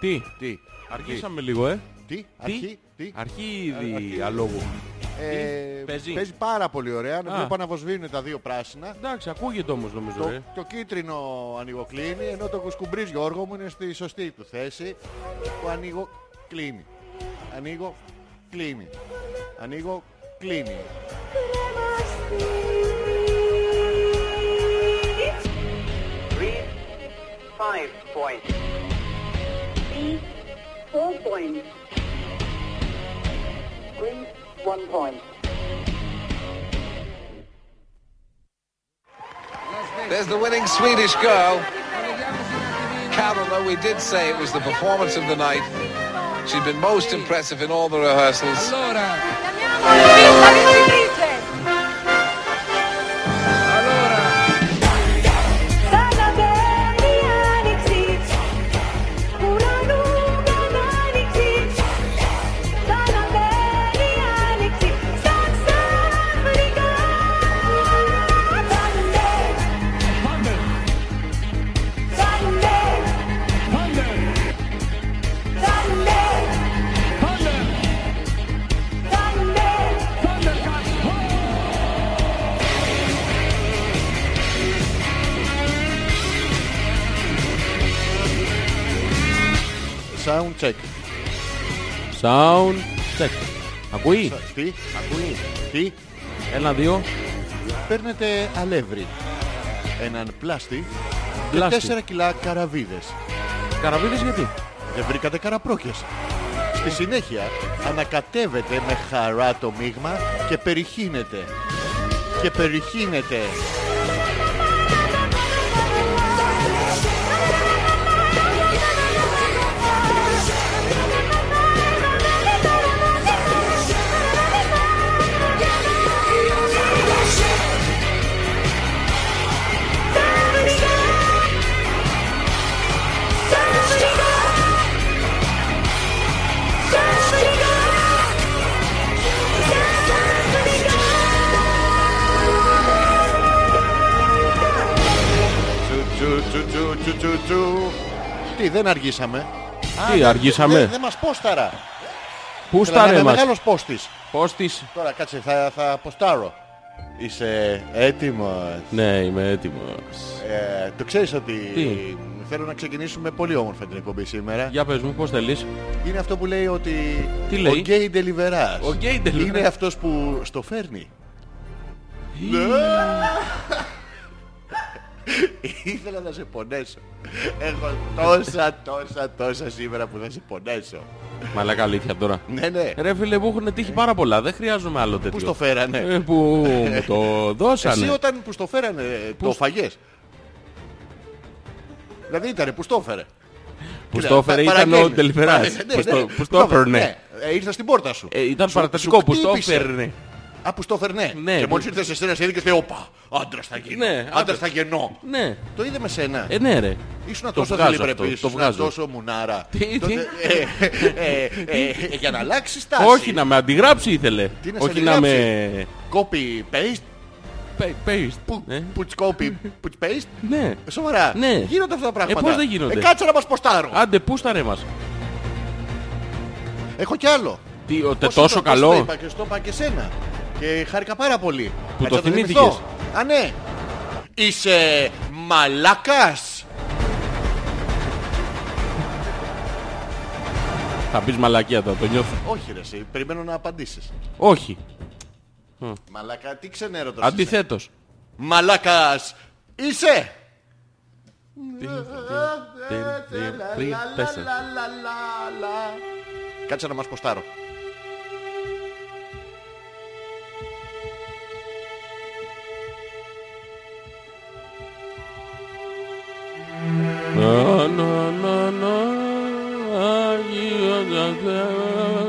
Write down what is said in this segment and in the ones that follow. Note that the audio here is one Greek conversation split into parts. Τι, Τι. αρχίσαμε λίγο, ε. Τι. Αρχή. Τι. Αρχή ήδη αρχή. αλόγου. Ε, Παίζει. πάρα πολύ ωραία. Α. Να βλέπω αναβοσβήνουν τα δύο πράσινα. Εντάξει, ακούγεται όμως νομίζω, Το, ε. το κίτρινο ανοιγοκλίνει, ενώ το κουσκουμπρίς Γιώργο μου είναι στη σωστή του θέση. Το ανοίγω, κλείνει. Ανοίγω, κλείνει. Ανοίγω, κλείνει. Three, five points. Three, four points. Three, one point. There's the winning Swedish girl. Carola, we did say it was the performance of the night. She'd been most impressive in all the rehearsals. Allora, Chiamiamo la vinta vincitrice! allora, Sana belli Alexi, una lunga Alexi. Sana belli Alexi, Sax Africa. Sunday, Thunder, Sunday, Thunder, Sunday, Thunder, Sunday. Thunder, cazzo! Sound check. Sound check. Ακούει. Τι. Ακούει. Τι. Ένα, δύο. Παίρνετε αλεύρι. Έναν πλάστη. Και Πλάστη. 4 κιλά καραβίδες. Καραβίδες γιατί. Δεν Ε, βρήκατε καραπρόκες. Στη συνέχεια ανακατεύετε με χαρά το μείγμα και περιχύνετε. Και περιχύνετε. Τσου, τσου, τσου, τσου, τσου, τσου, τσου. Τι, δεν αργήσαμε. ναι. Τι, Δεν, αργήσαμε. δεν μας πόσταρα. Πού Ήταν στάρε ένα μας. ναι, μεγάλος πόστης. Πώς της. Τώρα κάτσε, θα, θα ποστάρω. Είσαι έτοιμος. Ναι, είμαι έτοιμος. Ε, το ξέρεις ότι Τι? θέλω να ξεκινήσουμε πολύ όμορφα την εκπομπή σήμερα. Για πες μου, πώς θέλεις. Είναι αυτό που λέει ότι Τι λέει? ο γκέι ντελιβεράς Ο γκέι ντελιβεράς. είναι αυτός που στο φέρνει. Ναι. Ήθελα να σε πονέσω. Έχω τόσα, τόσα, τόσα σήμερα που θα σε πονέσω. Μαλάκα αλήθεια τώρα. Ναι, ναι. Ρε φίλε μου έχουν τύχει πάρα πολλά. Δεν χρειάζομαι άλλο τέτοιο. Πού στο φέρανε. Ε, Που μου το Εσύ δώσανε. όταν που στο φέρανε ε, Πού το σ- φαγές. Δηλαδή ήτανε που στο φέρε. Που στο έφερε ήταν ο Ναι, Ντελιβεράς. Που στο- Που στο έφερνε. Ήρθα στην πόρτα σου. Ε, Ήταν ναι. Σου- παρατασικό σου που στο χτύπησε. έφερνε. Α, που στο έφερνε. Ναι, και που- μόλις ήρθες σε σένα σε είδε και σου λέει, όπα, άντρας θα γίνει. Ναι, άντρας άντρας. θα γεννώ. Ναι. Το είδε με σένα. Ε, ναι ρε. Ήσουν το τόσο βγάζω δηληπρεπής, αυτό, το ήσουν βγάζω. τόσο μουνάρα. Τι, τι? Τότε, ε, ε, ε, ε, Για να αλλάξεις τάση. Όχι να με αντιγράψει ήθελε. Τι να σε Όχι να με... Copy paste, Πα- Paste. Ε, put copy, put paste. Ε, Ναι. Σοβαρά. Ναι. Γίνονται αυτά τα πράγματα. πώς δεν γίνονται. Ε, κάτσε να μας ποστάρω. Άντε πού στα ρε μας. Έχω κι άλλο. Τι, ο, τε, Πώς τόσο ήταν, πώς το καλό. είπα και στο είπα και σένα. Και χάρηκα πάρα πολύ. Κάτσε το να θυμήθηκες. θυμηθώ. Α, ναι. Είσαι μαλάκας. Θα πεις μαλακία τώρα, το νιώθω. Όχι ρε εσύ, περιμένω να απαντήσεις. Όχι. Μαλάκα, τι ξενέρωτας είσαι. Αντιθέτως. Μαλάκας, είσαι. Τι, τι, τι, δύο, τρία, τέσσερα. Κάτσε να μας ποστάρω. Να, να, να, να, Άγιος Αγγέλος,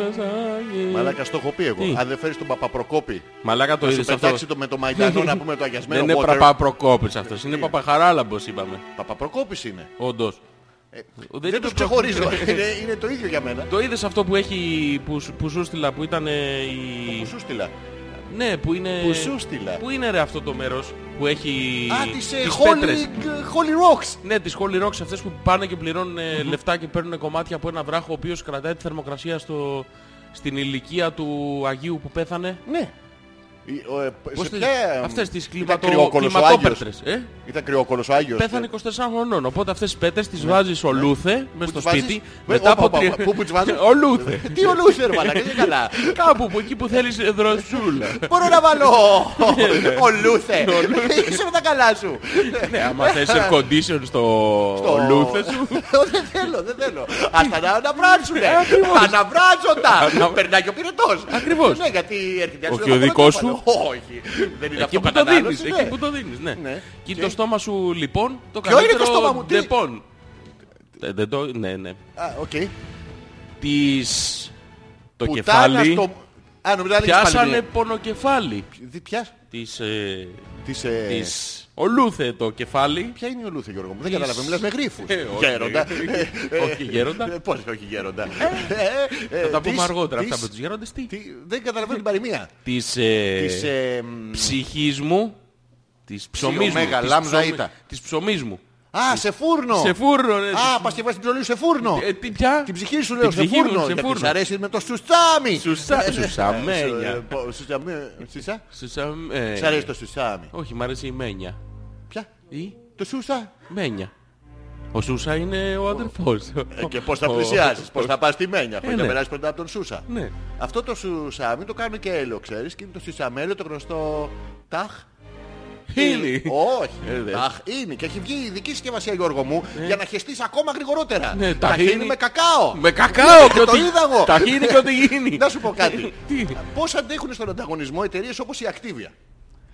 Άγιος. Μαλάκα, στο έχω πει εγώ. Τι? Αν δεν φέρεις τον Παπαπροκόπη, Μαλάκα το θα σου είδες πετάξει αυτό. το με το μαϊντανό να πούμε το αγιασμένο Δεν είναι water. Ε. παπαπροκόπης αυτός, είναι παπαχαράλαμπος είπαμε. Παπαπροκόπης είναι. Όντως. Ε, Δεν, είναι τους το- ξεχωρίζω. είναι, είναι το ίδιο για μένα. Το είδες αυτό που έχει, που, σου- που σου στείλα, που ήταν η... Που σου στείλα. Ναι, που είναι. Που σου στείλα. Πού είναι ρε αυτό το μέρος που έχει. Α, τις ε, τις Holy, πέτρες. Holy Rocks. Ναι, τις Holy Rocks αυτές που πάνε και πληρώνουν ε, λεφτά και παίρνουν κομμάτια από ένα βράχο ο οποίος κρατάει τη θερμοκρασία στο, στην ηλικία του Αγίου που πέθανε. Ναι. Η- ο, ε, Πώς σε τις- ποια, ε, αυτές τις ήταν κλιματο- κρυόκολος ο κλιματόπετρες, Άγιος. ε? Ήταν κρυόκολος ο Άγιος. Ε, Πέθανε 24 χρονών. Οπότε αυτές τις πέτρες τις βάζεις ολούθε μέσα στο Ναι. τις βάζεις? σπίτι. Ε, Μετά όπα, από όπα, τρι- όπα, πού- πού τις βάζω? Ολούθε. Τι ολούθερ μαλακά, δεν καλά. Κάπου που εκεί που θέλεις ε, δροσούλα. Μπορώ να βάλω ολούθε. Είσαι με τα καλά σου. ναι, άμα θες air condition στο Το- ολούθε σου. Δεν θέλω, δεν θέλω. Ας τα να αναβράτσουνε. Θα αναβράζοντα. Περνάει και ο πυρετός. Ακριβώς. Ναι, γιατί έρχεται Όχι, έξω ο το δικός πρωτόκολλο. Όχι. Δεν είναι Εκεί αυτό που το δίνεις, κατανάλωση. εκεί ναι. που το δίνεις, ναι. Ναι. Και Και- το στόμα σου λοιπόν, το Ποιο είναι το καλύτερο στόμα μου, τι? ντεπών. Ε, Δεν το, ναι, ναι. Α, οκ. Της... Το Πουτάνας κεφάλι στο... Α, νομίζω να πιάσανε πονοκεφάλι. Ποια... Της... ε, Τις, ε, της Ολούθε το κεφάλι. Ποια είναι η ολούθε Γιώργο μου, δεν καταλαβαίνω, μιλάς με γρίφους. Ε, όχι, Γέροντα. ε, όχι, γέροντα. Ε, Πώς όχι γέροντα. Ε, Θα τα πούμε αργότερα αυτά με τους γέροντες. Τι. Δεν καταλαβαίνω την παροιμία. Της... Της... ε, ε, μ, ψυχής μου. Της ψωμής μου. ωμέγα, της λάμδα ψωμί- ήτα. Της ψωμής μου. Α, σε φούρνο. Σε φούρνο, ρε. Α, πας και βάζεις την ψωλή σου σε φούρνο. Ε, τι πια? Την ψυχή σου Την λέω σε ψυχή μου, φούρνο. σε Γιατί φούρνο. σ' αρέσει με το σουσάμι. Σουσα- Ε, σουσαμένια. ε, πο- σουσαμέ- Σουσα. Σουσα- ε, Σ' αρέσει το σουσάμι. Όχι, μ' αρέσει η μένια. Ποια. Ή Το σούσα. μένια. Ο Σούσα είναι ο αδερφός. Ε, Και πώς θα Ο- πλησιάσεις, πώς θα πας στη μένια, Ε, χωρίς να ναι. περάσεις πρώτα από τον Σούσα. Ναι. Αυτό το σουσάμι το κάνουν και έλαιο, ξέρεις, και είναι το σουσαμέλαιο, το γνωστό ταχ. Χίλι. Ε, Όχι. δε. Ταχ είναι. Και έχει βγει η δική συσκευασία, Γιώργο μου, για να χεστείς ακόμα γρηγορότερα. Ναι, Τα ταχίνι. χύνει με κακάο. Με κακάο Ε, το είδα εγώ. Τα γίνει και ό,τι γίνει. Ε, Να σου πω κάτι. Τι. Πώς αντέχουν στον ανταγωνισμό εταιρείες όπως η Activia.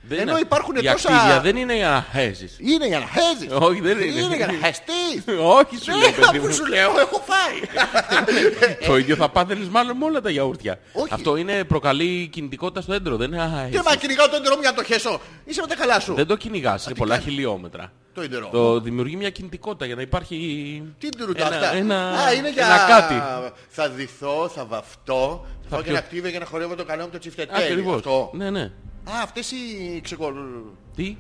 Δεν Ενώ είναι- υπάρχουν η τόσα- ακτίδια δεν είναι για να χέσεις. Είναι για να χέζεις. Όχι, δεν είναι. Είναι για να χεστείς. Όχι σου λέω Ε, παιδί αφού μου. σου λέω, έχω φάει. Το ίδιο θα πάθαινες μάλλον με όλα τα γιαούρτια. Όχι. Αυτό είναι προκαλεί κινητικότητα στο έντρο. Δεν είναι αχέσεις. Και μα κυνηγάω το έντερό μου για να το χέσω. Είσαι με τα καλά σου. Δεν το κυνηγάς σε πολλά χιλιόμετρα. Το έντερό. Το δημιουργεί μια κινητικότητα για να υπάρχει... Τι είναι ένα- αυτά. ένα- Α, είναι για ένα κάτι. Θα δυθώ, θα βαφτώ. Θα πάω πιω- και ένα ακτίβιο για να χορεύω το καλό μου το τσιφτετέλι. Ακριβώς. ε, Αυτό. Ναι, ναι. Α, αυτές οι ξεκολ... Τι.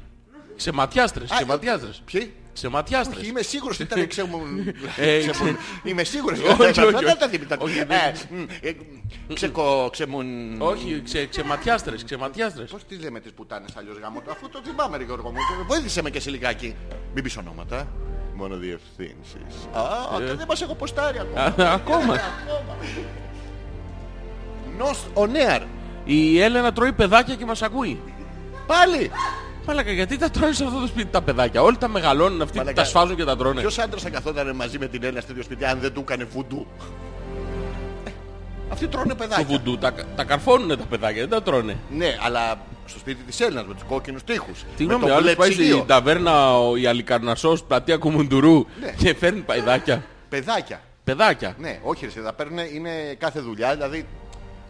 Ξεματιάστρες, Α, ξεματιάστρες. Ποιοι? Ξεματιάστρες. Όχι, είμαι σίγουρος ότι ήταν ξεμολ... Ε, ξεμολ- Είμαι σίγουρος ότι Όχι, ήταν όχι, Δεν τα όχι. θυμηθώ. Όχι, Ε, δεν- μ, ε, Ξεκο... Ξεμουν... Όχι, ξε, ξεματιάστρες, ξεματιάστρες. Πώς τις λέμε τις πουτάνες αλλιώς γάμο του, αφού το θυμάμαι ρε Γιώργο μου, βοήθησε Ε, με και σε λιγάκι. Μην πεις ονόματα. Μόνο διευθύνσεις. Α, και δεν μας έχω ποστάρει ακόμα. Α, Ακόμα. Νος on air. Η Έλενα τρώει παιδάκια και μας ακούει. Πάλι. Μαλάκα, γιατί τα τρώνε σε αυτό το σπίτι τα παιδάκια. Όλοι τα μεγαλώνουν αυτοί, Μαλάκα. τα σφάζουν και τα τρώνε. Ποιος άντρας θα καθόταν μαζί με την Έλληνα στο ίδιο σπίτι αν δεν του έκανε βουντού. Ε, Αυτοί τρώνε Το παιδάκια. βουντού τα, τα καρφώνουν τα παιδάκια, δεν τα τρώνε. Ναι, αλλά στο σπίτι της Έλληνας με τους κόκκινους τείχους. Τι με γνώμη, το άλλος πάει βλεψιδίο. στην ταβέρνα ο η Αλικαρνασός, πλατεία Κουμουντουρού Ναι. και φέρνει παιδάκια. Παιδάκια. Παιδάκια. Ναι, όχι ρε, τα παίρνουν, είναι κάθε δουλειά, δηλαδή...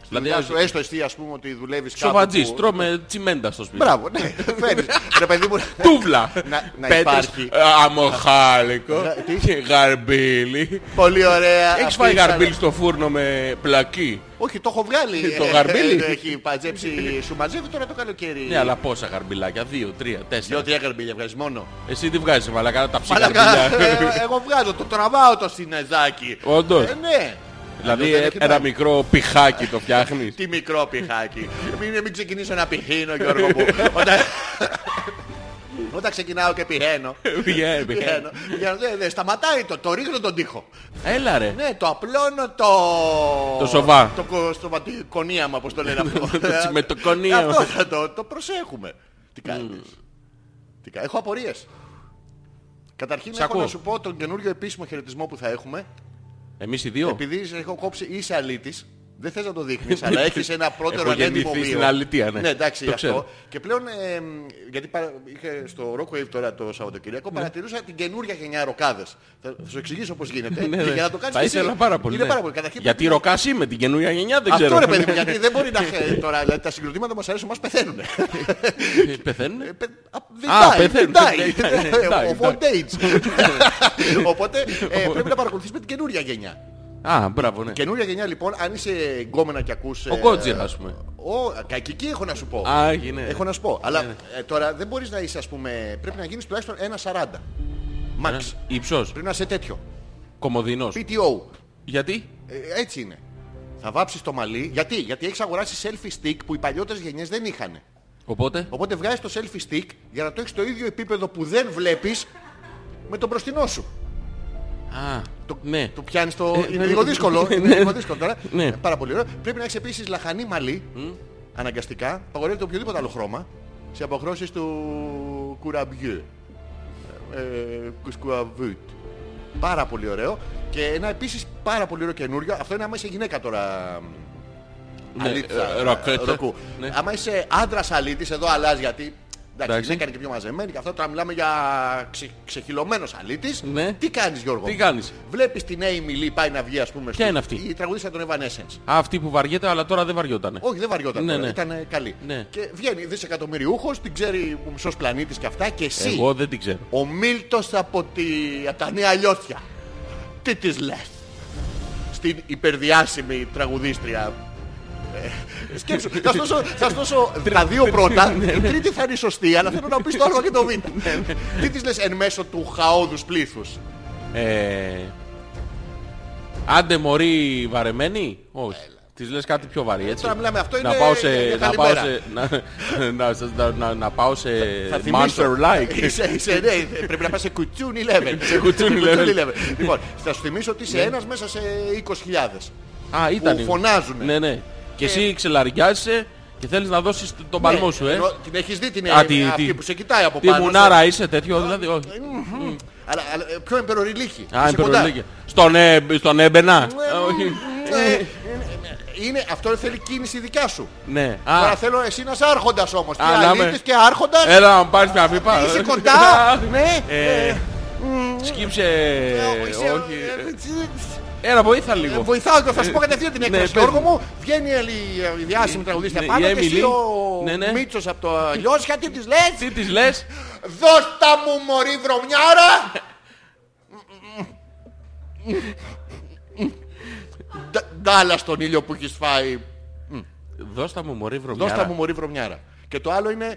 στη Δηλαδή, δουλειά όχι. σου, έστω εσύ ας πούμε ότι δουλεύεις κάπου Σοβατζής, που- τρώμε τσιμέντα στο σπίτι. Μπράβο, ναι, φέρνεις. Ρε παιδί μου, Τούβλα. Να- να Πέτρες, υπάρχει. Αμοχάλικο Να- τι? και γαρμπίλι. πολύ ωραία. Έχεις Αυτή φάει η γαρμπίλι σαλα- στο φούρνο με πλακί. Όχι, το έχω βγάλει. Ε, Το γαρμπίλι. Έχει παζέψει, σου μαζεύει τώρα το καλοκαίρι. Ναι, αλλά πόσα γαρμπιλάκια, δύο, τρία, τέσσερα. Διότι γαρμπίλια βγάζεις μόνο. Εσύ τι βγάζεις, μαλακά, τα ψυχα Μαλακά, γαρμπιλιά. ε, εγώ βγάζω, το τραβάω το συνεζάκι. Όντως. Ε, ναι. Δηλαδή Αλλιώς δεν ε, έχει ένα νόημα. μικρό πιχάκι το φτιάχνεις. Τι μικρό πιχάκι. μην, μην ξεκινήσω να πηχαίνω, Γιώργο μου. Όταν... Όταν ξεκινάω και πηγαίνω, Πηγαίνει, πηγαίνει. πηγαίνω, πηγαίνω, δεν δεν ε, σταματάει το, το ρίχνω τον τοίχο. Έλα ρε. Ναι, το απλώνω το... Το σοβά. Το κο- στοματικονίαμα, όπως το λένε αυτό. Ε, Το τσιμετοκονίαμα. Αυτό θα το, το προσέχουμε. Τι κάνεις. Τι κα... Έχω απορίες. Καταρχήν Σ' έχω ακούω. να σου πω τον καινούριο επίσημο χαιρετισμό που θα έχουμε. Εμείς οι δύο. Επειδή σε έχω κόψει, είσαι αλήτης. Δεν θες να το δείχνεις, αλλά έχεις ένα πρώτερο Έχω ανέντιμο γεννηθεί βίο. στην αλητεία, ναι. ναι εντάξει, Το αυτό. ξέρω. Και πλέον, ε, μ, γιατί παρα... είχε στο Rockwave τώρα το Σαββατοκύριακο, Ναι. παρατηρούσα την καινούργια γενιά ροκάδες. Θα θα σου εξηγήσω πώς γίνεται. Ναι, και ναι. για να το κάνεις Θα και εσύ. ήθελα πάρα πολύ. Είναι ναι. πάρα πολύ. Καταρχήν, Γιατί πρέπει να- ροκάς είμαι, την καινούργια γενιά δεν ξέρω. Αυτό ρε παιδί μου, γιατί δεν μπορεί να χε- τώρα, δηλαδή τα συγκροτήματα μας αρέσουν, μας πεθαίνουν. Ε, Πεθαίνουνε. Ε, πε- α, δεν Ναι. Α, πάει, πεθαίνουν. δεν Ναι, ναι, πάει. ναι, Ο ναι. old age. Οπότε ε, πρέπει να παρακολουθείς με την καινούργια γενιά. Α, μπράβο, ναι. Καινούρια γενιά λοιπόν, αν είσαι γκόμενα και ακούς... Ο ε, Κότζιρα, ας πούμε. Ω, κακική έχω να σου πω. Α, είναι. Έχω να σου πω. Αλλά Ναι. ε, τώρα δεν μπορείς να είσαι, ας πούμε, πρέπει να γίνεις τουλάχιστον 1,40. Ναι. Max. Υψός. Πρέπει να είσαι τέτοιο. Κομοδινός. PTO. Γιατί? Ε, έτσι είναι. Θα βάψεις το μαλλί. Γιατί, γιατί έχεις αγοράσει selfie stick που οι παλιότερες γενιές δεν είχαν. Οπότε. Οπότε βγάζεις το selfie stick για να το έχεις το ίδιο επίπεδο που δεν βλέπεις με τον μπροστινό σου. Α, Το, ναι. το πιάνεις το... Ε, είναι ναι. λίγο δύσκολο. Ναι. είναι λίγο δύσκολο τώρα. Ναι. Ε, Πάρα πολύ ωραίο. Πρέπει να έχεις επίσης λαχανή μαλλί. Αναγκαστικά. Απαγορεύεται οποιοδήποτε άλλο χρώμα. Σε αποχρώσεις του κουραμπιού. Ε, κουσκουαβούτ. Πάρα πολύ ωραίο. Και ένα επίσης πάρα πολύ ωραίο καινούριο. Αυτό είναι άμα είσαι γυναίκα τώρα. Ναι, αλίτσα, ε, ροκέτσα. ροκού. Ναι. Άμα είσαι άντρας αλήτης εδώ αλλάζει γιατί... Εντάξει, Εντάξει. γυναίκα είναι και πιο μαζεμένη και αυτό τώρα μιλάμε για ξε, ξεχυλωμένος αλήτης. Ναι. Τι κάνεις Γιώργο Τι κάνεις? Βλέπεις την Amy Lee πάει να βγει ας πούμε. στο- είναι αυτή? Η τραγουδίστρια των Evanescence. Α, αυτή που βαριέται, αλλά τώρα δεν βαριότανε. Όχι, δεν βαριόταν. Ναι, τώρα, ναι. Ήταν ε, καλή. Ναι. Και βγαίνει δισεκατομμυριούχος, την ξέρει ο μισός πλανήτης και αυτά και εσύ. Εγώ δεν την ξέρω. Ο Μίλτος από, τη... από τα Νέα Λιώθια. Τι της λες. Στην υπερδιάσημη τραγουδίστρια. Ε, Σκέψου, θα σου δώσω, θα σου δώσω τα δύο πρώτα. Ναι, Η τρίτη θα είναι η σωστή, αλλά θέλω να πεις το άλλο και το β. ναι. Τι της λες εν μέσω του χαόδους πλήθους. Ε, άντε μωρή βαρεμένη. Όχι. Της λες κάτι πιο βαρύ, έτσι. Ε, τώρα μιλάμε, αυτό να είναι πάω σε, για να πάω καλημέρα. σε, να, να, σας- να, να, να πάω σε Θα θυμίσω. Monster Like. Είσαι, είσαι, ναι, πρέπει να πας σε κουτσούνι level. Σε κουτσούνι level. Ναι. Λοιπόν, θα σου θυμίσω ότι είσαι ένας μέσα σε 20.000. Α, ήταν. Που φωνάζουνε. Ε. Ναι, ναι. Και εσύ ξελαρικιάζεσαι και θέλεις να δώσεις τον παλμό σου, ε. Ναι, Ενώ Την έχεις δει την Α, τι- αυτή τι- που σε κοιτάει από Τι πάνω. μουνάρα είσαι Ε, τέτοιο, δηλαδή. όχι. Αλλά, αλλά, ε, πιο εμπεροριλίχη. Α, Είσαι κοντά. Ε, εμπερολίγια. Στον, ε, στον έμπαινα. Α, όχι. Ναι, ε, Είναι, αυτό θέλει κίνηση δικιά σου. Ναι. Τώρα Ε. Α, θέλω εσύ να είσαι άρχοντας όμως. Τι Α, να είμαι. αλήτης και άρχοντας. έλα να μου πάρεις μια πίπα. Είσαι κοντά. Ναι. Ε, ε, Σκύψε. ε, είσαι- Όχι. ε, ε, Έλα, βοήθα Ε, λίγο. Βοηθάω και θα σου πω κατευθείαν την ναι, έκφραση. πες Γιώργο μου. μου, βγαίνει η άλλη- η διάσημη τραγουδίστρια ναι, πάνω η και εσύ Emily. ο Ναι, ναι. Μίτσος από το Λιώσια, τι της λες. Τι της λες. Δώστα μου μωρή βρωμιάρα. Ντα- Ντάλα στον ήλιο που έχεις φάει. Δώστα μου μωρή βρωμιάρα. Δώστα μου μωρή βρωμιάρα. Και το άλλο είναι...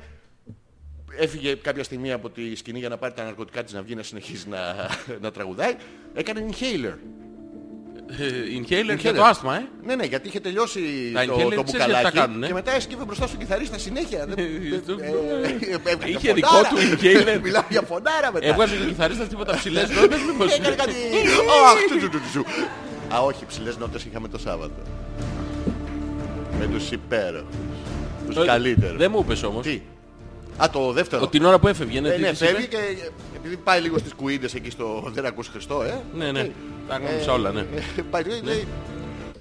Έφυγε κάποια στιγμή από τη σκηνή για να πάρει τα ναρκωτικά της να βγει να συνεχίζει να, να τραγουδάει. Έκανε inhaler. Ε, Inhaler και Inhaler. το άσθμα, ε. Ναι, ναι, γιατί είχε τελειώσει Τα το, inhaler το ξέρεις γιατί μπουκαλάκι τα κάνουνε. και μετά έσκυβε μπροστά στον κιθαρίστα συνέχεια. Δεν- δεν- ε, έβγαζε Είχε δικό φωνάρα. του inhaler. Μιλάμε για φωνάρα μετά. Έβγαζε και ο κιθαρίστας τίποτα ψηλές νότες μήπως. Έκανε κάτι... Αχ, τσου, τσου, τσου, τσου. Α, όχι, ψηλές νότες είχαμε το Σάββατο. Με τους υπέροχους. Τους Ε, καλύτερους. Δεν μου είπες όμως. Τι. Α, το δεύτερο. Ότι την ώρα που έφευγε, ναι, Ε, τι ναι, της είπε? φεύγει και ε, επειδή πάει λίγο στις κουίντες εκεί στο Δεν ακούς Χριστό, ε. Ναι, ναι. Τα Ε, γνώρισα όλα, ναι. Πάει και λέει,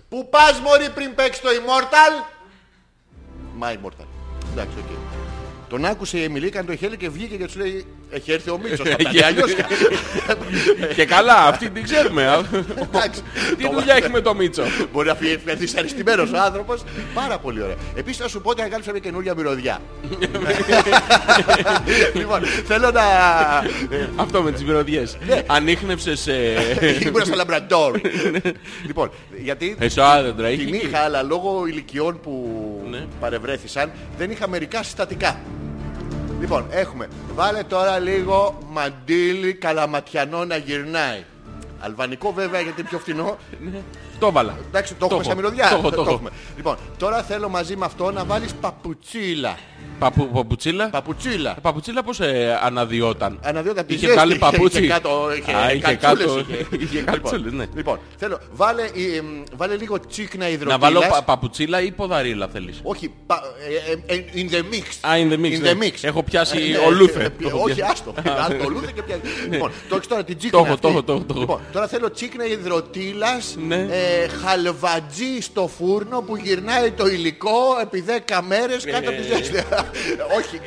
Πού πας μωρή πριν παίξεις το Immortal. My Immortal. Εντάξει, οκ. Τον άκουσε η Εμιλή, έκανε το χέρι και βγήκε και τους λέει έχει έρθει ο Μίτσος. απ' τα Νέα Λιώσια». Και καλά, αυτή την ξέρουμε. α. Εντάξει. Τι Το- δουλειά έχει με το Μίτσο. Μπορεί να φύγει φύγει αριστημένος ο άνθρωπος. Πάρα πολύ ωραία. Επίσης θα σου πω ότι ανακάλυψα μια καινούργια μυρωδιά. Λοιπόν, θέλω να... Αυτό με τις μυρωδιές. Ανείχνευσες... ε, Ήμουν στο λαμπραντόρι. Λοιπόν, γιατί Εσύ ο δεν τρέχει. Την είχα, αλλά λόγω ηλικιών που Ναι. παρευρέθησαν, δεν είχα μερικά συστατικά. Λοιπόν, έχουμε. Βάλε τώρα λίγο μαντίλι καλαματιανό να γυρνάει. Αλβανικό βέβαια γιατί είναι πιο φθηνό. Ναι. Το έβαλα. Εντάξει, το, έχουμε έχω. στα μυρωδιά. Το έχω, το έχω. έχουμε. Λοιπόν, τώρα θέλω μαζί με αυτό να βάλεις παπουτσίλα. Παπου- Παπουτσίλα. Παπουτσίλα. Ε, Παπουτσίλα πώς ε, αναδιόταν. Αναδιόταν τη Είχε ζέστη, βγάλει παπούτσι. Είχε κάτω, είχε, Α, είχε κατσούλες, κάτω- είχε. είχε κατσούλες, ναι. Λοιπόν, θέλω, βάλε, ε, εμ, βάλε λίγο τσίκνα Να υδροτήλας. βάλω πα- παπουτσίλα ή ποδαρίλα θέλεις. Όχι, πα- ε, ε, ε, in the mix. Α, in the mix, ναι. Έχω πιάσει Ε, ολούθε. ε, Το έχω Όχι, πιάσει. άστο. Άστο, ολούθε και πιάσει. Λοιπόν, το έχεις τώρα την τσίκνα. Ναι. Το έχω, αυτή. το έχω, το έχω, το έχω. Λοιπόν, τώρα θέλω τσίκνα υδροτήλας, Ναι. ε, χαλβατζή στο φούρνο που γυρνάει το υλικό επί 10 Ναι, μέρες κάτω από τη ζέστη. Όχι.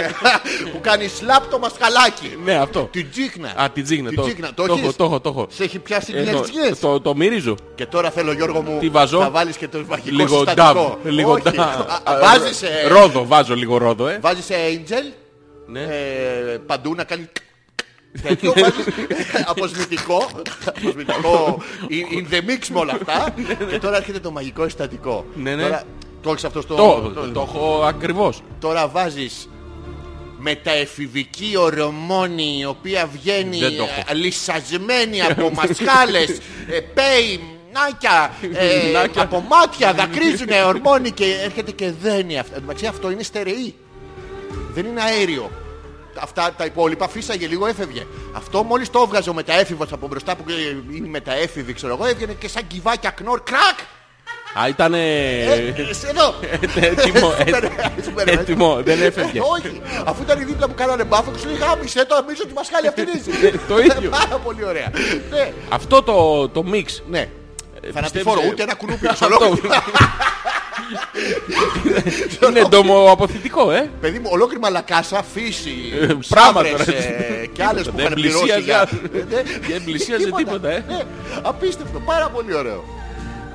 Που κάνει σλάπ το μασχαλάκι. Ε. Ναι, αυτό. Την τσίκνα. Α, την τσίγνα. Την Το, τσίκνα. Το το έχω, έχεις? το έχω, το έχω. Σε έχει πιάσει Ε, την το- αρχή. το, το μυρίζω. Και τώρα θέλω Γιώργο μου Τι βάζω? να βάλεις και το βαχικό Λίγο συστατικό. νταβ. Λίγο Όχι. νταβ. Α, α, Βάζεις ε, Ρόδο, βάζω λίγο ρόδο, ε. Βάζεις Angel Ναι. ε, παντού να κάνει τέτοιο, βάζεις ε, αποσμητικό, αποσμητικό in, in the mix με όλα αυτά και τώρα έρχεται το μαγικό συστατικό. Ναι, ναι. Τώρα Το έχεις αυτό στο... Το, το- το έχω ακριβώς. Τώρα βάζεις μεταεφηβική ορμόνη η οποία βγαίνει Δεν το έχω. ε, λυσασμένη από μασχάλες, ε, πέι, μνάκια, ε, Μνάκια. από μάτια δακρύζουν ορμόνη και έρχεται και δένει αυτό. Εν τω μεταξύ αυτό είναι στερεή. Δεν είναι αέριο. Αυτά τα υπόλοιπα φύσαγε λίγο, έφευγε. Αυτό μόλις το έβγαζε ο μεταέφηβος από μπροστά που ε, είναι μεταέφηβη, ξέρω εγώ, έβγαινε και σαν κυβάκια κνόρ, κρακ! Α, ήταν Ε, Εδώ! Ναι, έτοιμο. ε, έτοιμο. ε, Έτοιμο, δεν έφευγε. Ε, Όχι, αφού ήταν οι δίπλα που κάνανε μπάφο, του λέει γάμισε το, νομίζω ότι μας χάλει αυτή Ε, είναι. το ίδιο. Πάρα πολύ ωραία. Ναι, Αυτό το, το μίξ. ναι. ε, Θανατηφόρο, πιστεύετε- ούτε ένα κουνούπι Αυτό. ολόκληρη. Είναι εντομοαποθητικό, ε. Παιδί μου, ολόκληρη μαλακάσα, φύση, Ε, σαύρες, πράγματα, ε, ρε. και άλλες που Δεν είχαν πληρώσει. πλησίαζε, για- ε, Ναι, δεν πλησίαζε τίποτα, ε. ναι. Απίστευτο, πάρα πολύ ωραίο.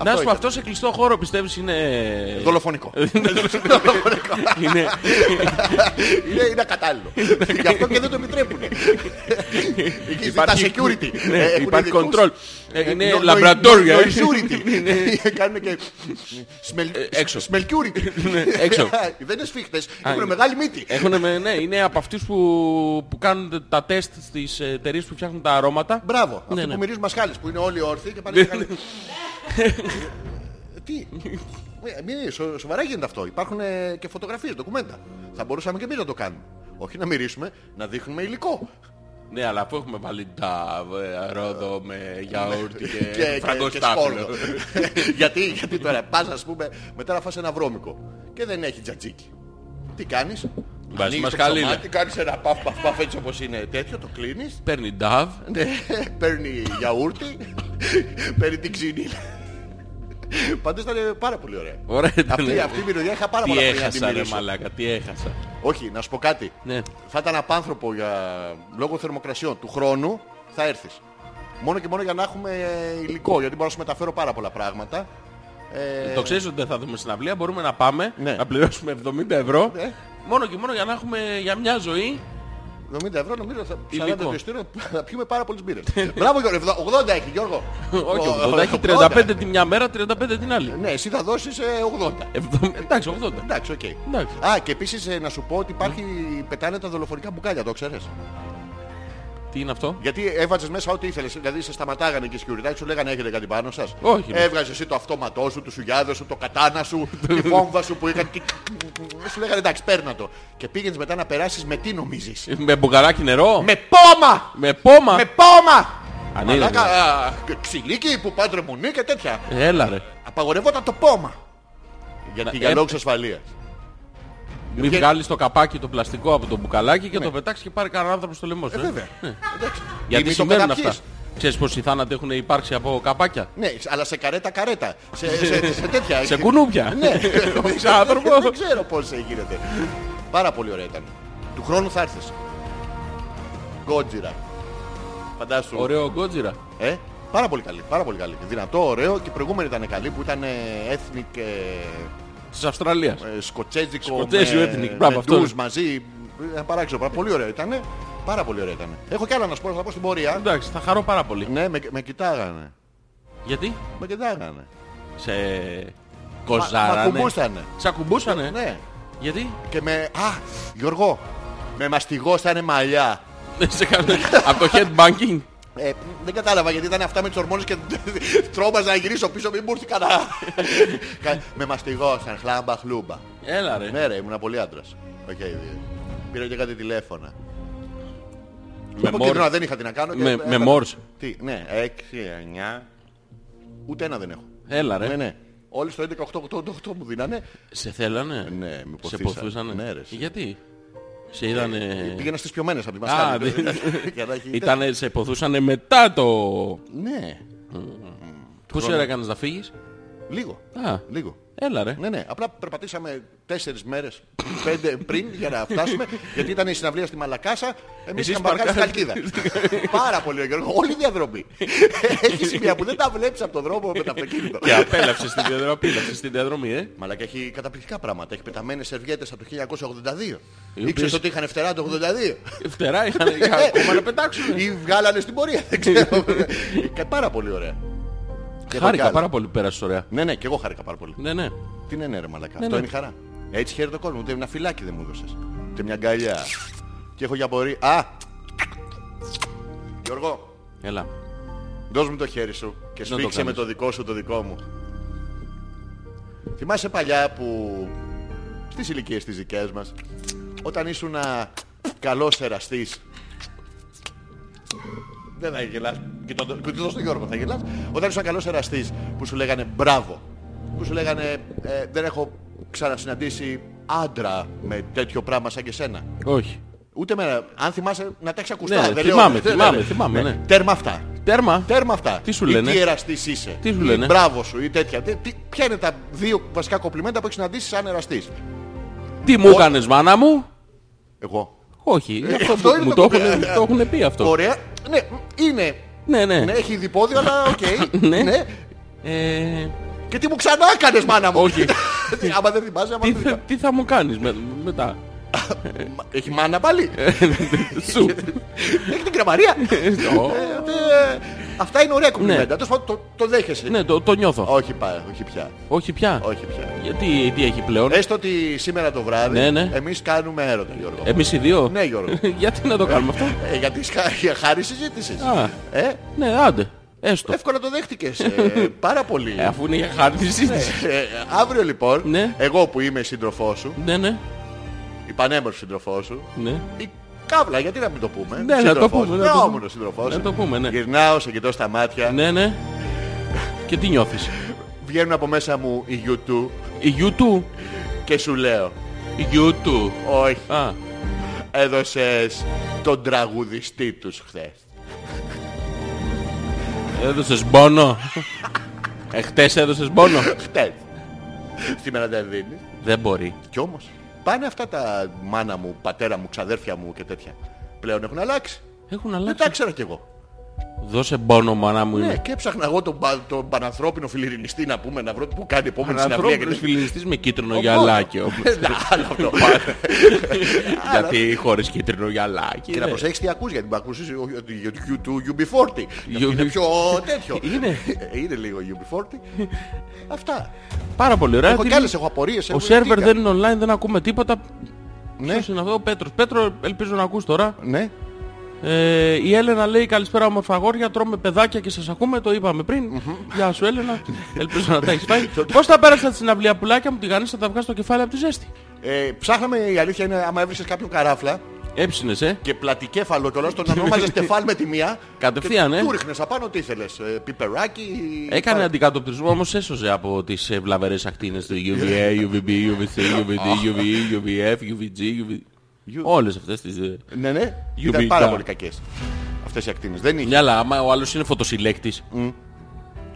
Να σου πω, ήταν. αυτό σε κλειστό χώρο πιστεύεις είναι... Δολοφονικό. Ε, ναι. είναι... Είναι, είναι ακατάλληλο. Γι' αυτό και δεν το επιτρέπουν. Εκεί τα Υπάρχει- security. Ναι, Ε, έχουν υπάρχει ειδικούς. control. Ε, Ε, είναι νο- νο- λαμπρατόρια. νο- Security. Ε, Κάνουν και. smell- Ε, έξω. Ναι, Smellcurity. έξω. Δεν είναι σφίχτες. Έχουν μεγάλη μύτη. Έχουν, ναι, είναι από αυτούς που, που κάνουν τα τεστ στις εταιρείες που φτιάχνουν τα αρώματα. Μπράβο. Ναι, Αυτοί ναι. που μυρίζουν μασχάλες που είναι όλοι όρθιοι και πάνε και κάνουν- Τι. Ε, μη- σο- Σοβαρά γίνεται αυτό. Υπάρχουν ε, και φωτογραφίες, ντοκουμέντα. Θα μπορούσαμε και εμείς να το κάνουμε. Όχι να μυρίσουμε, να δείχνουμε υλικό. Ναι, αλλά αφού έχουμε βάλει νταβ, ε, ρόδο με γιαούρτι και, και και, και φραγκοστάφυλλο. σκόρδο. γιατί, γιατί τώρα πας ας πούμε μετά να φας ένα βρώμικο και δεν έχει τζατζίκι. Τι κάνεις. Βάζεις ανοίγεις το μασχαλίλα. ψωμάκι, κάνεις ένα παφ παφ παφ έτσι όπως είναι τέτοιο, το κλείνεις. Παίρνει νταβ, Ναι, παίρνει γιαούρτι, παίρνει την ξύνη. Πάντως ήταν πάρα πολύ ωραία. Ωραία ήταν. Αυτή, αυτή η μυρωδιά είχα πάρα Τι πολλά χρόνια να τη έχασα ρε μυρίσω. μαλάκα, τι έχασα. Όχι, να σου πω κάτι. Ναι. Θα ήταν απάνθρωπο για... λόγω θερμοκρασιών του χρόνου θα έρθεις. Μόνο και μόνο για να έχουμε ε, υλικό, γιατί μπορώ να σου μεταφέρω πάρα πολλά πράγματα. Ε, Το ξέρεις ότι δεν θα δούμε συναυλία, μπορούμε να πάμε, Ναι. να πληρώσουμε 70 ευρώ. Ναι. Μόνο και μόνο για να έχουμε για μια ζωή 70 ευρώ νομίζω θα Υλικό. Ναι. 40 το ειστήριο, θα πιούμε πάρα πολλές μπύρες. Μπράβο Γιώργο, 80 έχει Γιώργο. Όχι, Ο- 80. Έχει 35 τη μια μέρα, 35 την άλλη. Ναι, εσύ θα δώσεις ε, 80. 70, Εντάξει, 80. Εντάξει, οκ. Εντάξει. Α, και επίσης ε, να σου πω ότι υπάρχει, πετάνε τα δολοφονικά μπουκάλια, το ξέρεις. Τι είναι αυτό. Γιατί έβαζες μέσα ό,τι ήθελες, Δηλαδή σε σταματάγανε και οι security, σου λέγανε έχετε κάτι πάνω σας. Όχι, ναι. Έβγαζες εσύ το αυτόματό σου, τους σουγιάδε σου, το κατάνα σου, τη βόμβα σου που είχαν. και- σου λέγανε εντάξει, παίρνα το. Και πήγαινες μετά να περάσεις με τι νομίζεις Με μπουκαλάκι νερό. με πόμα! Με πόμα. Με πόμα! Αν είναι, Μαλάκα, ναι. α, ξυλίκι που πάντρε μου νύ και τέτοια. Έλα ρε. Απαγορευόταν το πόμα. Να- Γιατί για ε, λόγους ασφαλείας. Μην Για- βγάλεις το καπάκι το πλαστικό από το μπουκαλάκι και το πετάξεις και πάρει κανέναν άνθρωπο στο λαιμό σου. ε. Ναι. Βέβαια. Εντάξει. Ή Γιατί μη το συμβαίνουν αυτά. καταπιείς. Ξέρεις πως οι θάνατοι έχουν υπάρξει από καπάκια. Ναι, αλλά σε καρέτα καρέτα. Σε, σε, σε τέτοια. Σε κουνούπια. Ναι, Χωρίς άνθρωπος. Δεν ξέρω πώς γίνεται. Πάρα πολύ ωραία ήταν. Του χρόνου θα έρθεις. Γκότζιρα. Φαντάσου. Ωραίο γκότζιρα. Ε, πάρα πολύ καλή, πάρα πολύ καλή. Δυνατό, ωραίο και η προηγούμενη ήταν καλή που ήταν ε, ethnic ε, Της Αυστραλίας. ε, σκοτσέζικο Σκοτσέζιο με, ethnic, μπράβο, με αυτό. ντους μαζί. Ένα παράξενο πράγμα. Πολύ ωραίο ήταν. Πάρα πολύ ωραίο ήταν. Έχω κι άλλα να σου πω, θα τα πω στην πορεία. Εντάξει, θα χαρώ πάρα πολύ. Ναι, με, με κοιτάγανε. Γιατί Με κοιτάγανε. σε Μα, μα κοζάρανε. κουμπούσανε. Σε ακουμπούσανε. Ναι. Γιατί Και με... Α, Γιώργο, με μαστιγώσανε μαλλιά. δεν σε κάνω. Από το headbanking. Ε, δεν κατάλαβα γιατί ήταν αυτά με τις ορμόνες και τρόμαζα να γυρίσω πίσω μην μου έρθει κανένα. Κα- με μαστιγώσαν, χλάμπα χλούμπα. Έλα ρε. Ναι ρε, ήμουν πολύ άντρας. Οκ, δε- πήρα και κάτι τηλέφωνα. Με Από μόρ. κεντρώνα δεν είχα τι να κάνω. και Με- έπα- με Morse. Τι, ναι, 6, 9, ούτε ένα δεν έχω. Έλα ρε. Ναι, ναι. Όλοι στο 11-8-8-8 μου δίνανε. Σε θέλανε. Ναι, με Σε ποθήσανε. ποθούσανε. Ναι, ρε, εσύ. Γιατί. Σε είδανε. Πήγαινα στις πιωμένες από τη Ε. Α, μασκάλη. δεν- Για να έχει- Ήτανε, σε ποθούσανε μετά το... Ναι, Πόση ώρα έκανες να φύγεις. λίγο. Α, Λίγο. έλα ρε. Ναι, ναι. Απλά περπατήσαμε τέσσερις μέρες, πέντε πριν για να φτάσουμε. γιατί ήταν η συναυλία στη Μαλακάσα, εμείς Εσείς είχαμε παρκάρει στην Καλκίδα. Πάρα πολύ ωραίο. Όλη η διαδρομή. έχει σημεία που δεν τα βλέπεις από τον δρόμο με το αυτοκίνητο. Και απέλαψες την διαδρομή. Απέλαψες την διαδρομή, ε. Μαλάκα έχει καταπληκτικά πράγματα. Έχει πεταμένες σερβιέτες από το 1982. Οι οποίες- Ήξερες ότι είχαν φτερά το Ε, 82. Φτερά είχαν είχαν ακόμα να πετάξουν. Ή βγάλανε στην πορεία, δεν ξέρω. Και Πάρα πολύ Ε, ωραία. Και έχω κι Χάρηκα άλλα. πάρα πολύ που πέρασες ωραία. Ναι, ναι, και εγώ χάρηκα πάρα πολύ. Ναι, ναι. Τι ναι, ναι, ρε μαλακά. Ναι, Αυτό ναι. είναι η χαρά. Έτσι χαίρεται ο κόσμος. Ούτε ένα φυλάκι δεν μου έδωσες. Ούτε μια αγκαλιά. Και έχω για πορεία. Α! Γιώργο, Έλα. δώσ' μου το χέρι σου και Να το σφίξε με κάνεις. το δικό σου το δικό μου. Θυμάσαι παλιά που στις ηλικίες τις δικές μας όταν ήσουν α, καλός εραστής δεν θα γελάς. Κοιτώ- Κοιτώ στον Γιώργο θα γελάς. Όταν ήσουν καλός εραστής που σου λέγανε μπράβο. Που σου λέγανε «Ε, δεν έχω ξανασυναντήσει άντρα με τέτοιο πράγμα σαν και σένα. Όχι. Ούτε με, αν θυμάσαι να τα έχεις ακουστά. Ναι, δεν λέω- θυμάμαι, δεν- θυμάμαι, δεν- θυμάμαι, ναι. Τέρμα αυτά. Τέρμα. Τέρμα αυτά. Τι σου Ή λένε? Τι εραστής είσαι. Τι σου Ή λένε? Μπράβο σου ή τέτοια. Τι, τι- ποια είναι τα δύο βασικά κοπλιμέντα που έχεις συναντήσει σαν εραστής. Τι μου έκανες μάνα μου. Εγώ. Όχι. αυτό αυτό είναι μου το, το κοπέλα. έχουν, το έχουνε πει αυτό. Ωραία. Ναι, είναι. Ναι, ναι. Ναι, έχει διπόδιο, αλλά οκ. Ναι. ναι. Ε, Και τι μου ξανά έκανες μάνα μου. Όχι. Τι, άμα δεν θυμάσαι, άμα τι, δεν θα, θυμάσαι. τι θα μου κάνεις με- μετά. Μα- Έχει μάνα πάλι. Ε. Σου. Έχει την κρεμαρία. Ω. Ε, ε, Αυτά είναι ωραία κοπλιμέντα. Τέλος πάντων, το- το δέχεσαι. ναι, το, το νιώθω. Όχι πα- όχι πια. Όχι πια. Όχι πια. Γιατί τι έχει πλέον. Έστω ότι σήμερα το βράδυ Ναι, Ε, ναι. εμείς κάνουμε έρωτα, Γιώργο. Εμείς οι δύο. Ναι, Γιώργο. Γιατί να το κάνουμε αυτό. Ε, γιατί σχα- για χάρη συζήτησης. Α. Ε, ναι, άντε. Έστω. εύκολα το δέχτηκες. Ε, πάρα πολύ. Ε, αφού είναι για χάρη της συζήτησης. Ε, αύριο λοιπόν, Ναι. εγώ που είμαι σύντροφός σου, Ναι, ναι, η πανέμορφη σύντροφός σου, ναι. η καύλα, γιατί να μην το πούμε. Ναι, να το σύντροφός πούμε, σου, να το νεόμουνος πούμε. σύντροφός Να σου. το πούμε, ναι. Γυρνάω, σε κοιτώ στα μάτια, Ναι, ναι. Και τι νιώθεις. βγαίνουν από μέσα μου οι YouTube Η YouTube. και σου λέω, Η YouTube. Όχι, Α, έδωσες τον τραγουδιστή τους χθες. έδωσες πόνο. Εχθές έδωσες πόνο. Χθες. Σήμερα δεν δίνεις. Δεν μπορεί. Κι όμως, πάνε αυτά τα μάνα μου, πατέρα μου, ξαδέρφια μου και τέτοια. Πλέον έχουν αλλάξει. Έχουν Δεν τα αλλάξει. ξέρω κι εγώ. Δώσε πόνο, μάνα μου. Ναι, είναι. και έψαχνα εγώ τον, πα- τον πανανθρώπινο φιλιρινιστή να πούμε, να βρω που κάνει επόμενη συναυλία. Ανθρώπινος Και... φιλινιστής με κίτρινο γυαλάκι. όμως. Ναι, άλλο αυτό. Ναι, Γιατί χωρίς κίτρινο γυαλάκι. Και να ναι. προσέξεις τι ακούς, γιατί ακούσεις για το U2, UB40. You- Είναι πιο τέτοιο. Ε, Είναι. Είναι λίγο UB40. Αυτά. Πάρα πολύ ωραία. Έχω Τι κι άλλες, λέει, έχω απορίες. Ο σερβερ δεν είναι online, δεν ακούμε τίποτα. Ναι. Ποιος είναι αυτό, ο Πέτρος. Πέτρο, ελπίζω να ακούς τώρα. Ναι. Ε, η Έλενα λέει καλησπέρα όμορφα αγόρια, τρώμε παιδάκια και σας ακούμε, το είπαμε πριν. Γεια σου Έλενα, ελπίζω να τα έχεις πάει. Πώς τα πέρασα τη συναυλία πουλάκια μου, τη γανίσα τα βγάζεις στο κεφάλι από τη ζέστη. Ε, ψάχναμε, η αλήθεια είναι, άμα έβρισες κάποιον καράφλα Έψινες ε. και πλατικέφαλο κιόλας, τον ονόμαζες τεφάλ με τη μία. Κατευθείαν, και ε. Του ρίχνες απάνω τι ήθελες. ε, Πιπεράκι. Έκανε αντικατοπτρισμό όμως έσωζε από τις ε, βλαβερές ακτίνες του UVA, UVB, UVC, UVD, UVE, UVF, UVG, UV... Όλες αυτές τις... ε. Ναι, ναι. Ιουμπικά. Ήταν πάρα πολύ κακές. Αυτές οι ακτίνες. Δεν είχε. Ναι, αλλά άμα ο άλλος είναι φωτοσυλλέκτης,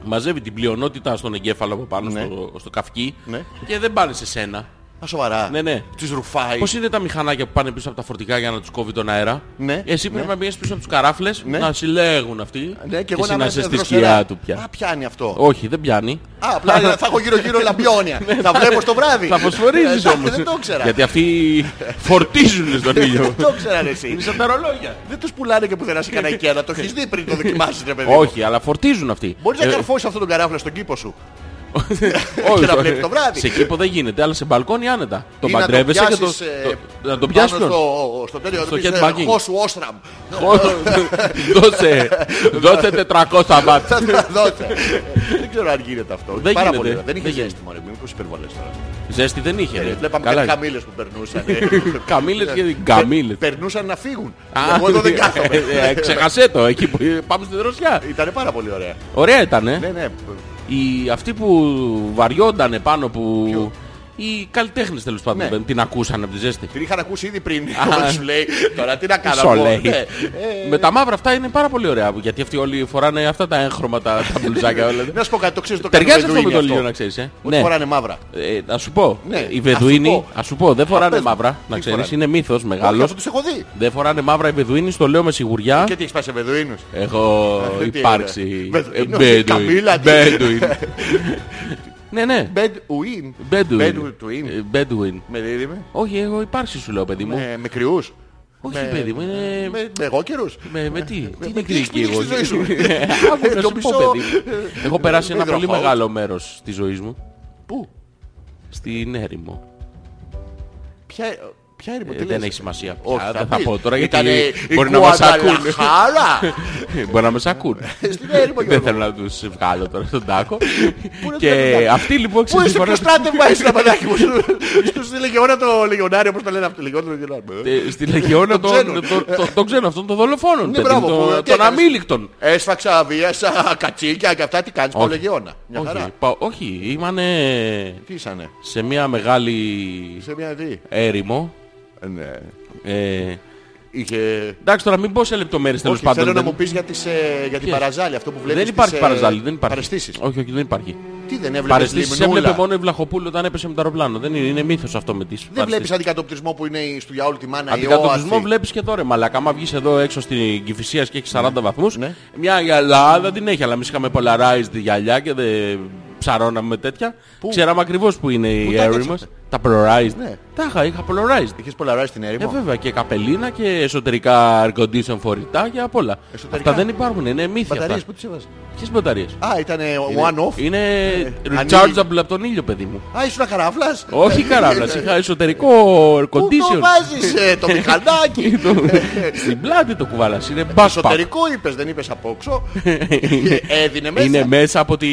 μαζεύει την πλειονότητα στον εγκέφαλο από πάνω Ναι. στο, στο καυκί Ναι. και δεν πάνε σε σένα. Α, σοβαρά. Ναι, ναι. Τις ρουφάει. Πώς είναι τα μηχανάκια που πάνε πίσω από τα φορτηγά για να τους κόβει τον αέρα. Ναι, Εσύ ναι. πρέπει να πηγαίνει πίσω από τους καράφλες Ναι. να συλλέγουν αυτοί. Ναι, εσύ και εγώ να να είμαι είσαι στη δροσερά. σκιά του πια. Α, πιάνει αυτό. Όχι, δεν πιάνει. Α, απλά θα έχω γύρω-γύρω λαμπιόνια. θα βλέπω στο βράδυ. Ναι. Θα φωσφορίζεις Ε, όμως. Δεν το ξέρα. Γιατί αυτοί φορτίζουν στον ήλιο. Δεν το ξέρα ρε, εσύ. Είναι σαν τα ρολόγια. Δεν τους πουλάνε και πουθενά σε κανένα κέρα. Το έχεις δει πριν το δοκιμάσεις ρε παιδί. μου. Όχι, αλλά φορτίζουν αυτοί. Μπορείς Ε, να καρφώσεις αυτόν τον καράφλα στον κήπο σου. όχι, και να όχι. βλέπεις το βράδυ. Σε κήπο δεν γίνεται, αλλά σε μπαλκόνι άνετα. Το Ή να παντρεύεσαι και το. πιάσεις, ε, το- Να τον πάνω πιάσει ποιον. στο- Στο τέτοιο. Στο να πεις, ε, headbanging. «Εγώ σου, Όστραμ. Δώσε, δώσε 400 μπατ. Θα τα δώσω. Δεν ξέρω αν γίνεται αυτό. Δεν Πάρα γίνεται. πολύ. ωραία. Δεν είχε Δεν ζέστη, μωρέ. Μήπως υπερβολές τώρα. Ζέστη δεν είχε. Ε, ρε. Βλέπαμε Καλά. κάτι καμίλες που περνούσαν. Καμίλες και Πε- καμίλες. Περνούσαν να φύγουν. Α, Εγώ εδώ δεν ε, ε, κάθομαι. Ξεχασέ το, εκεί που ε, πάμε στην δροσιά. Ήταν πάρα πολύ ωραία. Ωραία ήταν, ε. Ναι, ναι. Οι, αυτοί που βαριόντανε πάνω που... Οι καλλιτέχνες τέλος πάντων Ναι. την ακούσαν από τη ζέστη. Την είχαν ακούσει ήδη πριν. Α. Σου λέει τώρα τι να κάνω. Σο εγώ, λέει. ναι. Ε, Με τα μαύρα αυτά είναι πάρα πολύ ωραία γιατί αυτοί όλοι φοράνε αυτά τα έγχρωμα, τα, τα μπλουζάκια όλα. Να σου πω κάτι, το ξέρεις το Ταιριάζει κάνουν αυτό με το Βεδουίνοι λίγο αυτό. να ξέρεις, ε. Ότι φοράνε μαύρα. Ε, να σου πω, Ναι, οι ας σου Βεδουίνοι, πω. ας σου πω, δεν πες φοράνε μου. μαύρα, Τι να ξέρεις, φοράνε. είναι μύθος Όχι, μεγάλος. Αυτό τους έχω δει. Δεν φοράνε μαύρα οι Βεδουίνοι, το λέω με σιγουριά. Και τι έχεις πάει σε Βεδουίνους. Έχω Τι είναι, υπάρξει. Ε, Βεδουίνος, Μπέντουιν. Καμίλα, τι- Μπέντουιν. Ναι, ναι. Μπεντουίν. Μπέντουιν. Μπεντουίν. Ε, Μπέντουιν. Με δίδυμη. Ναι, Όχι, έχω υπάρξει σου λέω παιδί μου. Ε, Με κρυούς. Όχι, παιδί μου, είναι. Με, με εγώ καιρού. Ε, Με, με τι, τι είναι τι κρίκη εξηγείς εγώ. τη ζωή σου. Ε, άκου να σου πω, Νομίζω- παιδί μου. Έχω περάσει ένα πολύ Υδροχόος. μεγάλο μέρος της ζωής μου Πού, στην έρημο. ποια, ποια είναι η Ε, τι δεν λες. έχει σημασία πια, Όχι, δεν θα πεις. πω τώρα γιατί Ήτανε η μπορεί να μας ακούν. Γουαδαλαχάρα. Μπορεί να με σακούν. Στην έρημο, Δεν Γιώργο. θέλω να τους βγάλω τώρα στον τάκο. να τους Και βγάλω. αυτοί λοιπόν Πού είσαι, ποιο ξεσυμφωνούν. στράτευμα είσαι, απαντάκι μου. Στους λεγεώνα το λεγιονάριο, πώς τα λένε αυτό, λεγεώνα το λεγιονάριο. Ε, Στη λεγεώνα των Των ξένων. των- των- των ξένων αυτών των δολοφόνων. Ναι, παιδί μπράβο, μου, που- των- τι Των έκανες. αμήλικτων. Έσφαξα, βίασα, κατσίκια και αυτά, τι κάνεις, το Όχι. λεγεώνα. Μια Όχι, χαρά. πα- Όχι, ήμανε Τι ήσανε, σε μια μεγάλη σε μια τι. έρημο. Ναι. Ε, Είχε... Εντάξει τώρα μην πω σε λεπτομέρειες τέλος Όχι, πάντων. θέλω να δεν- μου πεις για, τις, ε, για την Ποιες? παραζάλη, αυτό που βλέπεις. Δεν υπάρχει τις, ε, παραζάλι, δεν υπάρχει. Παρεστήσεις. Όχι, όχι, δεν υπάρχει. Τι δεν έβλεπες Παρεστήσεις έβλεπε λιμνούλα. μόνο η Βλαχοπούλου όταν έπεσε με το αεροπλάνο. Δεν είναι, είναι μύθος αυτό με τις Δεν βλέπεις παρεστήσεις. αντικατοπτρισμό που είναι η- στο για όλη τη μάνα η Αντικατοπτρισμό όαση. βλέπεις και τώρα. ρε Μαλάκα, άμα βγεις εδώ έξω στην Κηφισίας και έχεις 40 βαθμούς, Ναι. μια γυαλάδα την έχει, αλλά εμείς είχαμε polarized γυαλιά και δεν ψαρώναμε με τέτοια. Ξέραμε ακριβώς που είναι η τα έρημος. έκανες μας. αυτά? Τα polarized. Ναι. Τα είχα, είχα polarized. Είχες πολλαράσει την Ε, έρημο. βέβαια και καπελίνα και εσωτερικά air condition φορητά και απ' όλα. Εσωτερικά. Αυτά δεν υπάρχουν, είναι μύθια. αυτά. Μπαταρίες, πού τις έβαζες. Ποιες μπαταρίες. Α, ήταν one-off. Είναι rechargeable ανοίγει. από τον ήλιο, παιδί μου. Α, ήσουν καράβλας. Όχι καράβλας, είχα εσωτερικό air Πού το condition. βάζεις ε, το μηχανάκι. Στην πλάτη το κουβάλας, είναι backpack. Εσωτερικό είπες, δεν είπες από όξω. Έδινε μέσα. Είναι μέσα από την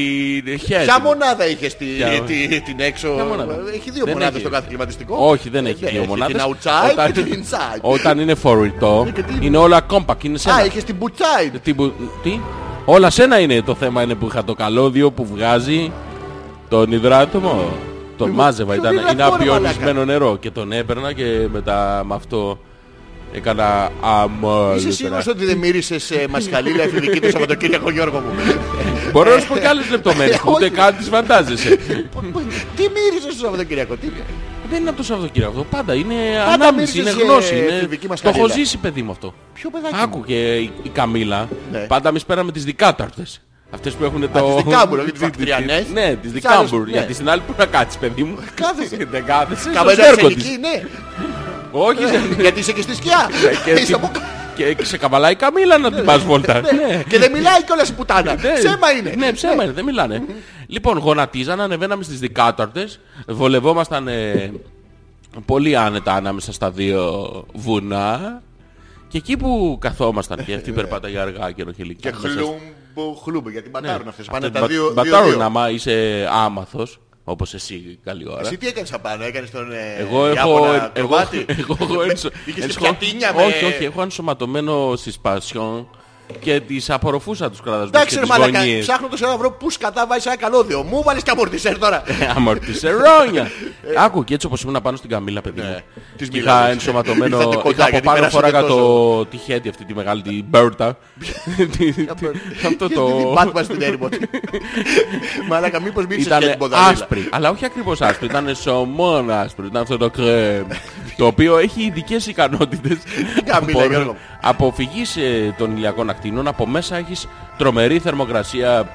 χέρι. Ποια μονάδα είχες τη, Ποια- τη- την Ποια έξω. μονάδα? Έχει δύο Δεν μονάδες έχει. το κάθε κλιματιστικό. Όχι, δεν έχει δύο μονάδες. Την outside Όταν- και την inside. Όταν είναι φορητό, και τι είναι. είναι όλα compact, είναι Α, σένα. είχες την bootside. Ε, Τι, που- τι? Όλα σένα είναι το θέμα, είναι που είχα το καλώδιο που βγάζει τον υδράτομο. Τον μάζευα, Λοιπόν, ποιο ήταν, είναι υδράτωμο, ρε απειονισμένο νερό και τον έπαιρνα και μετά με αυτό έκανα Είσαι αμόλυτερα. σίγουρος ότι δεν μύρισες ε, μασχαλίλα εφηβική το Σαββατοκύριακο Γιώργο μου. Μπορώ να σου πω και άλλες λεπτομέρειες, Ε, ούτε όχι. καν τις φαντάζεσαι. Τι μύρισες το Σαββατοκύριακο, τι. Δεν είναι από το Σαββατοκύριακο, πάντα είναι ανάμνηση, είναι μύρισες, γνώση. ε, είναι- εφηβική μας Το έχω χαλίδα. ζήσει παιδί μου αυτό. Ποιο παιδάκι. Άκου και η, η Καμίλα. Ναι. Πάντα εμείς πέραμε τις δικάταρτες. Αυτές που έχουν το... τις δικάμπουρο, όχι τις Τι- βακτριανές. τι- Ναι, τις Τις άλλες, δικάμπουρ. ναι. Γιατί στην άλλη που να κάτσεις παιδί μου. Κάθεσαι. Δεν κάθεσαι. στο Καμπένα στέρκο ξενική, της. ναι. Όχι. δεν- Γιατί είσαι και στη σκιά. Ναι, και- Είσαι από κάτω. Και και σε καβαλάει η Καμίλα να την πας βόλτα. Ναι. Και δεν μιλάει κιόλας η πουτάνα. Ναι. Ψέμα είναι. Ναι, ψέμα είναι, δεν μιλάνε. Λοιπόν, γονατίζαν, ανεβαίναμε στις δικάταρτες, βολευόμασταν ε, πολύ άνετα ανάμεσα στα δύο βουνά. Και εκεί που καθόμασταν και αυτή περπάταγε αργά και ροχελικά. Ε, Και μέσα χλούμπο, χλούμπο, γιατί μπατάρουν αυτές. Πάνε Ναι. Αυτή τα Ε, μπα- δύο, δύο, Μπατάρουν δύο. άμα είσαι άμαθος, όπως εσύ καλή ώρα. Εσύ τι έκανες απάνω, έκανες τον ε, Εγώ έχω, Ιάπωνα εγώ, εγώ, κρεβάτι. έχω Με- ενσω- Ε, Είχες τη ενσω- πιατίνια με... όχι, όχι, έχω ενσωματωμένο στις πασιόν και τις απορροφούσα τους κραδασμούς Εντάξει και ρε τις μαλακα, γωνίες. ψάχνω τόσο να βρω πούς σκατά βάζεις ένα καλώδιο. Μου βάλεις καμπορτισέρ τώρα. Ε, Αμορτισερόνια. Ε. Άκου και έτσι όπως ήμουν πάνω στην Καμίλα παιδί μου. Της Και μίλαγες. Είχα ενσωματωμένο, Ήρθατε κοντά, είχα από γιατί πάνω περάσατε φοράγα τόσο. το τυχέτη αυτή τη μεγάλη, την Μπέρτα. Τι- Ε, τι- Αυτό Και την το... Batman στην έρημο. Μαλακα, μήπως μίλησες για Ήταν την ποδαρίλα. άσπρη, αλλά όχι ακριβώς άσπρη, ήταν σωμόν άσπρη, ήταν αυτό το κρέμ, το οποίο έχει ειδικές ικανότητες Καμίλα, Γιώργο μου. αποφυγής ε, των ηλιακών ακτίνων, από μέσα έχεις τρομερή θερμοκρασία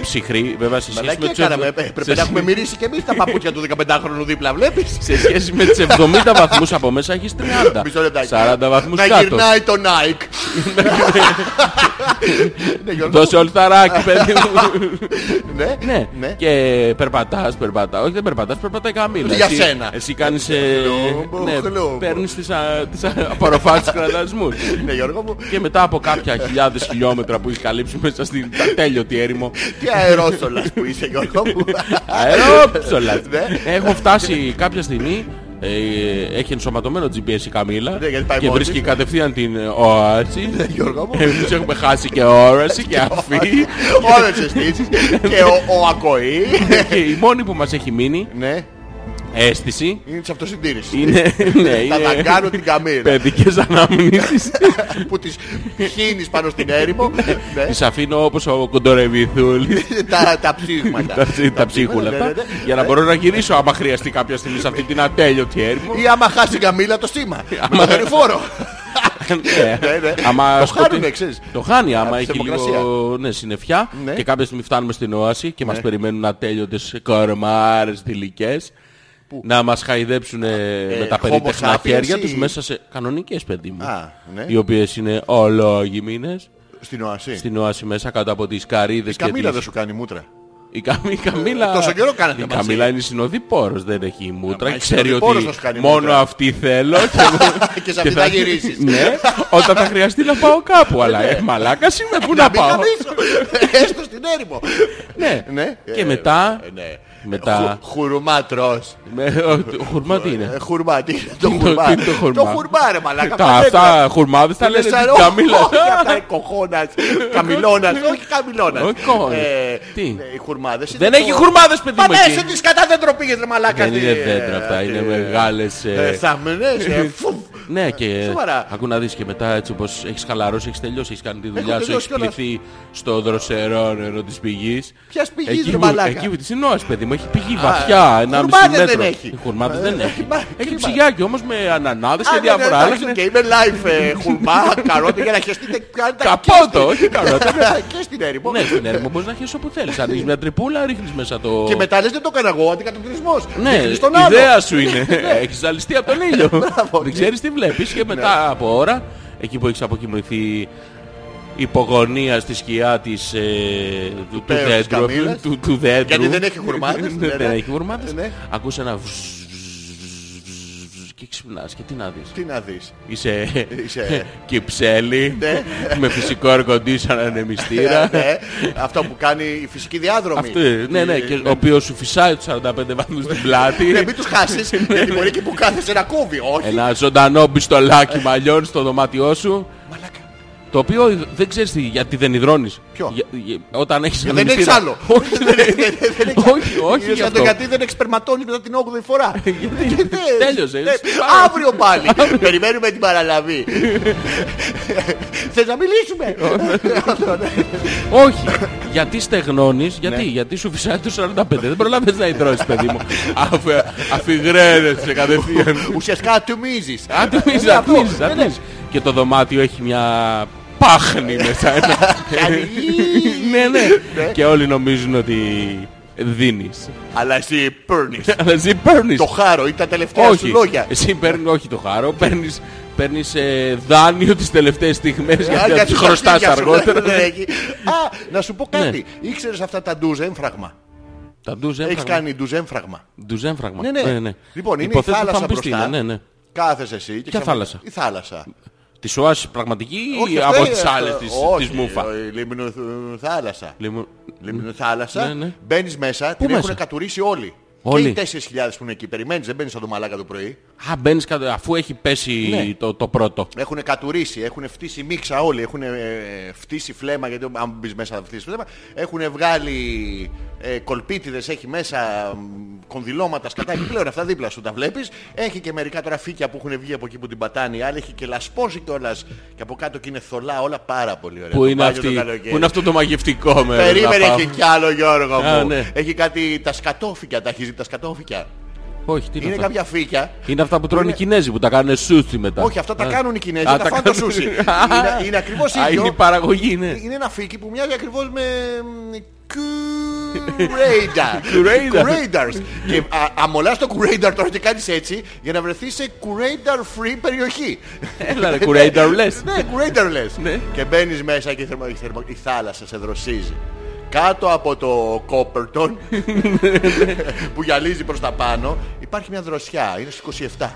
ψυχρή, βέβαια σε σχέση Μαλάκα, με τι τους έκαναμε, εβδο- ε, σε πρέπει να έχουμε μυρίσει και εμείς τα παπούτσια του 15χρονου δίπλα, βλέπεις. σε σχέση με τις 70 βαθμούς από μέσα έχεις 30. Μισό λεπτάκι. 40 βαθμούς Να κάτω. γυρνάει το Nike. Ναι, Γιώργο. Δώσε ολθαράκι παιδί μου. Ναι, ναι. ναι. Και περπατάς, περπατάς. Όχι δεν περπατάς, περπατάει η καμίλα. Για Εσύ- σένα. Εσύ κάνεις... ε, Χλόμπο, ναι, χλόμπο. παίρνεις τις, α, τις α- απορροφάς τους κραδασμούς. Ναι, Γιώργο μου. Και μετά από κάποια χιλιάδες χιλιόμετρα που έχεις καλύψει μέσα στην τα- τέλειωτη έρημο. Τι αερόσολας που είσαι Γιώργο μου. Αερόψολα. Ναι. Έχω φτάσει κάποια στιγμή ε, έχει ενσωματωμένο GPS η Καμίλα Ναι, γιατί πάει και μόνη βρίσκει της. Ναι, κάτευθείαν την ε, όαση. Γιώργο μου. Εμείς έχουμε χάσει και όραση και αφή. Όλες τις αισθήσεις. Και ο- ο ακοή. και η μόνη που μας έχει μείνει Ναι, αίσθηση είναι της αυτοσυντήρησης. είναι, ναι, Θα τα είναι κάνω την καμίνα παιδικές αναμνήσεις. που τις χύνεις πάνω στην έρημο. Ναι. Τις αφήνω όπως ο Κοντορεβιθούλης. Τα- Τα ψήγματα. τα ψ- Τα ψίχουλα ναι, αυτά, ναι, ναι. Για να μπορώ να γυρίσω άμα χρειαστεί κάποια στιγμή σε αυτή την ατέλειωτη έρημο Ή άμα χάσει η καμίλα το σήμα. Με το δορυφόρο. Ναι. Ναι, ναι. Άμα Το σκοτεί- χάνουνε, ξέρεις. Το χάνει άμα τη έχει θερμοκρασία. λίγο ναι, συννεφιά Ναι. και κάποια στιγμή φτάνουμε στην όαση και μας περιμένουν ατέλειωτες κορμάρες δηλικές Πού? να μας χαϊδέψουν με τα Ε, Homo περίτεχνα sapiens χέρια ή- τους μέσα σε κανονικές παιδί μου. Α, ναι. Οι οποίες είναι ολογιμίνες Στην Οασή. στην όαση μέσα κάτω από τις καρύδες Η Καμίλα τις- δεν σου κάνει μούτρα. Η, Κα... η Καμίλα... Ε, τόσο καιρό κάνατε Η μαζί. Ε, Καμίλα είναι συνοδοιπόρος, δεν έχει μούτρα. μα, η Ξέρει συνοδοιπόρος ότι θα σου κάνει μόνο μούτρα. αυτή θέλω και, Και σε αυτή θα γυρίσεις. Ναι. ναι, όταν θα χρειαστεί να πάω κάπου. αλλά ε, μαλάκας είμαι, πού να Μην πάω. καμίσω. Έστω στην έρημο. Ναι. Ναι. Και Ε, μετά... ε, ναι. Μετά- Χου- Χουρμά τρως. με- ο- ο Χουρμά τι είναι. Ε, Χουρμά, τι είναι το Τι είναι χουρμά. τι είναι χουρμά. Το χουρμά ρε μαλάκα. Τα παθαίνω. αυτά χουρμάδες τα λένε Σαν- την όχι, Καμίλα. Όχι, αυτά είναι κοχώνας, καμιλώνας, όχι καμιλώνας. Όχι κοχώνας. Ε, Τι? ναι, Οι χουρμάδες. Δεν είναι έχει το- χουρμάδες παιδί μου Μα ναι, εκεί. σε τις κατά δέντρο πήγες ρε μαλάκα. Δεν τι- είναι δέντρα αυτά, ε, είναι τι- μεγάλες... ε, ε, Θαμνές, ε, φου. Ναι και σοβαρά. ακού να δεις και μετά έτσι όπως έχεις χαλαρώσει, έχεις τελειώσει, έχεις κάνει τη δουλειά σου, τελειώσει έχεις κιόλας. πληθεί στο δροσερό νερό της πηγής. Ποιας πηγής, Εκεί ρε που- μαλάκα? Εκεί που της εννοάς παιδί μου, έχει πηγή βαθιά, ένα μισή χουρμάδες μέτρο. δεν έχει. Οι χουρμάδες δεν Ε, έχει. μα, Έχει κρίμα. ψυγιάκι όμως με ανανάδες και Α, ναι, ναι, διάφορα άλλα. εντάξει, Και είμαι live ε, χουρμά, καρότα για να χεστείτε κάνετε Καπότο, όχι καρότα. ε, και στην έρημο. Ναι, στην έρημο μπορείς να χέσεις όπου θέλεις. Αν έχεις μια τρυπούλα, ρίχνεις μέσα το... Και μετά λες δεν το έκανα εγώ, αντικατοπτρισμός. Ναι, η Δείχνεις τον άλλο. ιδέα σου είναι. Έχεις ζαλιστεί από τον ήλιο. Μπράβο, ναι. Δεν ξέρεις τι βλέπεις και μετά από ώρα, εκεί που έχεις αποκοιμηθεί υπογωνία στη σκιά της, ε, του, του πέος της δέντρου, καμήλας. του, του δέντρου. Γιατί δεν έχει χουρμάδες, Ναι, βέβαια. δεν έχει χουρμάδες. Ναι. Ακούς ένα βζζ, βζζ, βζζ και ξυπνάς και τι να δεις. Τι να δεις. Είσαι, Είσαι- κυψέλη Ναι. με φυσικό air-conditioner ανεμιστήρα. Ναι, Αυτό που κάνει η φυσική διάδρομη. Αυτό, ε, ναι, ναι, και ο Ναι, οποίος σου φυσάει τους 45 βαθμούς στην πλάτη. Ναι, μην τους χάσεις, γιατί μπορεί και που κάθεσαι να κόβει. Όχι. Ένα ζωντανό μπιστολάκι μαλλιών στο δωμάτιό σου. Μαλάκα. Το οποίο δεν ξέρεις τι, γιατί δεν υδρώνεις. Ποιο? Για- για- όταν έχεις Δεν ανεμιστήρα. έχεις άλλο. Όχι, δεν Δεν- δεν- δεν έχεις- Όχι, όχι. Είναι γι' σαν το αυτό. Ε, γιατί δεν εξπερματώνεις μετά την 8η φορά. Γιατί Ναι, τέλειωσε. ναι. Αύριο πάλι. Περιμένουμε την παραλαβή. Θες να μιλήσουμε. Όχι. Γιατί στεγνώνεις, Ναι. γιατί, γιατί σου φυσάει τους 45. δεν προλάβες να υδρώσεις, παιδί μου. Αφε- Αφιγραίνεσαι κατευθείαν. Ουσιαστικά ατομίζεις. Ατμίζεις, Ε, αυτό, ατμίζεις, ναι, ναι. Ε, ατμίζεις. Και το δωμάτιο έχει μια πάχνη μέσα. Ένα- Κάνει. Ναι, ναι. Και όλοι νομίζουν ότι δίνεις. Αλλά εσύ παίρνεις. Αλλά εσύ παίρνεις. Το χάρο ή τα τελευταία σου Όχι. λόγια. Εσύ παίρνεις όχι το χάρο, παίρνεις, παίρνεις ε, δάνειο τις τελευταίες Ε, στιγμές γιατί θα τις τα χρωστάς αυτιά σου, αργότερα. Ναι. ναι, ναι, εκεί. Α, να σου πω κάτι. Ήξερες αυτά τα ντουζέμφραγμα. Τα Έχεις ντουζέμφραγμα. κάνει ντουζέμφραγμα. Ντουζέμφραγμα. Ναι, ναι. Λοιπόν, είναι Υποθέτω θα η θάλασσα μου πεις τι μπροστά. είναι, ναι, ναι. Κάθεσαι εσύ. Και Ποια ξαφνικά- θάλασσα? Η θάλασσα. Της ΟΑΣ πραγματική ή Όχι, από αυτή, τις ε, άλλες ε, της, όχι, της Μούφα. ε, Η λιμνοθάλασσα. Λοιπόν, Ναι, Λιμνοθάλασσα. ναι. Μπαίνεις μέσα, την μέσα? έχουν κατουρίσει όλοι. Όλοι. Και οι 4.000 που είναι εκεί. Περιμένεις, δεν μπαίνεις σαν το μαλάκα το πρωί. α, μπαίνεις κάτω, αφού έχει πέσει Ναι. το, το πρώτο. Έχουν κατουρίσει, έχουν φτύσει μίξα όλοι, έχουν φτύσει φλέμα, γιατί αν μπεις μέσα θα φτύσεις φλέμα. Έχουν βγάλει ε, κολπίτιδες, έχει μέσα μ, κονδυλώματα σκατά επιπλέον, αυτά δίπλα σου τα βλέπεις. Έχει και μερικά τώρα φύκια που έχουν βγει από εκεί που την πατάνε οι άλλοι, έχει και λασπώσει κιόλας. Και από κάτω και είναι θολά, όλα πάρα πολύ ωραία. Πού Το είναι, μπάνιο το αυτή, καλοκαίρι. που είναι αυτό το μαγευτικό μέρος. να Περίμενε, πάω. έχει κι άλλο Γιώργο Α, μου. ναι. Έχει κάτι τα σκατόφυκια, τα έχει δει τα σκατόφυκια. Όχι, τι είναι, Είναι αυτά. κάποια φύκια Είναι αυτά που τρώνε οι Κινέζοι που τα κάνουν σούστι μετά. Όχι, αυτά τα Α. κάνουν οι Κινέζοι, Α, τα φάνε το κάνουν- σούσι. Είναι- Α, είναι ακριβώς α, ίδιο. Είναι η παραγωγή, ναι. Ε, Είναι ένα φίκι που μοιάζει ακριβώς με... Κουρέιντα. Κουρέιντα. Και α- αμολάς το κουρέινταρ τώρα και κάνεις έτσι για να βρεθεί σε κουρέινταρ free περιοχή. Έλα ρε, κουρέινταρ λες. Ναι, κουρέινταρ λες. Ναι. Και μπαίνεις μέσα και η, θερμο- η θερμο- η θάλασσα σε δροσίζει. Κάτω από το Κόπερτον που γυαλίζει προς τα πάνω υπάρχει μια δροσιά. Είναι στους 27.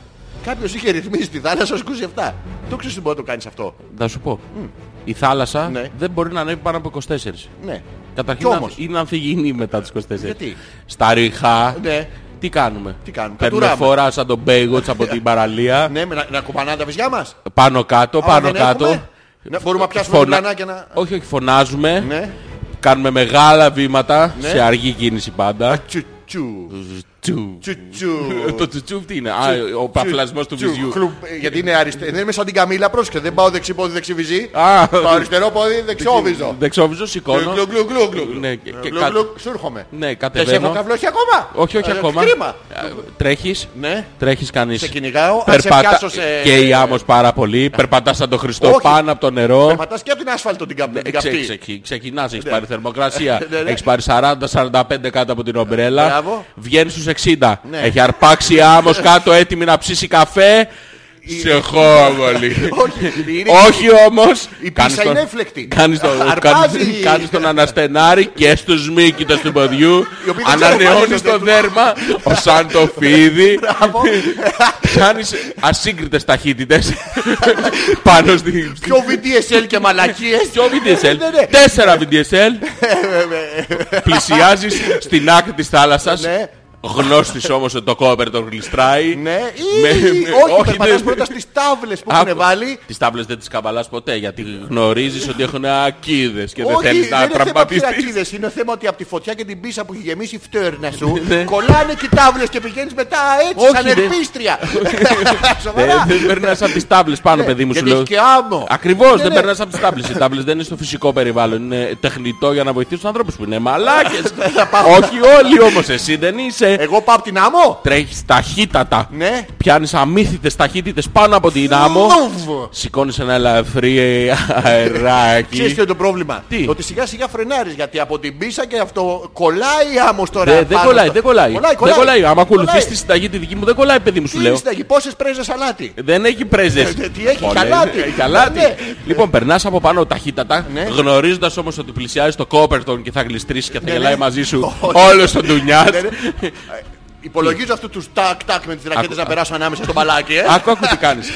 Κάποιος είχε ρυθμίσει τη θάλασσα στους 27. Το ξέρεις τι μπορεί να το κάνεις αυτό. Θα σου πω. Η θάλασσα Ναι. δεν μπορεί να ανέβει πάνω από 24. Ναι. Καταρχήν Κι να- όμως. είναι αμφιγεινή μετά τις 24. Γιατί? Στα ριχά. Ναι. Τι κάνουμε. Τι κάνουμε, Παίρνουμε κατουράμε. φορά σαν τον Baywatch από την παραλία. Ναι, με να, να κουπανάνε τα βυζιά μας. Πάνω κάτω, Άμα πάνω δεν κάτω. έχουμε, να μπορούμε να πιάσουμε Φωνα- πλανά και να... Όχι, όχι, φωνάζουμε. Ναι. Κάνουμε μεγάλα βήματα Ναι. σε αργή κίνηση πάντα. Τσουτσού. Τσου. Τσουτσού. Το τσουτσούφ τι είναι. Α, ο παφλασμός του Τσου, βυζιού. χλουπ, ε, Γιατί είναι αριστερό. Δεν είμαι σαν την Καμίλα, πρόσεχε. Δεν πάω δεξί πόδι, δεξί βυζί. Α. Το αριστερό πόδι, δεξιόβυζο. Δεξόβιζο, σηκώνω. Γκλου, γκλου, γκλου, γκλου. Ναι, και- και Γκλου, κα- γκλου, Σου έρχομαι. Ναι, Δεν σε έχω κατεβαίνω. καβλώσει ακόμα. Όχι, όχι Ε, ακόμα. Κρίμα. Τρέχεις. Ναι. Τρέχεις κανείς. Σε κυνηγάω, αν σε πιάσω σε- Ναι. Και η άμμος πάρα πολύ. Περπατάς σαν τον Χριστό Όχι. πάνω από το νερό. Ε, Περπατάς και από την άσφαλτο την Ναι, καμ- την καυτή. Ξεκινάς, έχεις πάρει θερμοκρασία. Ναι, ναι. Έχεις πάρει 40-45 κάτω από την ομπρέλα. Μπράβο. Βγαίνεις στους 60. Ναι. Έχει αρπάξει άμμος κάτω έτοιμη να ψήσει καφέ. Σε χόβολη. Όχι, είναι- Όχι όμως. Η κάνεις πίσα τον- είναι έφλεκτη. Κάνεις τον, Αρπάζει. κάνεις- κάνεις τον αναστενάρη και στους μύκητες του ποδιού. Οι οποίοι δεν ξέρουν Ανανεώνεις πάλι το το δέρμα. Ο σαν το φίδι. Κάνεις ασύγκριτες ταχύτητες. Πάνω στην... Πιο VDSL και μαλακίες. Ποιο VDSL. Ναι, Ε, ναι. Τέσσερα VDSL. Πλησιάζεις στην άκρη της θάλασσας. ε. Ναι. Γνώστης όμως ότι το κόπερ τον γλιστράει. Ναι, Με- ή με- όχι, δεν- περπατάς πρώτα στις τάβλες που Άκου, έχουν βάλει. Τις τάβλες δεν τις καβαλάς ποτέ γιατί γνωρίζεις ότι έχουν ακίδες και δεν Όχι, θέλεις να δεν είναι θέμα τραυματιστείς. πυρακίδες, είναι θέμα ότι από τη φωτιά και την πίσα που έχει γεμίσει η φτέρνα σου κολλάνε και οι τάβλες και πηγαίνεις μετά έτσι Ναι, Όχι, ναι. σαν δεν- ερπίστρια. Ε, Σοβαρά. Δεν περνάς από τις τάβλες πάνω Ναι, παιδί μου σου Ναι, Γιατί λέω. έχεις και άμμο. Ακριβώς, Ναι, δεν ναι. περνάς από τις τάβλες. Οι τάβλες δεν είναι στο φυσικό περιβάλλον. Είναι τεχνητό για να βοηθήσει τους ανθρώπους που είναι μαλάκες. Όχι όλοι όμως, εσύ δεν είσαι. Εγώ πάω από την άμμο. Τρέχεις ταχύτατα. Ε, Ναι. Πιάνεις αμύθιτες ταχύτητες πάνω από την άμμο. Βουβ. Σηκώνεις ένα ελαφρύ Ξέρεις αεράκι. τι είναι το πρόβλημα. Τι? Ότι σιγά σιγά φρενάρεις γιατί από την πίσα και αυτό κολλάει άμμος τώρα. Δε- Ε, Ναι, Δεν πάνω κολλάει, στο- δεν κολλάει. Κολλάει, Δεν κολλάει. Άμα ακολουθείς Κολλάει. τη συνταγή τη δική μου, δεν κολλάει, παιδί μου σου Τι λέω. συνταγή, πόσες πρέζες αλάτι. Δεν έχει πρέζες. Ε, τι έχει, Πολλές. καλάτι. Έχει καλάτι. Ναι. Λοιπόν, περνάς από πάνω ταχύτατα, Ναι. γνωρίζοντας όμως ότι πλησιάζει το κόπερτον και θα γλιστρήσεις και θα γελάει ναι. μαζί σου Όχι. όλος τον ντουνιάς. Ναι, ναι. Υπολογίζω αυτού τους τάκ τάκ με τις ρακέτες να περάσω ανάμεσα στο μπαλάκι. ε. Άκου, άκου τι κάνεις.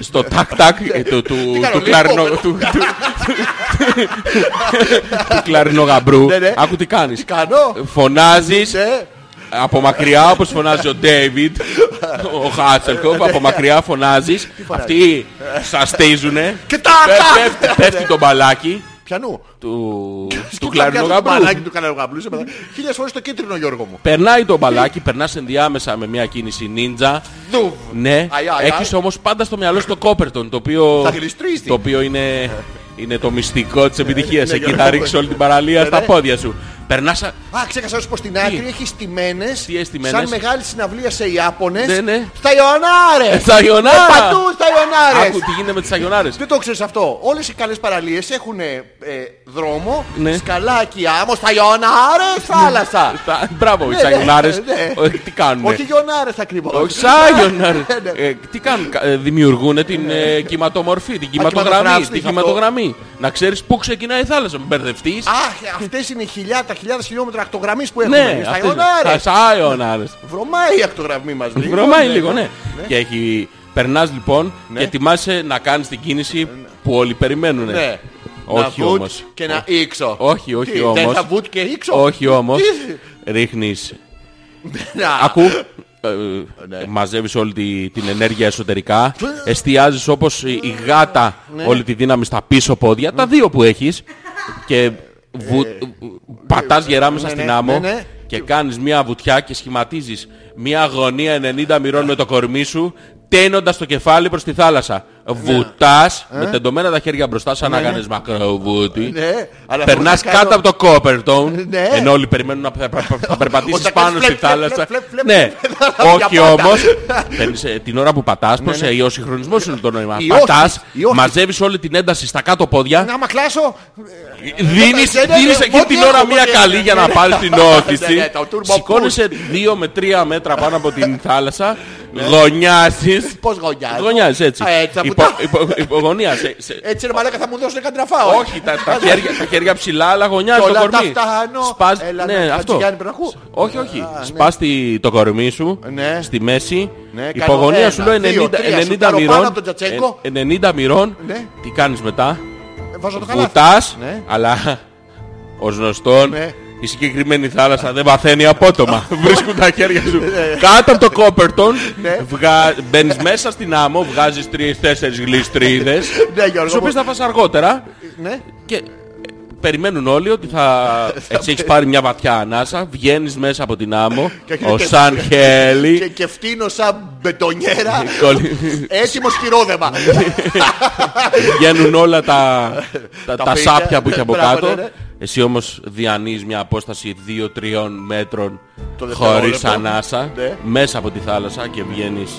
Στο τακ-τακ ε, του- του- κάνω, του ναι. λίγο, κλαρινο- παιδό. του- του- του κλαρινογαμπρού. Ναι, ναι. Άκου τι κάνεις. Τι Ε. κάνω. Φωνάζεις Ε, από μακριά όπως φωνάζει ο Ντέιβιντ, ο Χάτσελκοφ, Ναι. από μακριά φωνάζεις. Αυτοί σαστίζουνε. Και τα Πε- τα- πέφτει- Πέφτει το μπαλάκι Πιανού. του, του Σκύλα, πιάνω το κλαρινογαμπρού. μπαλάκι του κλαρινογαμπρού. είσαι μετά. Χίλιες φορές το κίτρινο Γιώργο μου. Περνάει το μπαλάκι, περνάς ενδιάμεσα με μια κίνηση νίντζα. Δουβ. Ναι, Αι, αι, αι. έχεις όμως πάντα στο μυαλό σου το Κόπερτον, το οποίο, Θα γλιστρήσει. το οποίο είναι, είναι το μυστικό της επιτυχίας. ναι, Εκεί Γιώργο θα μου. ρίξεις όλη την παραλία Ναι, στα ναι. πόδια σου. Περνάς... α- Α, ξέχασα να σου πω στην άκρη Τι? έχεις στιμένες Τι εστιμένες? σαν μεγάλη συναυλία σε Ιάπωνες Ναι, ναι. στα Ιωνάρες. Σαγιονάρα! Ε, Παντού Ε, στα Άκου Ιωνάρες. τι γίνεται με τις σαγιονάρες. Δεν το ξέρεις αυτό. Όλες οι καλές παραλίες έχουν δρόμο, Ναι. σκαλάκι, άμμο, στα Ιωνάρες, θάλασσα. Τα- Μπράβο, οι Ναι, ναι, σαγιονάρες. ναι. Όχι, Τι κάνουν. Όχι Ιωνάρες ακριβώς. Όχι, Σάγιοναρ. Ναι, ναι. Ε, Τι κάνουν, κα- ε, δημιουργούν την ε, κυματομορφή, την κυματογραμμή. κυματογράφηση, Την αυτό. κυματογραμμή. Να ξέρεις πού ξεκινάει η θάλασσα, μην μπερδευτείς. Αχ, αυτές είναι οι χιλιάτα, χιλιάδες χιλιόμετρα ακτογραμμής που έχουμε. Ναι, Είναι στα αυτές είναι. Ιωνάρες. Τα Σάιοναρες. Βρωμάει η ακτογραμμή μας. λίγο. Βρωμάει λίγο, ναι. Και έχει... Περνάς λοιπόν και ετοιμάσαι να κάνεις την κίνηση που όλοι περιμένουν. Ναι. Να Όχι βουτ όμως. Και να ήξω. Όχι, όχι Τι, Δεν όμως. θα βουτ και ήξω. Όχι όμως. Τι? Ρίχνεις... Να. Ακού. ε, ε, Μαζεύεις όλη τη- την ενέργεια εσωτερικά Εστιάζεις όπως η η γάτα Ναι. Όλη τη δύναμη στα πίσω πόδια Τα δύο που έχεις Και βου- πατάς γερά μέσα Ε, ναι, στην ναι, άμμο ναι, ναι. Και κάνεις μια βουτιά και σχηματίζεις Μια αγωνία 90 μοιρών με το κορμί σου Τένοντας το κεφάλι προς τη θάλασσα Ναι. Βουτάς με τεντωμένα τα χέρια μπροστά Σαν να κάνεις μακροβούτι Ε. Ναι, αλλά Περνάς θέλω να κάτω κάνω- από το Coppertone Ναι. Ενώ όλοι περιμένουν να πα- πα- πα- περπατήσεις Όταν πάνω κάνεις στη φλεπ, φλεπ, θάλασσα φλεπ, φλεπ, Ναι, φλεπ, όχι για πάντα. όμως παίρνεις, ε, Την ώρα που πατάς Πως ε, ο συγχρονισμός είναι το νόημα Οι Πατάς, όχθη, οι όχθη. μαζεύεις όλη την ένταση στα κάτω πόδια ε, Να μακλάσω. Δίνεις, ναι, ναι, δίνεις ναι, εκεί ό,τι την έχω, ώρα ό,τι μια έχω. καλή για να πάρεις την όθηση Ναι, ναι, το turbo Ναι. Σηκώνεσαι 2 με 3 μέτρα πάνω από την θάλασσα Γωνιάζεις Πώς γωνιάζω. Γωνιάζεις έτσι Ναι. Α, έτσι θα Υπο- βουτάω. υπο- Υπογωνία σε- σε- Έτσι ρε μαλάκα θα μου δώσουν κάτι να φάω. όχι, τα, τα, χέρια, τα χέρια ψηλά, αλλά γωνιά Και το όλα τα κορμί. φτάνω. Σπάς- Έλα, ναι, ναι, αυτό. Χατζηγιάννη, πρέπει να ακούω. Όχι, όχι. Α, ναι. Σπάς τη- το κορμί σου Ναι. στη μέση. Ναι, Η κάνω υπογωνία ένα, σου λέω δύο, 90, τρία, 90 σουτάρω πάνω μοιρών. από τον Τζατσέγκο. ε, 90 μοιρών. Ναι. Τι κάνεις μετά. Ε, Βάζω το καλάθι. Βουτάς, Ναι. αλλά ως γνωστόν Ναι. η συγκεκριμένη θάλασσα δεν βαθαίνει απότομα. Βρίσκουν τα χέρια σου Ναι. κάτω από το κόπερτον. βγα- Μπαίνεις μέσα στην άμμο, βγάζεις τρεις-τέσσερις γλιστρίδες. Ναι, Γιώργο Τις οποίες μου. θα φας αργότερα. Ναι. Και ε, περιμένουν όλοι ότι θα... Έτσι έχεις πάρει μια βαθιά ανάσα, βγαίνεις μέσα από την άμμο, Και- ο και- Σαν Και, Χέλι... και φτύνω σαν μπετονιέρα. κολλη- Έτοιμος χειρόδεμα. Ναι. Βγαίνουν όλα τα, τα, Τα τα φύκια. σάπια που έχει από Μπράβο, κάτω. ναι, ναι. Εσύ όμως διανύεις μια απόσταση 2-3 μέτρων Το δευτερόλεπτο. χωρίς ανάσα Ναι. μέσα από τη θάλασσα και βγαίνεις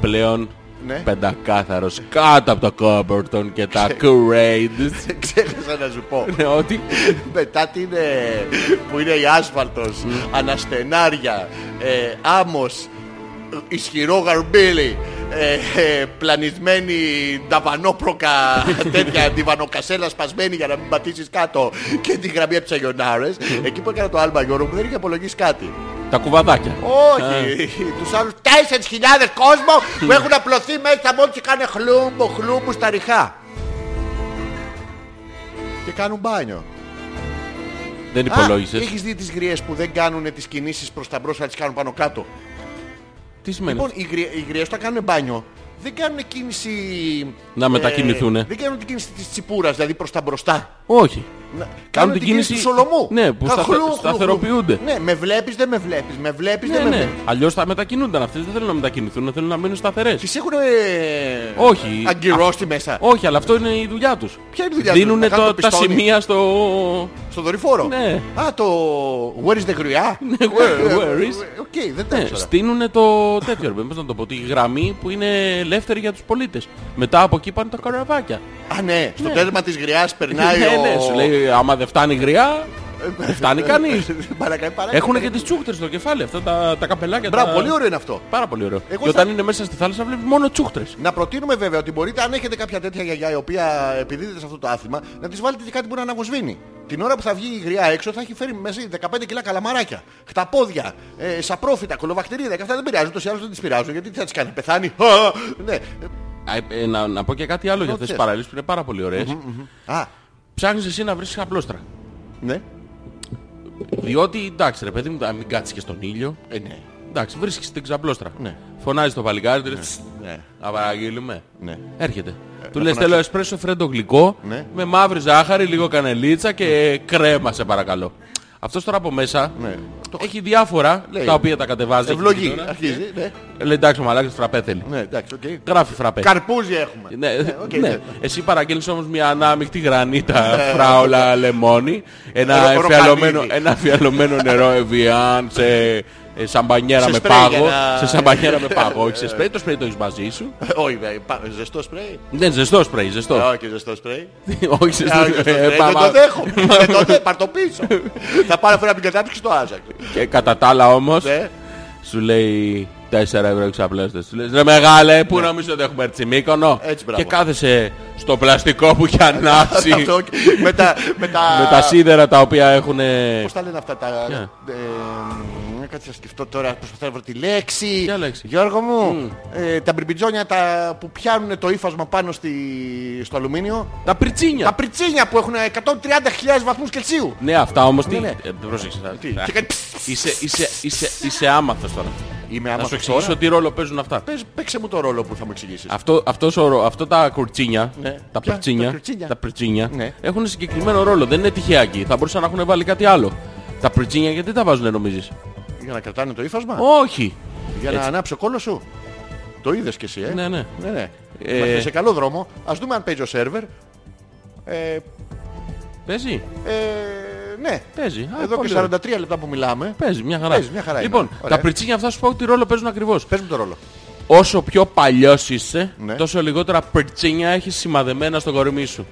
πλέον Ναι. πεντακάθαρος κάτω από το Κόμπερτον και τα Κρέιντς. Ξέχασα να σου πω. Ναι, ότι Μετά την ε, που είναι η άσφαλτος, αναστενάρια, ε, άμμος, ε, ισχυρό γαρμπίλι, ε, ε, πλανισμένη νταβανόπροκα, τέτοια ντιβανοκασέλα σπασμένη για να μην πατήσεις κάτω και τη γραμμή από τις Αγιονάρες. Εκεί που έκανα το άλμα Γιώργο μου δεν είχε απολογήσει κάτι. τα κουβαδάκια. Όχι, τους άλλους 4.000 κόσμο που έχουν απλωθεί μέσα στα μόντια και κάνουν χλούμπο, χλούμπο στα ριχά. Και κάνουν μπάνιο. Δεν υπολόγισες. Έχεις δει τις γριές που δεν κάνουν τις κινήσεις προς τα μπρος, αλλά τις κάνουν πάνω Ναι. κάτω. Τι σημαίνει. Λοιπόν, οι, γριε, οι γριές όταν κάνουν μπάνιο δεν κάνουν κίνηση. ε, Να μετακινηθούνε. δεν κάνουν την κίνηση της τσιπούρας, δηλαδή προς τα μπροστά. Όχι. Να- Κάνουν κάνουν την την κίνηση του κίνηση- Σολομού. ναι, που Τα σταθε- χλου, χλου, χλου. σταθεροποιούνται. Ναι, με βλέπεις, δεν με βλέπεις. Με βλέπεις, Ναι, δεν με ναι. βλέπεις. Αλλιώς θα μετακινούνταν. Αυτές δεν θέλουν να μετακινηθούν, θέλουν να μείνουν σταθερές. Τις έχουν. Ε... Όχι. Αγκυρώσει μέσα. Όχι, αλλά αυτό είναι η δουλειά τους. Ποια είναι η δουλειά τους, Δίνουν να κάνουν το τα πιστόνι. σημεία στο... Στο δορυφόρο. Ναι. Α, το. Where is the Ε, γριά. Ναι, where- where is. Οκ, δεν τα Ναι, ήξερα. στείνουν το τέτοιο, ρε παιδί, πώς να το πω, τη γραμμή που είναι ελεύθερη για τους πολίτες. Μετά από εκεί πάνε τα καραβάκια. Α, ναι. Στο τέρμα της γριάς περνάει ναι, ναι, ο... σου λέει, άμα δεν φτάνει γριά, δεν Ε, φτάνει κανείς. Παρακαλεί, παρακαλεί. Έχουν και Ε. τις τσούχτες στο κεφάλι, αυτά τα, τα καπελάκια. Ε, Μπράβο, τα... πολύ ωραίο είναι αυτό. Πάρα πολύ ωραίο. Εγώ και όταν θα- είναι μέσα στη θάλασσα βλέπεις μόνο τσούχτες. Να προτείνουμε βέβαια ότι μπορείτε, αν έχετε κάποια τέτοια γιαγιά η οποία επιδίδεται σε αυτό το άθλημα, να της βάλετε και κάτι που να αναγωσβήνει. Την ώρα που θα βγει η γριά έξω θα έχει φέρει μέσα 15 κιλά καλαμαράκια, χταπόδια, ε, σαπρόφυτα, κολοβακτηρίδα και αυτά δεν πειράζουν. Τόσοι άλλοι δεν τις πειράζουν γιατί τι θα τις κάνει, πεθάνει. Α, ναι. Α, ε, να, να πω και κάτι άλλο για αυτές τις θες. παραλίες που είναι πάρα πολύ ωραίες. Α, Ψάχνεις εσύ να βρεις απλόστρα. Ε, ναι. Διότι εντάξει ρε παιδί μου, να μην κάτσεις και στον ήλιο. Ε, ναι. Εντάξει, βρίσκεις την ξαπλώστρα. Ναι. Φωνάζεις το παλικάρι, του λες, «Τσ, ναι. να παραγγείλουμε. Ναι. Έρχεται. του να λες θέλω εσπρέσο φρέντο γλυκό Ναι. με μαύρη ζάχαρη, λίγο κανελίτσα και κρέμα σε παρακαλώ. Αυτός τώρα από μέσα Ναι. έχει διάφορα Λέει. τα οποία τα κατεβάζει. Ευλογή. εκεί τώρα. Ε, Αρχίζει. Ναι, Λέει εντάξει ο μαλάκας φραπέ θέλει. ναι εντάξει, οκ. Γράφει φραπέ. Καρπούζι έχουμε. Ναι, οκ, ναι. ναι. Εσύ παραγγέλνεις όμως μια ανάμεικτη γρανίτα φράουλα λεμόνι, ένα Ρο- εφιαλωμένο, ροκαλίδι. ένα εφιαλωμένο νερό Evian σε ε, σαμπανιέρα Σε με σπρέι για πάγο. να- Ε. Σε σαμπανιέρα με πάγο, όχι σε σπρέι, το σπρέι το έχεις μαζί σου. Όχι, δε, πα- ζεστό σπρέι. Ναι, ζεστό σπρέι, ζεστό. Όχι, ζεστό σπρέι. Όχι σε ε, Α, ζεστό σπρέι. Δεν Ε, το δέχομαι. Δεν το δέχομαι. Ε, Πάρ' το πίσω. Θα πάρω φορά την κατάπτυξη στο Άζακ. Και κατά τα άλλα όμως, Ναι. σου λέει 4 ευρώ εξαπλώστες. Σου λες ρε μεγάλε, πού νομίζω ότι έχουμε έρθει Μύκονο. Ναι. Έτσι, μπράβο. Και κάθεσαι στο πλαστικό που έχει ανάψει. Αυτό, οκ. Με τα... Με Με τα Ναι. σίδερα τα οποία έχουν... Πώς τα λένε αυτά τα... Ποια? ε, Κάτσε να σκεφτώ τώρα, προσπαθώ να βρω τη λέξη. Ποια λέξη? Γιώργο μου, ε, τα μπριμπιτζόνια τα που πιάνουν το ύφασμα πάνω στη... στο αλουμίνιο. Τα πριτσίνια. Τα πριτσίνια που έχουν 130.000 βαθμούς Κελσίου. Ναι, αυτά όμως τι. Ναι, ναι. Ε, Πρόσεξε. θα- Τι, θα- και κάνει ψ. Είσαι, είσαι, είσαι, είσαι άμαθος τώρα. Είμαι Να σου άμα εξηγήσω τι ρόλο παίζουν αυτά. Πες, παίξε μου το ρόλο που θα μου εξηγήσεις. Αυτό, αυτός ο ρο- αυτό τα κουρτσίνια, Ναι. τα Ποια? πριτσίνια, Τα κουρτσίνια. τα πριτσίνια Ναι. έχουν συγκεκριμένο ρόλο. Δεν είναι τυχαία εκεί. Θα μπορούσαν να έχουν βάλει κάτι άλλο. Τα πριτσίνια γιατί τα βάζουν νομίζεις. Για να κρατάνε το ύφασμα. Όχι. Για να Έτσι. ανάψει ο κόλο σου. Το είδες κι εσύ, ε. Ναι, ναι. ναι, ναι. Ε, Είμαστε σε καλό δρόμο. Ας δούμε αν παίζει ο σερβερ. Ε, Παίζει. ε, ναι. Παίζει. Α, Εδώ πολύ και ωραία. 43 λεπτά που μιλάμε. Παίζει μια χαρά. Παίζει, μια χαρά είναι. λοιπόν, Ωραία. τα πριτσίνια αυτά σου πω τι ρόλο παίζουν ακριβώς. Πες μου το ρόλο. Όσο πιο παλιός είσαι, Ναι. τόσο λιγότερα πριτσίνια έχεις σημαδεμένα στο κορμί σου.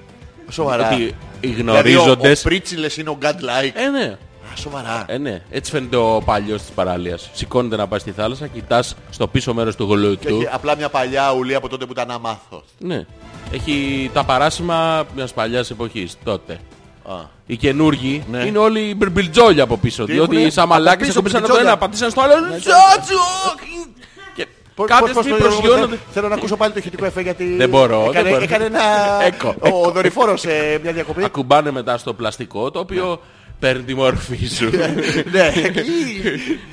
Σοβαρά. Ότι Δηλαδή, ο, ο γνωρίζοντες... Πρίτσιλες είναι ο godlike. Ε, ναι. Α, σοβαρά. Ε, ναι. Έτσι φαίνεται ο παλιός της παραλίας. Σηκώνεται να πάει στη θάλασσα, κοιτάς στο πίσω μέρος του και γλουτού. έχει απλά μια παλιά ουλή από τότε που ήταν αμάθος. Ναι. Έχει τα παράσημα μιας παλιάς εποχής τότε. Α. Οι καινούργοι Ναι. είναι όλοι μπιρμπιλτζόλια από πίσω. διότι έχουνε? οι σαμαλάκες Από πίσω έκοψαν το μπιρμπιλτζόλια. ένα, πατήσαν στο άλλο. Ζάτσου! Και Πώς- κάποια πώς- πώς στιγμή το- προσγειώνονται. θε- Θέλω να ακούσω πάλι το ηχητικό εφέ γιατί... Δεν μπορώ, Έκανε, δεν μπορώ. έκανε ένα... Έκο, ο, ο δορυφόρος ε, μια διακοπή. Ακουμπάνε μετά στο πλαστικό το οποίο παίρνει τη μορφή σου. ναι, εκεί.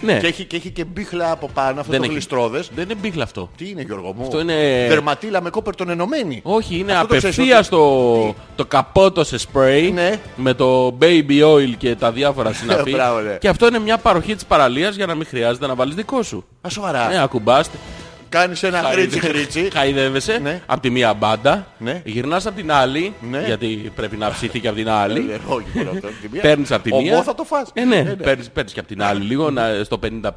Ναι. Και, έχει, και έχει και μπίχλα από πάνω, αυτό Δεν το έχει. γλιστρόδες. Δεν είναι μπίχλα αυτό. Τι είναι Γιώργο μου. Αυτό είναι- Δερματίλα με κόπερτον ενωμένη. Όχι, είναι Αυτό το ξέρεις απευθεία ότι- το, το καπότο σε σπρέι Ναι. με το baby oil και τα διάφορα συναφή. Μπράβο, ναι. και αυτό είναι μια παροχή της παραλίας για να μην χρειάζεται να βάλεις δικό σου. Α, σοβαρά. Ναι, ακουμπάς, Κάνεις ένα χρήτσι χρήτσι. Χαϊδεύεσαι Ναι. από τη μία μπάντα. Ναι. Γυρνάς από την άλλη. Ναι. Γιατί πρέπει να ψηθεί και από την άλλη. Ε, όχι, μόνο αυτό, τη μία. Παίρνεις από τη Ομό μία. θα το φας. Ε, ναι, Ε, ναι. Παίρνεις, παίρνεις και από την άλλη λίγο να, στο 50-50.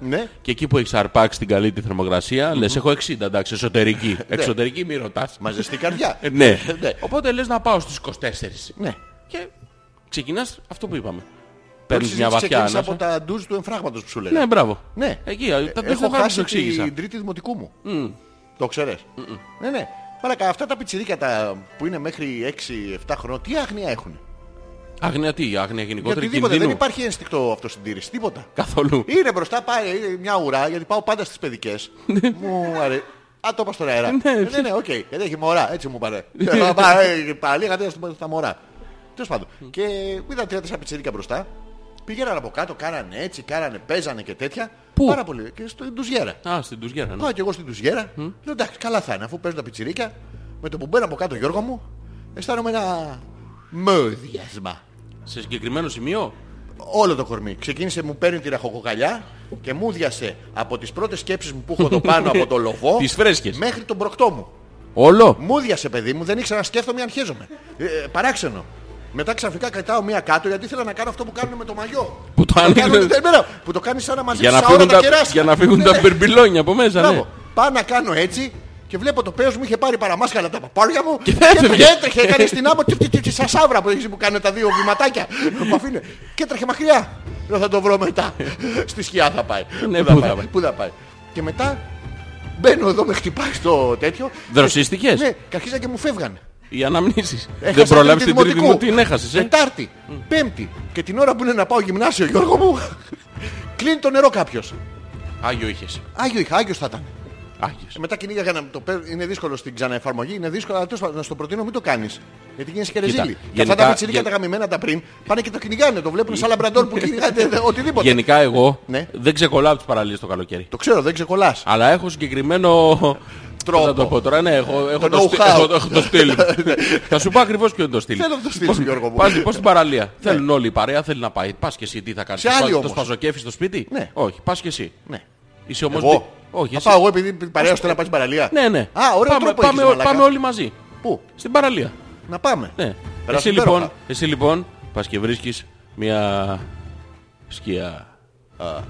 Ναι. Και εκεί που έχεις αρπάξει την καλή τη θερμοκρασία, λες έχω 60, εντάξει, εσωτερική. Ναι. Εξωτερική μη ρωτάς. Μαζεστή καρδιά. Ε, ναι. Ναι. Οπότε λες να πάω στους 24. Ναι. Και ξεκινάς αυτό που είπαμε. Παίρνεις Ξέρεις, μια βαθιά ξεκίνησα ανάσα. από τα ντουζ του εμφράγματος που σου λέγα. Ναι, μπράβο. Ναι. Εκεί, τα Ε, τέσσερα Έχω χρόνια χάσει σου εξήγησα. την τρίτη δημοτικού μου. Το ξέρεις. Ναι, ναι. Μαλάκα, αυτά τα πιτσιρίκα τα που είναι μέχρι 6-7 χρόνια, τι άγνοια έχουν. Άγνοια τι, άγνοια Για γενικότερη οτιδήποτε. Δεν κινδύνου. υπάρχει Ε- ένστικτο αυτοσυντήρηση. Τίποτα. Καθόλου. Είναι μπροστά, πάει είναι μια ουρά, γιατί πάω πάντα στις παιδικές. μου αρέσει. Α, το είπα στον αέρα. Ναι. Ε, ναι, ναι, οκ. Γιατί έχει μωρά, έτσι μου πάρε. Ε, πα- ε, Πάλι είχατε στα μωρά. Τέλος πάντων. Και είδα τρία-τέσσερα πιτσιρίκα μπροστά. Πήγαιναν από κάτω, κάνανε έτσι, κάνανε, παίζανε και τέτοια. Πού? Πάρα πολύ. Και στο ντουζιέρα. Α, στην Τουζιέρα. ναι. Πάω και εγώ στην τουζιέρα. Λέω εντάξει, καλά θα είναι αφού παίζουν τα πιτσιρίκια. Με το που μπαίνω από κάτω, Γιώργο μου, αισθάνομαι ένα μουδιασμά. Σε συγκεκριμένο σημείο. Όλο το κορμί. Ξεκίνησε, μου παίρνει τη ραχοκοκαλιά και μου διασε από τις πρώτες σκέψεις μου που έχω εδώ πάνω από το λοβό Τις φρέσκες. μέχρι τον προκτό μου. Όλο. Μου διασε, παιδί μου, δεν ήξερα να σκέφτομαι ή αν χαίζομαι. Ε, ε, παράξενο. Μετά ξαφνικά κρατάω μία κάτω γιατί ήθελα να κάνω αυτό που κάνουν με το μαγιό. Που το κάνουν ανοίγουν- την ημέρα, Που το κάνεις σαν να Για μαζέψει να, όλα φύγουν τα τα, κεράσια. για να φύγουν Ναι, τα ναι. μπερμπιλόνια από μέσα, ναι. Μπράβο. Πάω να κάνω έτσι και βλέπω το πέος μου είχε πάρει παραμάσκαλα τα παπάρια μου και έφευγε. έτρεχε, έκανε στην άμμο και, και, και σαν σαύρα που έχεις που κάνουν τα δύο βηματάκια. Μου αφήνε. Και έτρεχε μακριά. Λέω θα το βρω μετά. Στη σκιά θα πάει. Ναι, Πού θα πού πάει, θα πάει. Πού θα πάει. Και μετά μπαίνω εδώ, με χτυπάει στο τέτοιο. Δροσίστηκες? Ναι, και αρχίζα και μου φεύγανε. Οι αναμνήσεις. Δεν Έχασα προλάβεις την τρίτη δημοτικού. μου, την έχασες, ε. Τετάρτη, Πέμπτη. Και την ώρα που είναι να πάω γυμνάσιο, Γιώργο μου, κλείνει το νερό κάποιος. Άγιο είχες. Άγιο είχα, άγιος θα ήταν. Άγιος. Ε, Μετά κυνήγαγα να το παίρνω. Είναι δύσκολο στην ξαναεφαρμογή, είναι δύσκολο, αλλά τέλος πάντων, να στο προτείνω μην το κάνεις. Γιατί γίνεσαι και ρεζίλη. Και αυτά γενικά- τα πιτσιρίκια γεν- τα γαμημένα τα πριν πάνε και το κυνηγάνε. Το βλέπουν σαν λαμπραντόρ που κυνηγάνε δε- οτιδήποτε. Γενικά εγώ Ναι. δεν ξεκολλάω από τις παραλίες το καλοκαίρι. Το ξέρω, δεν ξεκολλάς. Αλλά έχω συγκεκριμένο... Τρόπο. Θα το πω τώρα, ναι, έχω, έχω Το το, στι- know-how. Ναι, έχω, έχω το στυλ. μου. θα σου πω ακριβώς ποιο είναι το στυλ. Θέλω να το στείλω, Πώς- Γιώργο μου. Ναι. Πας λοιπόν στην παραλία. Θέλουν όλοι η παρέα, θέλει να πάει. Πας και εσύ, τι θα κάνεις. Σε άλλη πας- Το όμως. σπαζοκέφι στο σπίτι. Ναι. Όχι, πας και εσύ. Ναι. Είσαι όμως... Εγώ. Όχι, θα εσύ. πάω εγώ επειδή παρέα σου θέλει να πάει στην παραλία. Ναι, ναι. Α, ωραίο πάμε, τρόπο πάμε, έχεις, ό- μαλάκα. πάμε όλοι μαζί. Πού? Στην παραλία. Να πάμε. Ναι. Περάσαμε Εσύ λοιπόν, υπέροχα. εσύ λοιπόν πας και βρίσκεις μια σκιά.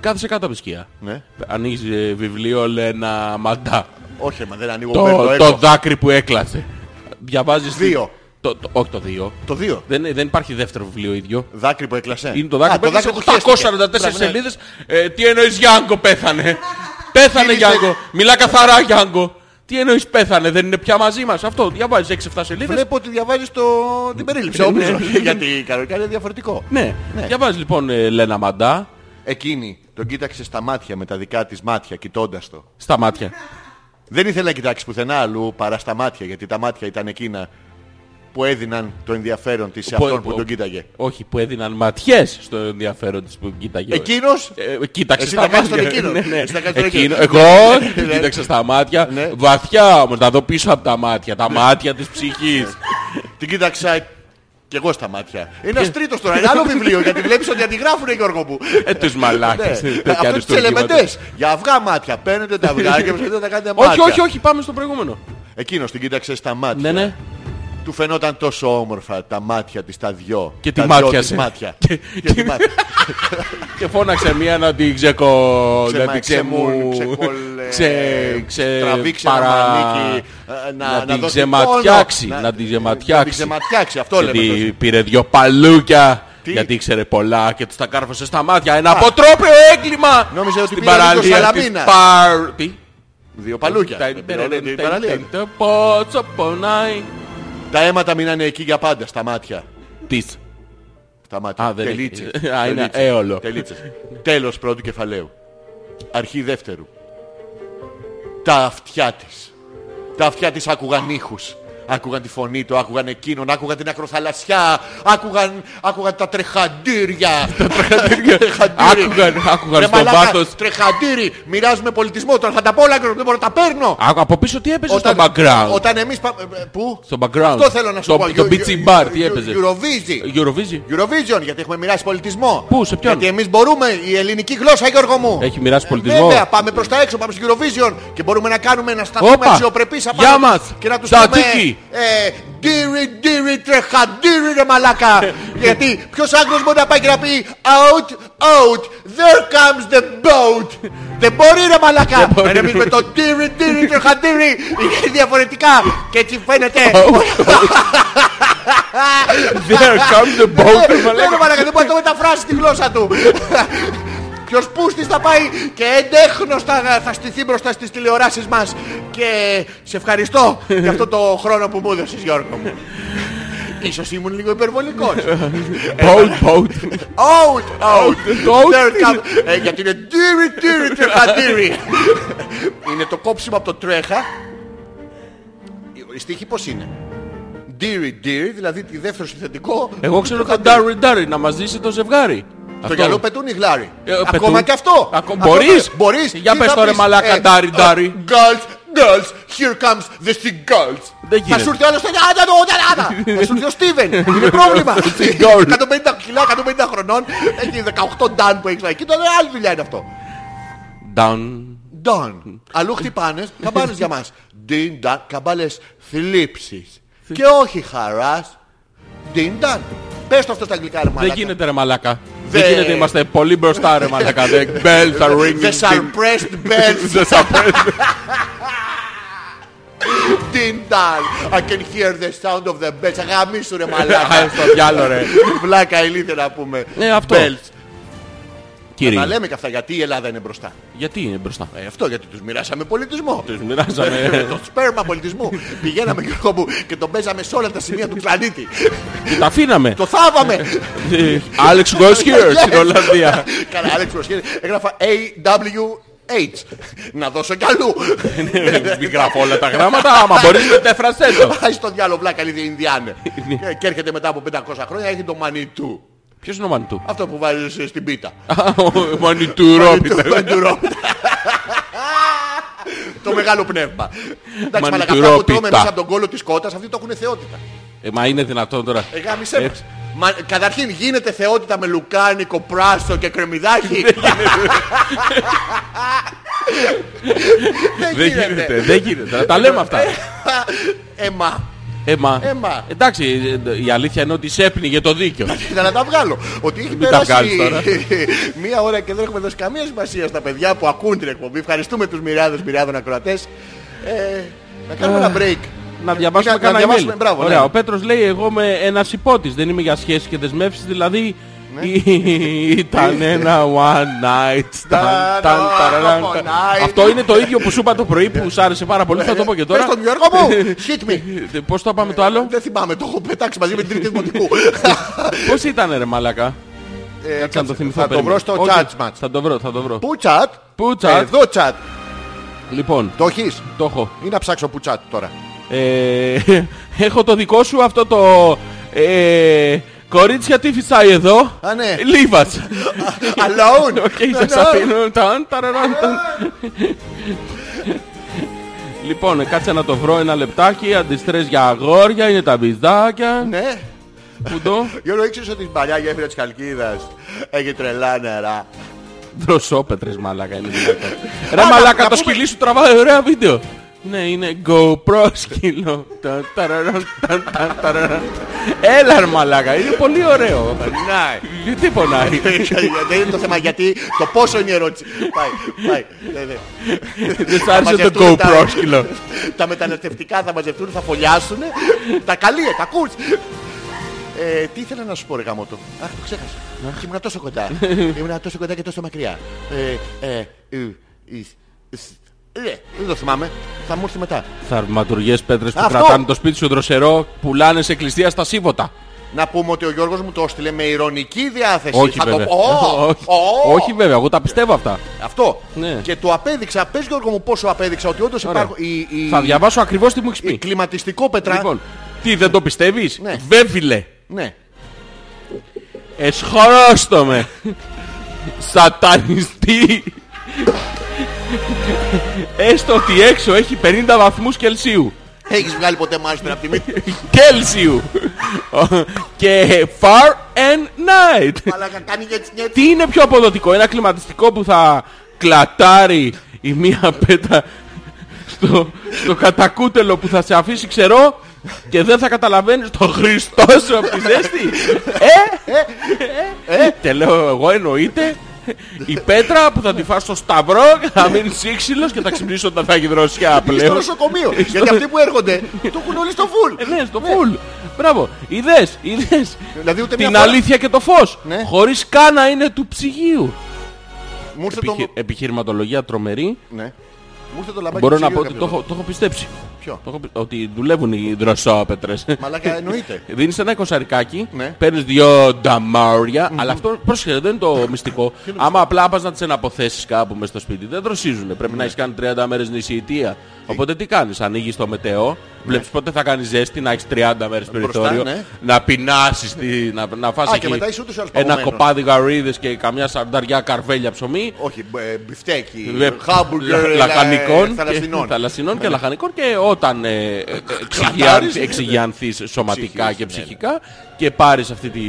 Κάθεσαι κάτω από τη σκιά. Ναι. Ανοίγεις ε, βιβλίο Λένα Μαντά. Όχι, μα δεν ανοίγω. παίρνω, Το, έχω. το δάκρυ που έκλασε. Διαβάζεις... τη- Δύο. Το, το- όχι το δύο. Το δύο. Δεν, δεν υπάρχει δεύτερο βιβλίο ίδιο. Δάκρυ που έκλασε. Είναι το δάκρυ Ναι. Α, που έκλασε που χέστηκε. 844 Μπράβο, ναι. σελίδες. Ε, τι εννοείς Γιάνγκο πέθανε. πέθανε Γύρισε. Γιάνγκο. Μιλά καθαρά Γιάνγκο. Τι εννοείς πέθανε. Δεν είναι πια μαζί μας. Αυτό διαβάζεις 6-7 σελίδες. Βλέπω ότι διαβάζεις το... την περίληψη. Ναι. Όποιος όχι, Γιατί κανονικά είναι διαφορετικό. Ναι. Διαβάζεις λοιπόν ε, Λένα Μαντά Εκείνη τον κοίταξε στα μάτια με τα δικά της μάτια κοιτώντας το. στα μάτια. Δεν ήθελε να κοιτάξει πουθενά αλλού παρά στα μάτια γιατί τα μάτια ήταν εκείνα που έδιναν το ενδιαφέρον της σε Που- ε, αυτόν που που- τον κοίταγε. Όχι, που έδιναν ματιές στο ενδιαφέρον της που κοίταγε. Εκείνος Ε, κοίταξε Εσύ στα τα κάνεις τον μάτια. εκείνο. Ναι, ναι. Εσύ τα κάνεις τον Εκείνο- εκείνο. Εγώ Ναι. την κοίταξα στα μάτια. Ναι. Βαθιά όμως, να δω πίσω από τα μάτια. Τα μάτια της ψυχής. Ναι. την κοίταξα κι εγώ στα μάτια. Ένας τρίτος τώρα, ένα άλλο βιβλίο γιατί βλέπεις ότι αντιγράφουνε Γιώργο μου. Ε, τους Ναι. μαλάκες. τέτοια Αυτό τις αριστούργηματα. ελεμεντές. Για αυγά μάτια. Παίρνετε τα αυγά και ψάχνετε να τα κάνετε μάτια. Όχι, όχι, όχι, πάμε στο προηγούμενο. Εκείνος την κοίταξε στα μάτια. Ναι, ναι. Του φαινόταν τόσο όμορφα τα μάτια της τα δυο. Και τα τη δυο της μάτιασε. μάτια. Και- Και τη μάτια. Και φώναξε μία να την ξεκο... Ξεμα- να την ξεμού... ξεκολ- ε, δηλαδή ξε- ξε- τραβήξει ένα παρα- μανίκι, ε, να- να να την δώσει ξεματιάξει. πόνο. Να την Να την ξεματιάξει. ξεματιάξει, αυτό λέμε. Γιατί πήρε δυο παλούκια. Τι? Γιατί ήξερε πολλά και τους τα κάρφωσε στα μάτια. Ένα αποτρόπαιο έγκλημα! Νόμιζε ότι στην πήρε δυο παραλία της σαλαμίνα. Παρ... Τι? Δύο παλούκια. Τα- Επί όλη την παραλία. Το πότσο πονάει. Τα αίματα μείνανε εκεί για πάντα στα μάτια. Της. Στα μάτια. Α, δεν έχει. Τελίτσες. Α, είναι Τελίτσες. αίολο. Τελίτσες. Τέλος πρώτου κεφαλαίου. Αρχή δεύτερου. Τα αυτιά της. Τα αυτιά της άκουγαν ήχους. Άκουγαν τη φωνή του, άκουγαν εκείνον, άκουγαν την ακροθαλασσιά, άκουγαν, άκουγαν τα τρεχαντήρια. τα Άκουγαν- άκουγαν στο βάθος. Τρεχαντήρι, μοιράζουμε πολιτισμό, τώρα θα τα πω όλα, δεν μπορώ να τα παίρνω. Άκου, από πίσω τι έπαιζε στο background. Όταν εμείς πάμε... ε, Πού? Στο background. Αυτό θέλω να σου Το- πω. το Euro- beach bar, τι Euro- έπαιζε. Eurovision. Eurovision. Eurovision, γιατί έχουμε μοιράσει πολιτισμό. Πού, σε ποιον? Γιατί εμείς μπορούμε, η ελληνική γλώσσα, Γιώργο μου. Ε, Έχει μοιράσει πολιτισμό. βέβαια, πάμε προς τα έξω, πάμε στο Eurovision και μπορούμε να κάνουμε να σταθούμε Όπα. αξιοπρεπείς απάνω Γεια μας. και να τους Τα πούμε... τίκη. Ε, ντύρι, ντύρι, τρεχαντήρι, ρε μαλάκα. Ε, γιατί ποιος άγγλος μπορεί να πάει και να πει out, out, there comes the boat. Δεν μπορεί ρε μαλάκα. μπορεί. Εμείς με το ντύρι, ντύρι, τρεχαντήρι είναι διαφορετικά. Και έτσι φαίνεται There comes the boat. Ε, Δεν είναι μαλάκα, δεν μπορεί να το μεταφράσει στη γλώσσα του. Ποιος πούστης θα πάει και εντέχνος θα, θα στηθεί μπροστά στις τηλεοράσεις μας. Και σε ευχαριστώ για αυτό το χρόνο που μου έδωσες Γιώργο μου. Ίσως ήμουν λίγο υπερβολικός. Boat, boat. Out, out, Out. There come- Ε, Γιατί είναι τύρι, τύρι, τρεχατήρι. Είναι το κόψιμο από το τρέχα. Η στίχη πώς είναι. Deary, dear, δηλαδή τη δεύτερο συνθετικό. Εγώ ξέρω τρεχατήρι. τον Ντάρι Ντάρι να μαζίσει το ζευγάρι. Το γυαλό πετούν οι γλάρι. Ε, Ακόμα πετούν. και αυτό. Ακο- Αυτό μπορείς. το- Μπορείς. Για Τι πες θα τώρα, πεις, μαλάκα, ε, ντάρι, ε, ντάρι. Girls, girls, here comes the seagulls. Δεν Θα γίνεται. σου έρθει ο άλλος, άντα το, άντα, άντα. Θα σου έρθει ο Στίβεν. Είναι πρόβλημα. 150 κιλά, 150 χρονών. Έχει 18 ντάν που έχεις εκεί. Τώρα άλλη δουλειά είναι αυτό. Down. Ντάν. Αλλού χτυπάνες, καμπάνες για μας. Ντιν, ντάν, καμπάνες θλίψης. Και όχι χαράς. Ντιν, ντάν. Πες το αυτό στα αγγλικά, ρε Δεν μαλάκα. γίνεται ρε μαλάκα. Δε- Δεν γίνεται, είμαστε πολύ μπροστά ρε μαλάκα. The bells are The ringing. suppressed bells The surprise. Din dan. I can hear the sound of the bells. Αγαμίσου ρε μαλάκα. Α, στο διάλο, ρε. Βλάκα ηλίθεια να πούμε. Ε, αυτό. Bells. Τα Κύριε, λέμε και αυτά γιατί η Ελλάδα είναι μπροστά. γιατί είναι μπροστά. Ε, αυτό γιατί τους μοιράσαμε πολιτισμό. Τους μοιράσαμε το σπέρμα πολιτισμού. Πηγαίναμε Γιώργο μου και το παίζαμε σε όλα τα σημεία του πλανήτη. και τα αφήναμε. το θάβαμε. Ε, Alex goes here Yes. στην Ολλανδία. Καλά, Άλεξ Προσχέρη. Έγραφα AWH. Να δώσω κι αλλού. Ναι, Μην γράφω όλα τα γράμματα, άμα μπορείς μετέφρασέ το. Πάει στο διάλογο βλάκα, είναι Ινδιάνε. Ε, και έρχεται μετά από 500 χρόνια, έχει το μανιτού. Ποιος είναι ο Μανιτού. Αυτό που βάζεις στην πίτα. Α, ο Μανιτού Ρόπιτερ. Μανιτουρό. Το μεγάλο πνεύμα. Εντάξει, μαλακά, Μανιτουρό αυτά που τρώμε πίτα. μέσα από τον κόλο της κότας, αυτοί το έχουν θεότητα. Ε, Μα είναι δυνατόν τώρα. Ε, γάμισέ μας. Έτσι. Μα, καταρχήν γίνεται θεότητα με λουκάνικο, πράσο και κρεμμυδάκι. Δεν γίνεται, δεν γίνεται. Να Τα λέμε αυτά. Εμά. Ε, μα- Ε, μα. Εντάξει, ε, η αλήθεια είναι ότι σέπνιγε το δίκιο. Κοίτα να τα βγάλω. Ότι έχει τα βγάλεις περάσει τώρα. μία ώρα και δεν έχουμε δώσει καμία σημασία στα παιδιά που ακούν την εκπομπή. Ευχαριστούμε τους μοιράδες, μοιράδων ακροατές. Ε, να κάνουμε ένα break. Να διαβάσουμε Να κανένα διαβάσουμε, email. μπράβο, Ωραία, ναι. ο Πέτρος λέει εγώ είμαι ένας υπότης, δεν είμαι για σχέσεις και δεσμεύσεις, δηλαδή Ναι. ήταν ένα one night stand. Ταν, ταν, ω, ταραραν, one ταν. night. Αυτό είναι το ίδιο που σου είπα το πρωί που σου άρεσε πάρα πολύ, θα το πω και τώρα. Πες τον Γιώργο μου, hit me. Ε, Πώς το πάμε το άλλο, Δεν θυμάμαι, το έχω πετάξει μαζί με την τρίτη δημοτικού. Ε, πώς ήταν ρε μαλάκα. Κάτσε να το θυμηθώ. Θα το περίμενε. βρω στο Όχι, chat match. Θα το βρω, θα το βρω. Πού chat? Πού chat? Εδώ chat. Λοιπόν, Το έχεις. το έχω. Ή να ψάξω που chat τώρα. Ε, έχω το δικό σου αυτό το... ε, κορίτσια τι φυσάει εδώ. Α, ναι. Λίβας. Alone. Οκ, σας Ναι, ναι. αφήνω. Ταν, ταραραν, ταν. Λοιπόν, ε, κάτσε να το βρω ένα λεπτάκι. Αντιστρες για αγόρια, είναι τα μπιζάκια. Ναι. Πού το. Γιώργο, ήξερες ότι η παλιά γέφυρα της Καλκίδας έχει τρελά νερά. Δροσόπετρες μαλάκα είναι δυνατόν. Ρε Α, μαλάκα να το πούμε- σκυλί σου τραβάει ωραία βίντεο. Ναι, είναι GoPro σκύλο. Τα, ταραραν, τα, τα, ταραραν. Έλα ρε μαλάκα, είναι πολύ ωραίο. Περνάει. Ε, Τι πονάει. Δεν είναι το θέμα γιατί το πόσο είναι η ερώτηση. Πάει, πάει. ναι, ναι. Δεν σ' Θα άρεσε το μαζευτούν τα- GoPro σκύλο. Τα μεταναστευτικά θα μαζευτούν, θα φωλιάσουν. Τα καλύε, τα ακούς. Ε, τι ήθελα να σου πω, ρε γαμότο. Αχ, το ξέχασα. Ναι. Ήμουν τόσο κοντά. Ήμουν τόσο κοντά και τόσο μακριά. Ε, ε, ου, εις, σ, ε, Δεν το θυμάμαι. Θα μου έρθει μετά. Θαυματουργές πέτρες που Αυτό. κρατάνε το σπίτι σου δροσερό πουλάνε σε κλειστία στα σύμβοτα. Να πούμε ότι ο Γιώργος μου το έστειλε με ηρωνική διάθεση. Όχι Θα το βέβαια. πω. Ω, Όχι. ω. Όχι βέβαια, εγώ τα πιστεύω αυτά. Αυτό. Ναι. Και το απέδειξα. Πες Γιώργο μου πόσο απέδειξα ότι όντως Ωραία. υπάρχουν... Η, η, Θα διαβάσω ακριβώς τι μου έχεις η πει. κλιματιστικό πετρά... Λοιπόν, τι δεν το πιστεύεις. Ναι. Βέβηλε. Ναι. Εσχωρόστο με. Σατανιστή. Έστω ότι έξω έχει 50 βαθμούς Κελσίου. Έχεις βγάλει ποτέ μάστερα από τη μύτη. Κέλσιου. και far and night. Αλλά κάνει και έτσι μια Τι είναι πιο αποδοτικό, ένα κλιματιστικό που θα κλατάρει η μία πέτα στο, στο κατακούτελο που θα σε αφήσει ξερό και δεν θα καταλαβαίνεις το Χριστό σου από τη ζέστη. ε, ε, ε, και λέω εγώ εννοείται η πέτρα που θα τη φας στο σταυρό και θα μείνει σύξυλος και θα ξυπνήσω όταν θα έχει δροσιά στο πλέον. νοσοκομείο. Γιατί αυτοί που έρχονται το έχουν όλοι στο φουλ. Ε, Ναι, στο φουλ. Μπράβο. Είδες, είδες. Δηλαδή ούτε μια Την φορά- αλήθεια και το φως. Ναι. Χωρίς καν να είναι του ψυγείου. Μου ήρθε Επιχει- το... Επιχειρηματολογία τρομερή. Ναι. Μου ήρθε το λαμπάκι Μπορώ του να πω ψυγείου ότι το κάποιος. έχω, το έχω πιστέψει. Ποιο? Το έχω πι- Ότι δουλεύουν οι δροσόπετρες. Μαλάκα εννοείται. Δίνεις ένα εικοσαρικάκι, Ναι. παίρνεις δυο νταμάρια, αλλά αυτό πρόσεχε, δεν είναι το μυστικό. Άμα απλά πας να τις εναποθέσεις κάπου μες στο σπίτι, δεν δροσίζουν. Ναι. Πρέπει να έχεις κάνει 30 μέρες νησιητεία. Οπότε τι κάνεις, ανοίγεις το μετεό, βλέπεις πότε θα κάνεις ζέστη, να έχεις 30 μέρες Ναι. Μπροστά, περιθώριο, ναι. να πεινάσεις, τη- να, να φας Α, και εκεί μετά είσαι ούτως ή άλλως ένα παγωμένος. κοπάδι γαρίδες και καμιά σαρνταριά καρβέλια ψωμί. Όχι, ε, μπιφτέκι, Λε- χάμπουργκερ, λα- λα- λαχανικών, και- θαλασσινών. θαλασσινών και λαχανικών και όταν ε, ε, ε, Κατάρρηση, εξηγιαν- ναι. εξηγιανθείς σωματικά Ψυχής, και ναι, ναι. ψυχικά και πάρεις αυτή τη...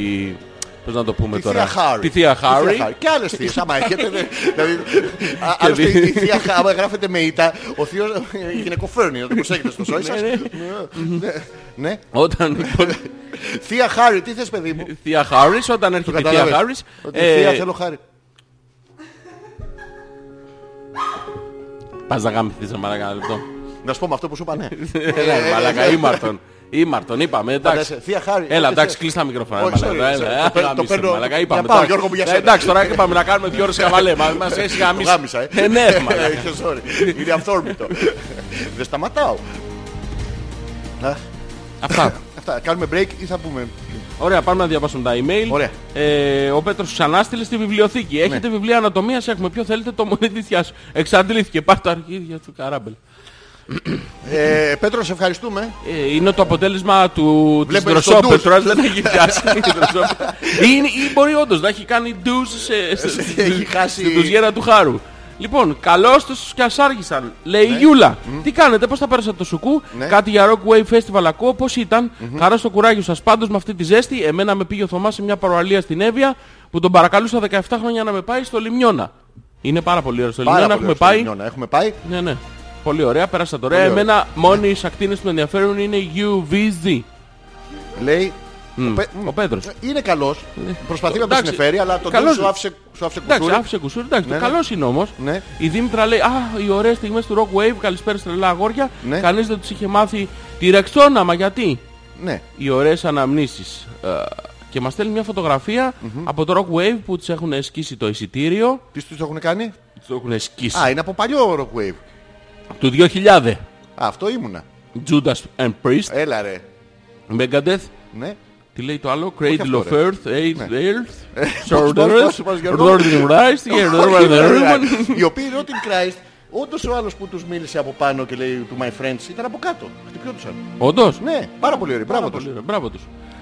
Πώς να το πούμε Τη τώρα. Θεία Χάρη. Τη Θεία Χάρη. Και άλλες θείες, άμα έχετε. δε- Δηλαδή, α- άλλωστε δι- η Θεία Χάρη, άμα γράφετε με ήττα, ο θείος ε, γυναικοφέρνει, να το προσέχετε στο σόι σας. Ναι, ναι. Ναι. Όταν λοιπόν, Θεία Χάρη, τι θες παιδί μου. η Θεία Χάρης, όταν έρχεται η Θεία ε, Χάρη. Καταλάβες. Ότι Θεία θέλω χάρη. Πας να γάμηθείς σε μαλακά λεπτό. Να σου πω με αυτό που σου είπα, ναι. Έλα ρε μαλακά, ε, ήμαρτον. Ήμαρτον, είπαμε, εντάξει. Φαντάζεσαι, ε, Θεία Χάρη. Έλα, ό,τι εντάξει, θες. κλείσ' τα μικρόφωνα. ρε Όχι, μαλάκα, sorry, έλα, sorry. ε, Το παίρνω- το γάμισε, παίρνω- μαλάκα, για είπαμε πάω, τώρα. Γιώργο μου, για Ε, σένα. Εντάξει, τώρα είπαμε να κάνουμε δύο ώρες χαβαλέ. Μα μας έχεις Το γαμίσει. γάμισα, ε. Ε, ναι, ρε μαλάκα. Ε, sorry. Είναι αυθόρμητο. Δεν σταματάω. Α, Αυτά. Αυτά, κάνουμε break ή θα πούμε. Ωραία, πάμε να διαβάσουμε τα email. Ωραία. Ε, ο Πέτρος ξανά στείλε στη βιβλιοθήκη. Έχετε βιβλία ανατομίας, έχουμε. Ποιο θέλετε το μονεδίθιά σου. Εξαντλήθηκε. Πάρ' το αρχίδια του καράμπελ. Ε, Πέτρο, σε ευχαριστούμε. Ε, είναι το αποτέλεσμα του της Βλέπετε στον δροσόπετρας. Δεν έχει πιάσει. η δροσόπετρα. ή, είναι- ή μπορεί όντως να έχει κάνει ντουζ σε, σε, Ε, Έχει χάσει- στην ντουζιέρα του Χάρου. Λοιπόν, καλώς τους και ας άργησαν. Λέει η Γιούλα. Τι κάνετε, πώς θα πέρασατε το σουκού. Ναι. Κάτι για Rock Wave Festival ακούω. Πώς ήταν. Χαρά στο κουράγιο σας. Πάντως με αυτή τη ζέστη, εμένα με πήγε ο Θωμάς σε μια παραλία στην Εύβοια που τον παρακαλούσα 17 χρόνια να με πάει στο Λιμιώνα. Είναι πάρα πολύ ωραίο στο Λιμιώνα. πολύ Έχουμε ωραία στο πάει. Λιμιώνα. Έχουμε πάει. Ναι, ναι. Πολύ ωραία, πέρασα τώρα. Εμένα μόνοι οι σακτίνες που με ενδιαφέρουν είναι η UVZ. Λέει. Μμ. Πε- Ο Πέτρος. Είναι καλός. Προσπαθεί να το Εντάξει. συνεφέρει, αλλά τον Καλός. τέλος σου άφησε, σου άφησε Εντάξει, κουτσούρι. άφησε κουσούρι. Εντάξει, Ναι, το ναι. καλός είναι όμως. Ναι. Η Δήμητρα λέει, α, οι ωραίες στιγμές του Rock Wave, καλησπέρα στρελά αγόρια. Ναι. Κανείς δεν τους είχε μάθει τη ρεξόνα, μα γιατί. Ναι. Οι ωραίες αναμνήσεις. Ε, και μας στέλνει μια φωτογραφια από το Rock Wave που τους έχουν εσκίσει το εισιτήριο. Τι τους έχουν κάνει. Τους το έχουν εσκίσει. Α, είναι από παλιό Rock Wave. Του 2000. Α, αυτό ήμουνα. Judas and Priest, Έλα ρε. Megadeth, Ναι. Τι λέει το άλλο, Cradle αυτό, of ρε. Ναι. Ε, Earth, Earth, Earth, πώς, Sorcerers, πώς, πώς, Γιώργο? Northern Rise, Όχι, Northern Roman. Οι οποίοι Rotten Christ, όντως ο άλλος που τους μίλησε από πάνω και λέει του My Friends ήταν από κάτω. Χτυπιόντουσαν. Όντως, Ναι, πάρα πολύ ωραία. Μπράβο Πάρα τους. Ε. πολύ ωραία, μπράβο τους.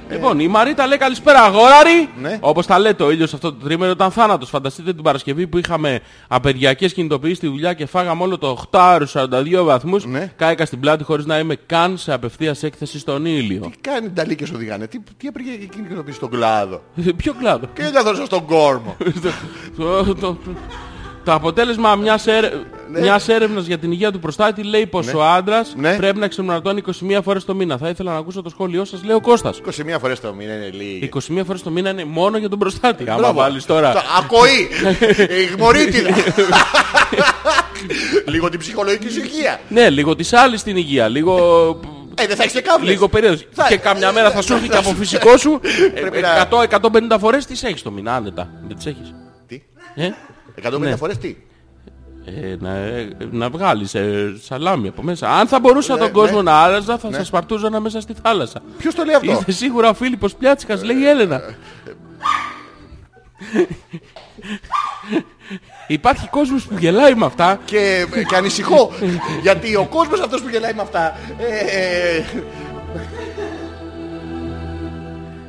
Λοιπόν, η Μαρίτα λέει καλησπέρα, αγόραρι! Ναι. Όπως τα λέτε, ο ήλιος αυτό το τρίμερο ήταν θάνατος. Φανταστείτε την Παρασκευή που είχαμε απεργιακές κινητοποιήσεις στη δουλειά και φάγαμε όλο το 842 βαθμούς. Ναι. Κάηκα στην πλάτη χωρίς να είμαι καν σε απευθείας έκθεση στον ήλιο. Τι κάνει νταλίκες οδηγάνε. Τι, τι έπρεπε εκείνη και το πει στον κλάδο. Ποιο κλάδο. Και δεν καθόρισα στον κόρμο. Το- το- το- Το αποτέλεσμα μιας, έρε... μιας έρευνας για την υγεία του προστάτη λέει πως ο άντρας Ναι. πρέπει να ξεμνατώνει 21 φορές το μήνα. Θα ήθελα να ακούσω το σχόλιο σας, λέει ο Κώστας. 21 φορές το μήνα είναι λίγη. 21 φορές το μήνα είναι μόνο για τον προστάτη. Άμα Ε, Μπράβο. βάλεις τώρα... Τα- Ακοή. Η Γμωρίτιδα. Λίγο την ψυχολογική σου υγεία. Ναι, λίγο της άλλης την υγεία, λίγο... Ε, δεν θα έχεις και κάβλες. Λίγο περίεργος. Θα- Και καμιά μέρα θα σου έρθει και από φυσικό σου ε, Πρέπει να- 100-150 φορές τις έχεις το μήνα άνετα. Δεν τις έχεις. Τι. Ε? 150 Ναι. φορές τι. Ε, να, ε, να βγάλεις ε, σαλάμι από μέσα. Αν θα Ναι, μπορούσα τον κόσμο να άλλαζα, θα σας παρτούζανα μέσα στη θάλασσα. Ποιος το λέει Ναι. αυτό? Ε, Είστε σίγουρα ο Φίλιππος Πιάτσικας, λέει η Έλενα. Υπάρχει κόσμος που γελάει με αυτά. Και, ε, και ανησυχώ. γιατί ο κόσμος αυτός που γελάει με αυτά. ε, ε,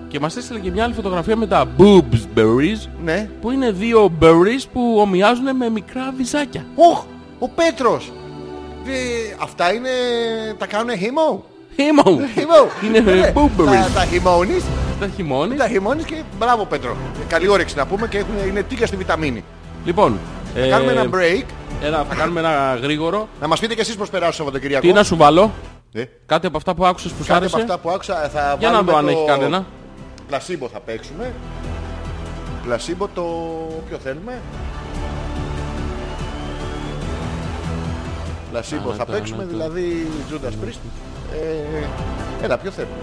Και μας έστειλε και μια άλλη φωτογραφία με τα boobs berries. ναι. Που είναι δύο berries που ομοιάζουν με μικρά βυζάκια. Οχ, ο Πέτρος. Ε, αυτά είναι... Τα κάνουν χυμό. Χυμό! Ε, Χυμό. Είναι Ναι, boob τα- berries. Τα χυμώνεις. Τα χυμώνεις. Τα χυμώνεις και μπράβο Πέτρο. Ε, Καλή όρεξη να πούμε και έχουν, είναι τίγκα στη βιταμίνη. Λοιπόν, ε, Κάνουμε ένα break. ένα- θα κάνουμε ένα γρήγορο. Να μας πείτε και εσείς πώς περάσατε το Σαββατοκυριακό. Τι να σου βάλω, Ε, κάτι από αυτά που άκουσες που σ' Κάτι άρεσε. από αυτά που άκουσα ε, θα Για να βάλουμε δω αν το... έχει κανένα. Πλασίμπο θα παίξουμε. Πλασίμπο το... Ποιο θέλουμε. Πλασίμπο Α, θα το- παίξουμε, ναι, το- δηλαδή Τζούντα Πρίστ. Ε, Έλα, ποιο θέλουμε.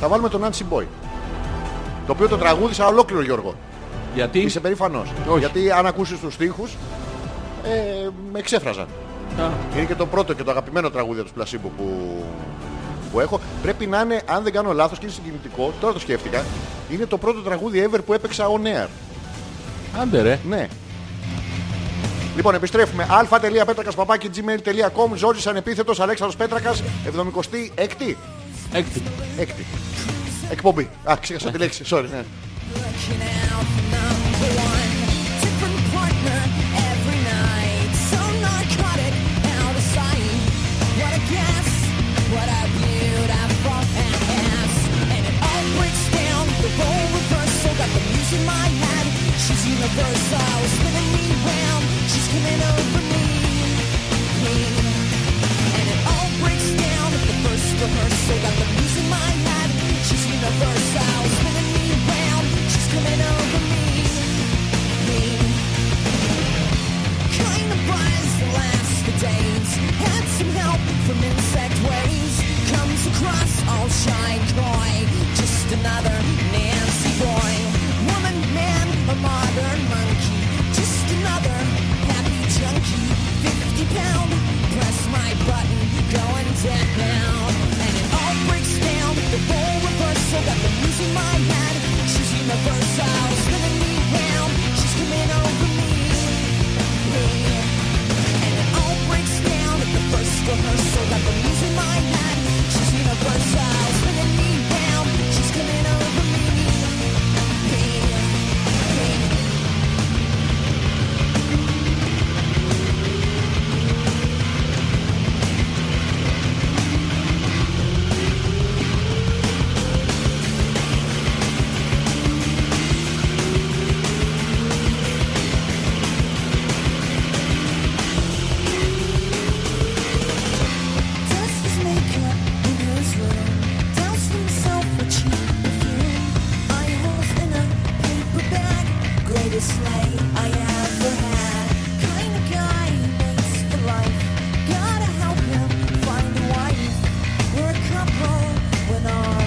Θα βάλουμε τον Nancy Boy. Το οποίο το τραγούδισα ολόκληρο Γιώργο. Γιατί. Είσαι περήφανος. Όχι. Γιατί αν ακούσεις τους στίχους, ε, με εξέφραζαν. Α, Είναι και το πρώτο και το αγαπημένο τραγούδι του Πλασίμπου που, που έχω. Πρέπει να είναι, αν δεν κάνω λάθος και είναι συγκινητικό, τώρα το σκέφτηκα, είναι το πρώτο τραγούδι ever που έπαιξα on air. Άντε ρε. Ναι. Λοιπόν, επιστρέφουμε. α.πέτρακα.gmail.com Ζόρις ανεπίθετος Αλέξανδρος Πέτρακας 76η Έκτη. Έκτη. Εκπομπή. Α, ξέχασα τη λέξη. Sorry. Ναι. Working out number one, different partner every night. Some narcotic, out of sight. What a guess, what a beautiful pass. And it all breaks down, the role reversal. Got the muse in my head, she's universal. Spinning me round, she's coming over me. me. And it all breaks down at the first rehearsal. Got the muse in my head. She's universal. Spinning me round. She's coming over me. Me kind of buzz that lasts for days. Had some help from insect ways. Comes across all shy coy. Just another Nancy boy. Woman, man, a modern monkey. Just another happy junkie. 50 pound. Press my button. Going down. And it all breaks down. The role reversal. Got the muse in my head. She's universal. Spinning me round. She's coming over me. And it all breaks down at the first rehearsal. Got the muse in my head. She's universal. Spinning me round. She's coming over me. Me. Me. Dust his makeup in his room. Doused himself with cheap perfume. Eye holes in a paper bag. Greatest lay I ever had. Kind of guy he makes for life. Gotta help him find a wife. We're a couple when our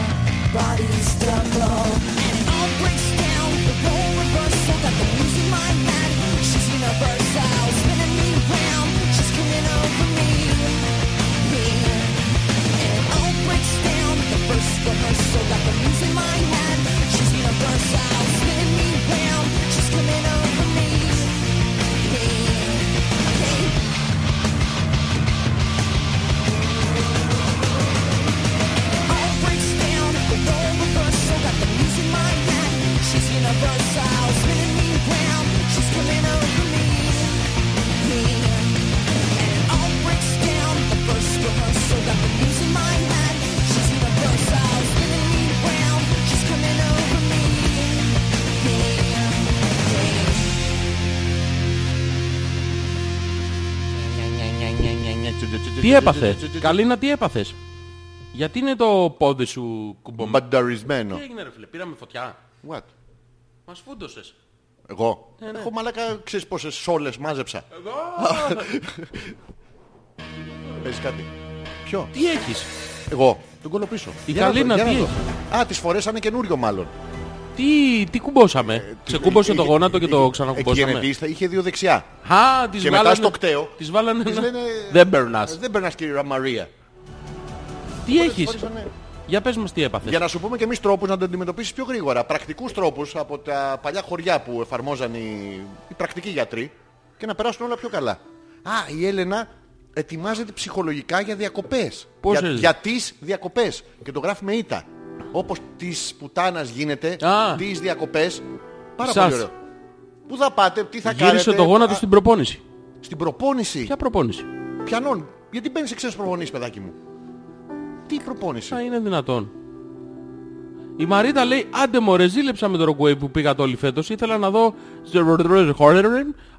bodies double. And it all breaks down. The role reversal. Got the muse in my head. She's universal. Spinning me round. She's coming over me. Universal, spinning me round, she's coming over me. me. And it all breaks down the first rehearsal. Got the news in my head. She's universal, spinning me round. She's coming over me. Τι έπαθες. Καλίνα, τι έπαθες. Γιατί είναι το πόδι σου κουμπωμένο. Μπανταρισμένο. Τι έγινε ρε φίλε, πήραμε φωτιά. What? Μας φούντωσες. Εγώ. Έχω μαλάκα, ξέρεις πόσες σόλες μάζεψα. Ναι, Εγώ. Παίζει κάτι. Ποιο? Τι έχεις. Εγώ. Τον κόλλο πίσω. Η Για να Καλίνα δω, για τι να δω. έχει? Α, τις φορέσανε καινούριο μάλλον. Τι τι, τι Ε, κουμπώσαμε. Ξεκούμπωσε το γόνατο και το ξανακουμπώσαμε. Εκγενετής θα είχε δύο δεξιά. Α, τις ε, Και μετά βάλανε... στο κταίο. Τις βάλανε... Της ένα- λένε, Ε, Δεν περνάς. Δεν περνάς κυρία Μαρία. Τι έχεις. Χωρίσανε. Για πες μας τι έπαθες. Για να σου πούμε και εμεί τρόπου να το αντιμετωπίσει πιο γρήγορα. Πρακτικού τρόπου από τα παλιά χωριά που εφαρμόζαν οι, οι πρακτικοί γιατροί και να περάσουν όλα πιο καλά. Α, η Έλενα ετοιμάζεται ψυχολογικά για διακοπέ. Πώς Για, έτσι? για τι διακοπέ. Και το γράφει με ήττα. Όπως της πουτάνας γίνεται, Α. τι διακοπές. Πάρα Σας. πολύ ωραίο. Πού θα πάτε, τι θα Γύρισε κάνετε. το γόνατο α, στην προπόνηση. στην προπόνηση. Ποια προπόνηση. Πιανών. Γιατί μπαίνεις σε ξένους προπονήσει, παιδάκι μου. Τι προπόνηση. Θα είναι δυνατόν. Η Μαρίτα λέει, άντε μωρέ, ζήλεψα με το Rockway που πήγατε όλοι φέτος. Ήθελα να δω Horror,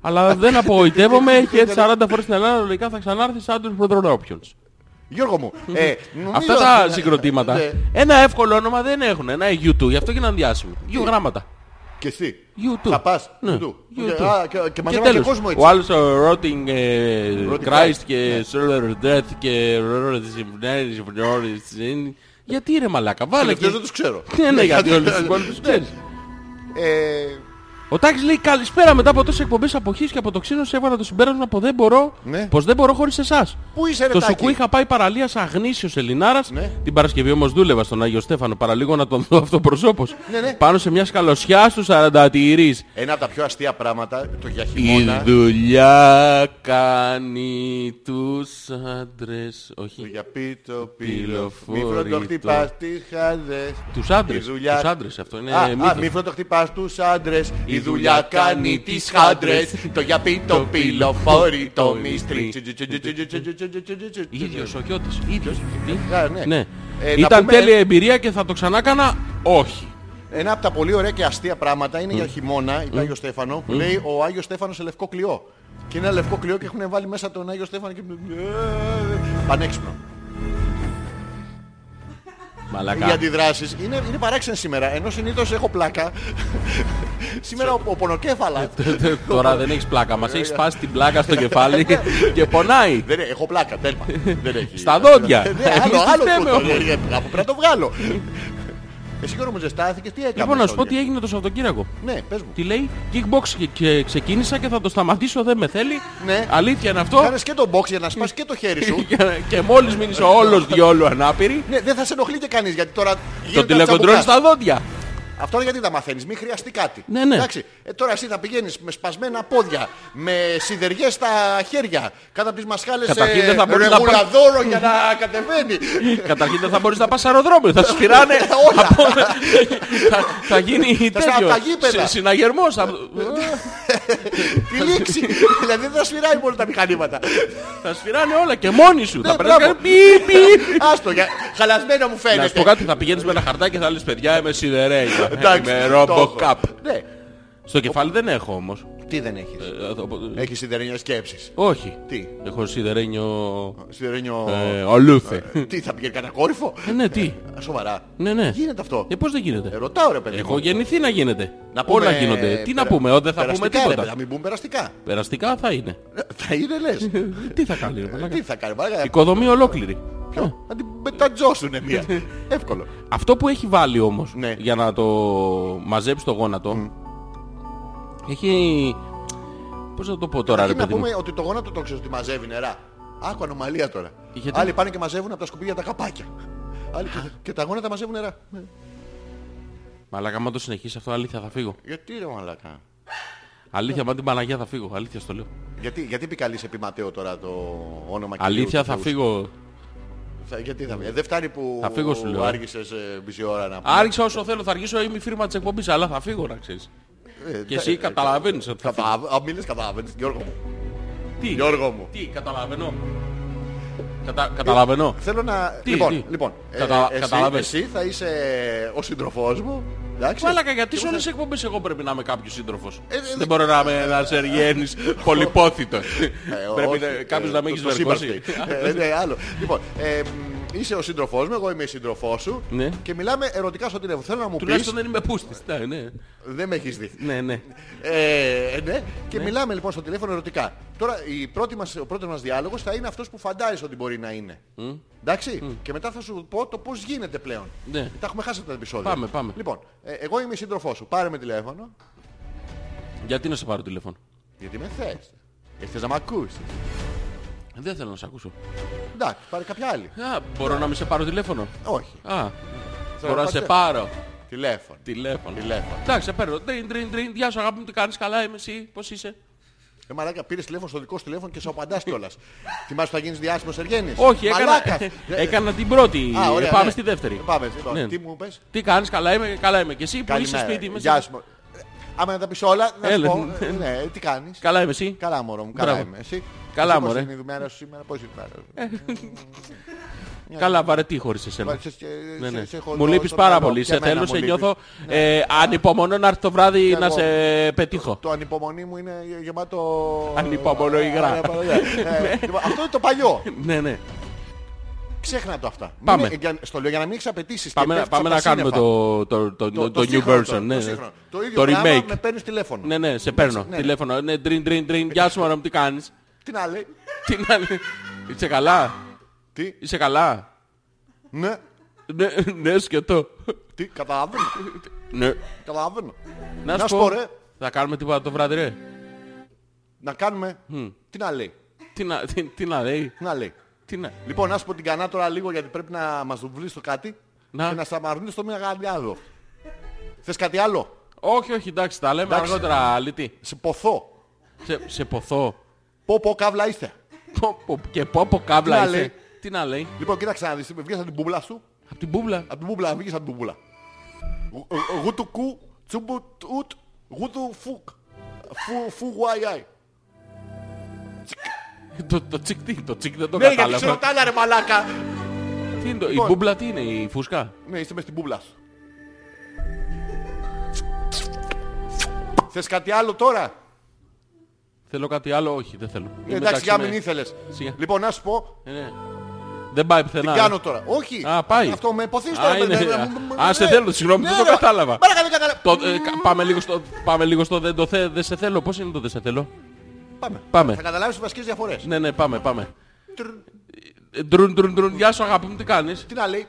αλλά δεν απογοητεύομαι. Έχει έρθει 40 φορές στην Ελλάδα, λογικά θα ξανάρθει σαν τους Options. Γιώργο μου, ε, νομίζω Αυτά τα ότι- συγκροτήματα. Ναι. Ένα εύκολο όνομα δεν έχουν. Ένα U2, γι' αυτό γίνανε διάσημοι. U γράμματα. Και εσύ. U2. Θα πας. Ναι. U2. U2. Και, α, και- και μαζεύαμε και τέλος, κόσμο έτσι. Ο άλλος ο Rotting ε, Rotting Christ Christ, και Silver Death και Rotting Γιατί ρε μαλάκα, βάλε και... Τελευταίους δεν τους ξέρω. Ναι, ναι, γιατί όλους τους υπόλοιπους τους ξέρεις. Ε, Ο Τάκης λέει καλησπέρα μετά από τόσες εκπομπές αποχής και από το ξύνο σε έβαλα το συμπέρασμα που δεν μπορώ, Ναι. πως δεν μπορώ χωρίς εσάς. Πού είσαι, ρε Το Τάκη? σουκού είχα πάει παραλίας σαν αγνήσιος Ελληνάρας. Ναι. Την Παρασκευή όμως δούλευα στον Άγιο Στέφανο παραλίγο να τον δω αυτοπροσώπος. Ναι, ναι. Πάνω σε μια σκαλωσιά στους 40 τυρί. ένα από τα πιο αστεία πράγματα, το για Η χειμώνα. δουλειά κάνει τους άντρες... Το Όχι. για πίτο, Πυλοφόρητο. πυλοφόρητο. Μη φροντοχτυπάς τις χάδες. Τους άντρες. Η δουλειά- Τους άντρες. Αυτό είναι Α, α, μύθος. μη φροντοχτυπάς τους άντρες. Η δουλειά κάνει τις χάντρες. Το για πίτο, πυλοφόρητο. Μη στρίτσι. Ίδιος ο Κιώτης. Ίδιος. Τι? Α, ναι. Ναι. Ε, να Ήταν πούμε- τέλεια εμπειρία και θα το ξανάκανα. Όχι. Ένα από τα πολύ ωραία και αστεία πράγματα είναι Mm. για χειμώνα, είπε Άγιο Στέφανο, που λέει ο Άγιος Στέφανος σε λευκό κλειό. Και είναι ένα λευκό κλειό και έχουν βάλει μέσα τον Άγιο Στέφανο και. Πανέξυπνο. Οι Μαλακά. αντιδράσεις είναι, είναι παράξενες σήμερα. Ενώ συνήθως έχω πλάκα. σήμερα ο, ο πονοκέφαλας. Τώρα δεν έχεις πλάκα. Μας έχεις σπάσει την πλάκα στο κεφάλι και πονάει. δεν έ- έχω πλάκα, τέλμα. δεν έχει. Στα δόντια. Ναι, άλλο, Εμείς άλλο τι φταίμε τούτο. όμως. Ε, ε, Από πρέπει να το βγάλω. Εσύ Γιώργο μου ζεστάθηκες, τι έκανες. Λοιπόν, να σου πω όλη? τι έγινε το Σαββατοκύριακο. Ναι, πες μου. Τι λέει, kickbox και- και ξεκίνησα και θα το σταματήσω, δεν με θέλει. Ναι. Αλήθεια είναι αυτό. Κάνες και το box για να σπάς και το χέρι σου. Και- και μόλις μείνεις όλος διόλου ανάπηρη, Ναι, δεν θα σε ενοχλεί και κανείς γιατί τώρα. το γίνεται τηλεκοντρόλ τσαμπουκάς. στα δόντια. Αυτό γιατί τα μαθαίνεις, μην χρειαστεί κάτι. Ναι, ναι. Εντάξει. Ε, τώρα εσύ θα πηγαίνεις με σπασμένα πόδια, με σιδεριέ στα χέρια, κάτω από τις μασχάλες Καταρχήν Ε, δεν θα μπορείς να ρεγουλαδόρο για να κατεβαίνει. Καταρχήν δεν θα μπορείς να πας αεροδρόμιο, θα σφυράνε Όλα. από- θα- Θα γίνει στα- τέτοιο. τα γήπεδα. συ- Συναγερμός. από- Τη λήξη. δηλαδή δεν θα σφυράει μόνο τα μηχανήματα. Θα σφυράνε όλα και μόνοι σου. Θα περνάς μπράβο. και- πι, πι. Άστο, για... χαλασμένο μου Να σου πω φαίνεται. κάτι, θα πηγαίνεις με ένα χαρτάκι και θα λες παιδιά είμαι σιδερέγγα. Είμαι το έχω. ρομποκάπ. Ναι. Στο κεφάλι δεν έχω όμως. Τι δεν έχεις. Ε, από- Έχεις σιδερένιο σκέψης. Όχι. Τι? Έχω σιδερένιο... Σιδερένιο. ε, Αλούθε. Τι θα πηγαίνει κανένα κόρυφο. Ε, Ναι, τι. Α, Σοβαρά. Ναι, ναι. Γίνεται αυτό. Ε, πώς δεν Ε, γίνεται. Ρωτάω ρε παιδί. Έχω μου. γεννηθεί να ε, γίνεται. Να πούμε, Όλα γίνονται. Τι να περα- πούμε, ό, δεν θα πούμε περαστικά, ρε τίποτα. παιδιά, μην πούμε περαστικά. Ε, Περαστικά θα είναι. Θα είναι λες. Ε, Τι θα κάνει, ρε Ε, Τι μαλάκα. θα κάνει, μαλάκα. Οικοδομή ολόκληρη. Ε, Να την μετατζώσουνε μία. Εύκολο. Αυτό που έχει βάλει όμως Ναι. για να το μαζέψει το γόνατο έχει... Πώς να το πω τώρα ρε Και να παιδί μου. πούμε ότι το γόνατο το ξέρεις ότι μαζεύει νερά. Άκου ανομαλία τώρα. Γιατί? Άλλοι πάνε και μαζεύουν από τα σκουπίδια τα καπάκια. Άλλοι και, και τα γόνατα μαζεύουν νερά. Ε, Μαλάκα, άμα το συνεχίσει αυτό, αλήθεια θα φύγω. Γιατί ρε μαλακά. Αλήθεια, μα την Παναγία θα φύγω. Αλήθεια στο λέω. Γιατί, γιατί επικαλείς επί Ματέο τώρα το όνομα Κυρίου Αλήθεια του θα Θεού. φύγω. Θα- γιατί θα φύγει. Δεν φτάνει που Θα φύγω, σου λέω. άργησες ε, μισή ώρα να πούμε. Άριξα όσο θέλω, θα αργήσω η φίρμα της εκπομπής, αλλά θα φύγω να ξέρεις. Ε, Και εσύ ε, καταλαβαίνεις ότι θα φύγω. Κατα... Μίλες καταλαβαίνεις, Γιώργο μου. Τι, Γιώργο μου. τι, καταλαβαίνω. Κατα, καταλαβαίνω. Θέλω να. Τι, λοιπόν, τι? λοιπόν ε, Κατα- εσύ, καταλάβες. εσύ θα είσαι ο σύντροφός μου. Εντάξει. Μαλάκα, γιατί Και σε εγώ όλες τις θα- εκπομπές εγώ πρέπει να είμαι κάποιος σύντροφος. ε, Δεν μπορώ να είμαι ένας Εργένης πολυπόθητος. Ε, Πρέπει όχι, να- κάποιος ε, να με το- έχεις το βερκώσει. σύμπαρτη. Ε, Ναι, άλλο. Λοιπόν, ε, μ, είσαι ο σύντροφός μου, εγώ είμαι η σύντροφός σου Ναι. και μιλάμε ερωτικά στο τηλέφωνο. Θέλω να μου πεις, Τουλάχιστον δεν είμαι πούστης. Ναι, ναι. δεν με έχεις δει. Ναι, ναι. Ε, ναι. Και μιλάμε λοιπόν στο τηλέφωνο ερωτικά. Τώρα η πρώτη μας, ο πρώτος μας διάλογος θα είναι αυτός που φαντάζεσαι ότι μπορεί να είναι. Εντάξει. Και μετά θα σου πω το πώς γίνεται πλέον. Ναι. Τα έχουμε χάσει τα επεισόδια. Πάμε, πάμε. Λοιπόν, ε, εγώ είμαι η σύντροφός σου. Πάρε με τηλέφωνο. Γιατί να σε πάρω τηλέφωνο. Γιατί με θες. Ε, θες να μ' ακούσεις. Δεν θέλω να σε ακούσω. Εντάξει, πάρε κάποια άλλη. Α, μπορώ να μην σε πάρω τηλέφωνο. Όχι. Α, μπορώ να σε πάρτε. πάρω Τηλέφωνο. τηλέφωνο. Τηλέφωνο. Εντάξει, σε παίρνω. Τρίν, τρίν, τρίν. Γεια σου αγάπη μου, τι κάνεις καλά, είμαι εσύ, πώς είσαι. Ε, μαλάκα, πήρες τηλέφωνο στο δικό σου τηλέφωνο και σου απαντάς κιόλας. Θυμάσαι που θα γίνεις διάσημος Εργένης. Όχι, έκανα, Μαλάκας. Ε, έκανα την πρώτη. Ε, Α, ωραία, Πάμε ναι. στη δεύτερη. Πάμε, λοιπόν, Ναι. Τι μου πες. Τι κάνεις, καλά είμαι, καλά είμαι. Και εσύ που είσαι Καλημέρα. σπίτι, είμαι Γεια εσύ. σου. μωρό. Ε, Άμα να τα πεις όλα, να σου Έλα, πω. ναι. ε, Ναι, τι κάνεις. Καλά είμαι εσύ. Καλά μωρό μου, καλά Μπράβο. είμαι. Εσύ. Καλά, Εσύ πώς μωρέ. είναι η μέρα σου σήμερα, πώς είναι η μέρα σου. Καλά, βαρετή χωρίς εσένα. Βάζεις και- Ναι, σε- ναι. σε έχω Μου το- λείπεις στο πάρα μυαλό. πολύ. Και Σε εμένα θέλω, μου σε λείπεις. νιώθω ε, ανυπομονώ να έρθω το βράδυ Και να εγώ. σε πετύχω. Το ανυπομονή μου είναι γε- γεμάτο... Ανυπομονώ υγρά. Ανυπομονώ, ναι. Ε, λοιπόν, Αυτό είναι το παλιό. Ναι, ναι. Ξέχνα το αυτά. Πάμε. Μην- για- Στο λέω για να μην εξαπαιτήσεις. Πάμε, να- πάμε να κάνουμε το, το, το, το, new σύγχρονο, version. ναι, το ναι. σύγχρονο. Το ίδιο Το πράγμα remake. με παίρνεις τηλέφωνο. Ναι, ναι, σε παίρνω. Ναι. Τηλέφωνο. Ναι, τριν, τριν, τριν. Γεια σου, μωρό μου, τι κάνεις. Τι να λέει. Τι να λέει. Είσαι καλά. Τι. Είσαι καλά. Ναι. Ναι, ναι, σκετό. Τι. Καταλαβαίνω. Ναι. Καταλαβαίνω. Να σου πω, ρε. Θα κάνουμε τίποτα το βράδυ, ρε. Να κάνουμε. Τι να λέει. Τι να, τι, τι να λέει. Τι να λέει. Τι να... Λοιπόν, να σου πω την κανά τώρα λίγο γιατί πρέπει να μας δουλεύει το κάτι Να. και να σταμαρνείς το μία γαδιάδο. Θες κάτι άλλο. Όχι, όχι, εντάξει, τα λέμε Εντάξει. αργότερα, Λίτη. Σε ποθώ. Σε, σε ποθώ. Πω πω καύλα είστε. Πω, πω, και πω, πω, καύλα Τι να είσαι. λέει. Τι να λέει. Λοιπόν, κοίταξε να δεις. Βγες από την μπουμπλά σου. Απ' την μπούμπλα. Από την μπουμπλά. Βγες από την μπουμπλά. Γου- ε, Γουτου κου τσουμπου τουτ γουτου φουκ. Φου φου Ναι, γουαϊ. Το, το τσικ τι, το τσικ δεν το Ναι, γιατί ξέρω κατάλαβα. τα άλλα ρε μαλάκα. Τι είναι το, η Λοιπόν. μπούμπλα τι είναι, η φούσκα. Ναι, είσαι μες στην μπουμπλά σου. Θες κάτι άλλο τώρα. Θέλω κάτι άλλο, όχι, δεν θέλω. Είμαι Ε, Εντάξει, για με- μην ήθελες. Σιγά. Λοιπόν, να σου πω, Ε, ναι. Δεν πάει Τι πουθενά. κάνω ρε. τώρα. Όχι. Α, πάει. Αυτό με υποθείς Α, τώρα. είναι. παιδιά. Α, Μ- μ- α, σε ναι. θέλω, συγγνώμη, Ναι, δεν το ρε, κατάλαβα. Μάρακα, δεν κατάλαβα. Το, ε, κα- πάμε, λίγο στο, πάμε λίγο στο δεν το θε, δεν σε θέλω. Πώς είναι το δεν σε θέλω. Πάμε. Πάμε. Θα καταλάβεις τις βασικές διαφορές. Ναι, ναι, πάμε, πάμε. Τρ, Ε, Ντρουν, ντρουν, ντρουν. Γεια σου αγάπη μου, τι κάνεις. Τι να λέει.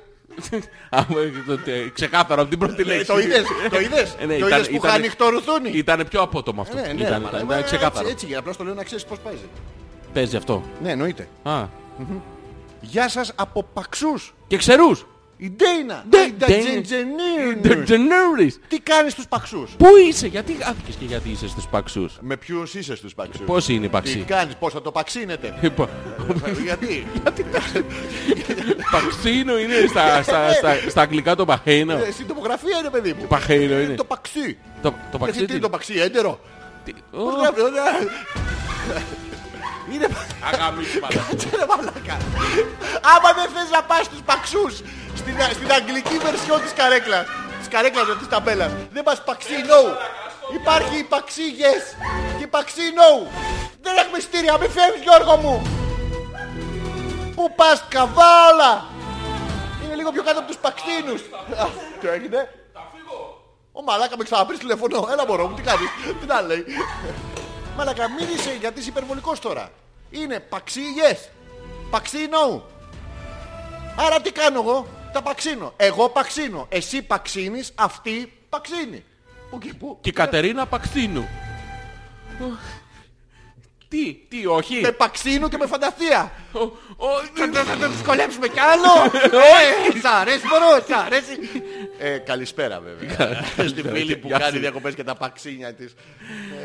Α, μου έρχεται ότι, ε, Ξεκάθαρο από την πρώτη Ε, λέξη. Το είδες. Το είδες. Ε, ναι, Το ήταν- είδες που ήταν- είχα ανοιχτό ρουθούνι. Ήταν πιο απότομο αυτό. Ναι, ναι, Ήταν- ρε, ήταν- μαλάκα. ήταν Ε, ξεκάθαρο. έτσι- Έτσι γίνεται. Απλά στο λέω να ξέρεις πώς παίζει. Παίζει αυτό. Ναι, εννοείται. Α. Γεια σας από Παξούς. Και ξερούς. Η Ντέινα. Ντε- Η Ντέινα. Ντατζεντζενίρνη. Ντεντερνέρις. Τι κάνεις στους Παξούς. Πού είσαι, γιατί χάθηκες και γιατί είσαι στους παξούς. Με ποιους είσαι στους Παξούς. Πώς είναι η Τι παξή. κάνεις, πώς θα το παξίνετε. Ε, Λοιπόν, Γιατί. Παξίνο είναι στα, στα, στα, στα αγγλικά το παχαίνο. Ε, Στην τοπογραφία είναι παιδί μου. Παχαίνο Ε, είναι. Το παξί. Το, το παξί Εσύ τι τι- είναι το παξί, έντερο. τι- Πώς Ω, γράφει, ωραία. Είναι αγαμίσου, μάνα. ρε μαλάκα. Άμα δεν θες να πας στους παξούς στην, στην αγγλική βερσιό της καρέκλας, της καρέκλας με της ταμπέλας, δεν πας παξί, no. Υπάρχει η παξί, yes. Και η παξί, no. Δεν έχουμε στήρια, μη φεύγεις Γιώργο μου. Πού πας καβάλα. Είναι λίγο πιο κάτω από τους παξίνους. Α, Τι έγινε. Ο μαλάκα με ξαναπείς τηλεφωνό. Έλα μωρό μου, τι κάνεις. Τι να λέει. Μαλάκα, μην είσαι γιατί είσαι υπερβολικός τώρα. Είναι παξί yes. Παξί no. Άρα τι κάνω εγώ. Τα παξίνω. Εγώ παξίνω. Εσύ παξίνεις, αυτή παξίνει. Πού και πού. Και η Κατερίνα Παξίνου. Τι, τι, όχι. Με παξίνου και με φαντασία. Ο- ο- Θα το δυσκολέψουμε κι άλλο. Ε, Σ' αρέσει μωρό, σ' αρέσει. Ε, καλησπέρα βέβαια. Στην φίλη που Γεια κάνει σου. διακοπές και τα παξίνια της.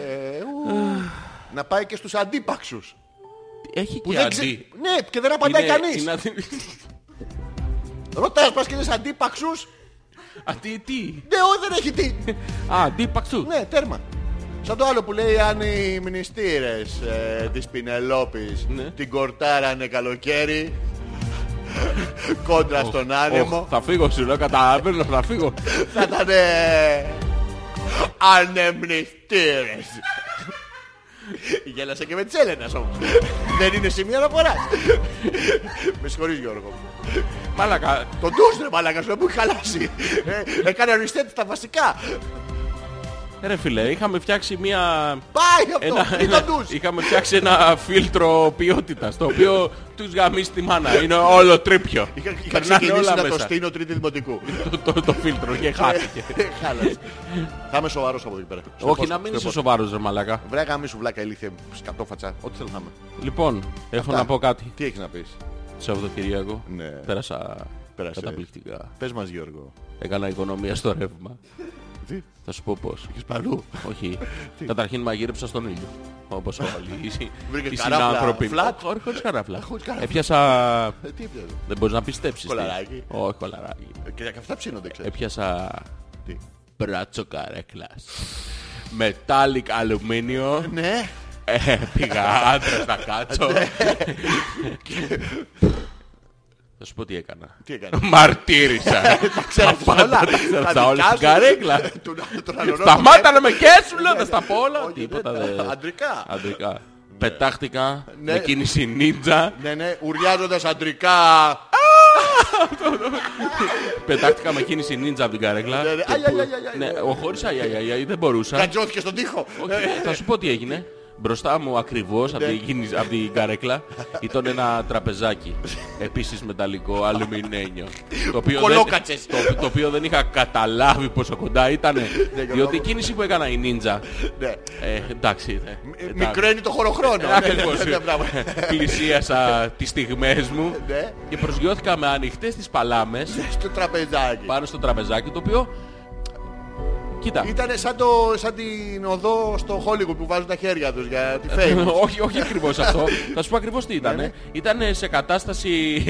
Ε, ου. Να πάει και στους αντίπαξους. Έχει Που και δεν ξε- αντί. Ναι, και δεν απαντάει Είναι- κανείς. είναι αντι- Ρωτάς, πας και δεις αντίπαξους. Αντί τι. Ναι, όχι, δεν έχει τι. Α, αντί Παξού. Ναι, τέρμα. Σαν το άλλο που λέει αν οι μνηστήρες ε, της Πινελόπης Ναι. την κορτάρανε καλοκαίρι κόντρα στον άνεμο Οχ, Θα φύγω σου λέω, καταλαβαίνω θα φύγω. θα ήταν ε, ανεμνηστήρες. Γέλασε και με τη Έλενα όμως. Δεν είναι σημείο αναφοράς. με συγχωρείς Γιώργο. Μαλακά. Το ντους ρε μαλάκα σου, μου έχει χαλάσει. Ε, Έκανε reset τα βασικά. Ρε φίλε, είχαμε φτιάξει μια... Πάει Ένα, αυτό, ένα- ήταν ντους. είχαμε φτιάξει ένα φίλτρο ποιότητας το οποίο τους γαμίζει τη μάνα. Είναι όλο τρίπιο. Είχα, είχα Περνάνε ξεκινήσει όλα να το μέσα. στείλω τρίτη δημοτικού. το, το, το φίλτρο και χάθηκε. Ε, Χάλασε. Θα είμαι σοβαρός από εδώ και πέρα. Όχι, να μην είσαι σοβαρός ρε μαλακά. Βρέγα μη σου βλάκα ηλίθεια, σκατόφατσα, ό,τι θέλω να είμαι. Λοιπόν, έχω Αυτά. να πω κάτι. Τι έχεις να πεις. Σαββατοκυριακό. Ναι. Πέρασα Πέρασε. καταπληκτικά. Πες μας Γιώργο. Έκανα οικονομία στο ρεύμα. Τι? Θα σου πω πώς. Έχεις παλού. Όχι. Καταρχήν μαγείρεψα στον ήλιο. Όπως όλοι οι- Βρήκες οι καράφλα συνάνθρωποι. flat? Όχι, χωρίς καράφλα. Χωρίς καράφλα. Έπιασα... Ε, Τι έπιαζε. Δεν μπορείς να πιστέψεις. τι. Κολαράκι. Όχι, κολαράκι. Ε, Και αυτά ψήνονται ξέρεις. Έπιασα Τι. μπράτσο καρέκλας. Μετάλλικ αλουμίνιο. Ναι. Ε, πήγα άντρας να κάτσω. Θα σου πω τι έκανα. Τι έκανα. Ε, Μαρτύρησα. Τα Ξέρεις όλα. Ε, Ξέρασα όλα στην καρέκλα. Σταμάτα Σταμάτα να με καίσεις, σου λέω, θα στα πω όλα. ε, Ναι, Όχι, Τίποτα δεν- δεν... αντρικά. Αντρικά. Πετάχτηκα Ναι. με κίνηση νίτζα. Ναι, ναι, ουριάζοντας αντρικά. Πετάχτηκα με κίνηση νίτζα από την καρέκλα. Ναι, ναι. Και Αι, που- αι, αι, αι, αι. Ναι, ο- χωρίς αι, αι, αι, αι, δεν μπορούσα. Κατζώθηκε στον τοίχο. Όχι, Ε, θα σου πω τι έγινε. Μπροστά μου ακριβώς από Ναι. την, κίνηση- από την καρέκλα ήταν ένα τραπεζάκι. Επίσης μεταλλικό, αλουμινένιο. Το οποίο, δεν, Κολόκατσες. το, το οποίο δεν είχα καταλάβει πόσο κοντά ήταν. Γιώργο διότι η μου. κίνηση που έκανα η νίντζα. Ναι. Ε, εντάξει. ναι, Ε, εντάξει. Ε, Μικραίνει το χωροχρόνο. Ναι, Ακριβώς. Ε. ναι, ναι, μπράβο. Πλησίασα τις στιγμές μου Ναι. και προσγειώθηκα με ανοιχτές τις παλάμες Στο τραπεζάκι. πάνω στο τραπεζάκι το οποίο... Κοίτα. Ήταν σαν, το, σαν την οδό στο Hollywood που βάζουν τα χέρια τους για τη φέη. Ε, όχι, όχι ακριβώς αυτό. Θα σου πω ακριβώς τι ήταν. Ήταν σε κατάσταση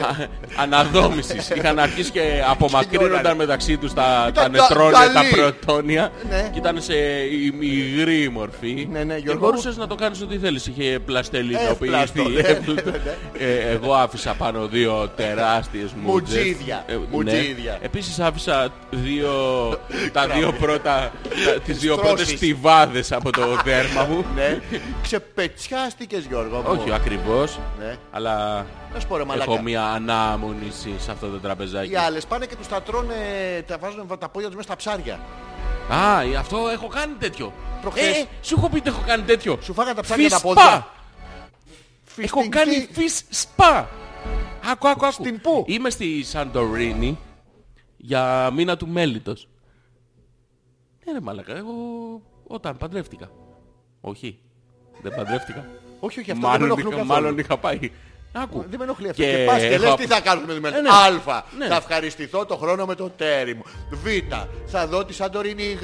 α- αναδόμησης. Είχαν αρχίσει και απομακρύνονταν Κυλιώνανε. μεταξύ τους τα, τα τα- νετρόνια, τα γυαλί. πρωτόνια. Ναι. Και ήταν σε η- υγρή μορφή. Ναι, ναι, και Γιώργο. μπορούσες να το κάνεις ό,τι θέλεις. Είχε πλαστελινοποιηθεί. Εύπλαστο, ναι, Εύπλαστο. Ε, Εγώ άφησα πάνω δύο τεράστιες μουτζες. Μουτζίδια, Ε, ναι. μουτζίδια. Επίσης άφησα δύο, τα δύο πρώτα, τα- τις δύο πρώτες τρώσεις. στιβάδες από το δέρμα μου. Ναι. Ξεπετσιάστηκες Γιώργο μου. Όχι ακριβώς, Ναι. αλλά Να σου πω ρε μαλάκα. έχω μια ανάμονηση σε αυτό το τραπεζάκι. Οι άλλες πάνε και τους τα τρώνε, τα βάζουν τα πόδια τους μέσα στα ψάρια. Α, ε, αυτό έχω κάνει τέτοιο. Προχθές. Ε, ε, σου έχω πει ότι έχω κάνει τέτοιο. Σου φάγανε τα ψάρια Fish τα spa. πόδια. Έχω κάνει fish spa. Άκου, άκου, άκου. Στην πού? Είμαι στη Σαντορίνη για μήνα του μέλητος. Ναι ρε μάλακα, εγώ όταν παντρεύτηκα. Όχι, δεν παντρεύτηκα. Όχι, όχι, αυτό δεν με μάλλον, ενοχλούν είχα, καθόλου. μάλλον είχα πάει. Άκου. Δεν με ενοχλεί αυτό. Και Και, πας και έχω λες απο- τι θα κάνουμε με τη μέρα. Ε, ναι. Α. Ναι. Θα ευχαριστηθώ το χρόνο με το τέρι μου. Β. Θα δω τη Σαντορίνη Γ.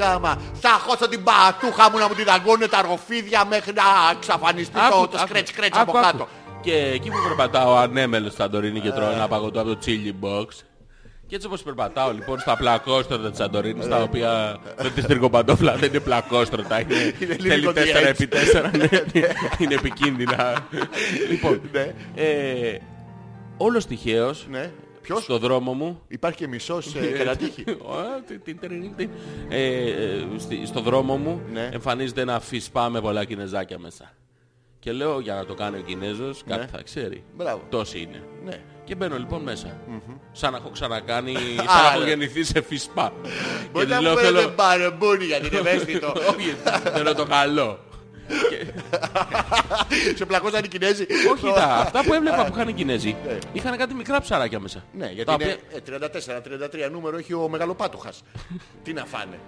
Θα χώσω την πατούχα μου να μου την αγκώνουν τα αργοφίδια μέχρι να εξαφανιστεί το, το σκρέτς σκρέτς από άκου. κάτω. Ε. Και εκεί που περπατάω ανέμελος στα Αντορίνη και τρώω ένα παγωτό από το chili box. Και έτσι όπως περπατάω λοιπόν στα πλακόστρωτα της Αντορίνης, Ε. τα οποία με τις τρικοπαντόφλα δεν είναι πλακόστρωτα, είναι, Είναι θέλει λίγο 4 επί 4, είναι επικίνδυνα. λοιπόν, Ναι. ε, όλος τυχαίος, Ναι. Ποιος? στο δρόμο μου, Υπάρχει και μισός ε, κατατύχη. Ω, τι- τι- τι- τι- τι. Ε, ε, στη- Στο δρόμο μου Ναι. εμφανίζεται ένα φυσπά με πολλά κινεζάκια μέσα. Και λέω για να το κάνει ο Κινέζος κάτι Ναι. θα ξέρει. Μπράβο. Τόση είναι. Ναι. Και μπαίνω λοιπόν μέσα. Σαν να έχω ξανακάνει, σαν να Άρα. έχω γεννηθεί σε φυσπά. Μπορεί να μου φέρετε μπαρεμπούνι γιατί είναι ευαίσθητο. Όχι, θέλω το καλό. Σε πλακώσαν οι Κινέζοι. Όχι, τα, αυτά που έβλεπα που είχαν οι Κινέζοι είχαν κάτι μικρά ψαράκια μέσα. Ναι, γιατί Τα οποία- είναι ε, 34-33 νούμερο έχει ο μεγαλοπάτουχας. Τι να φάνε.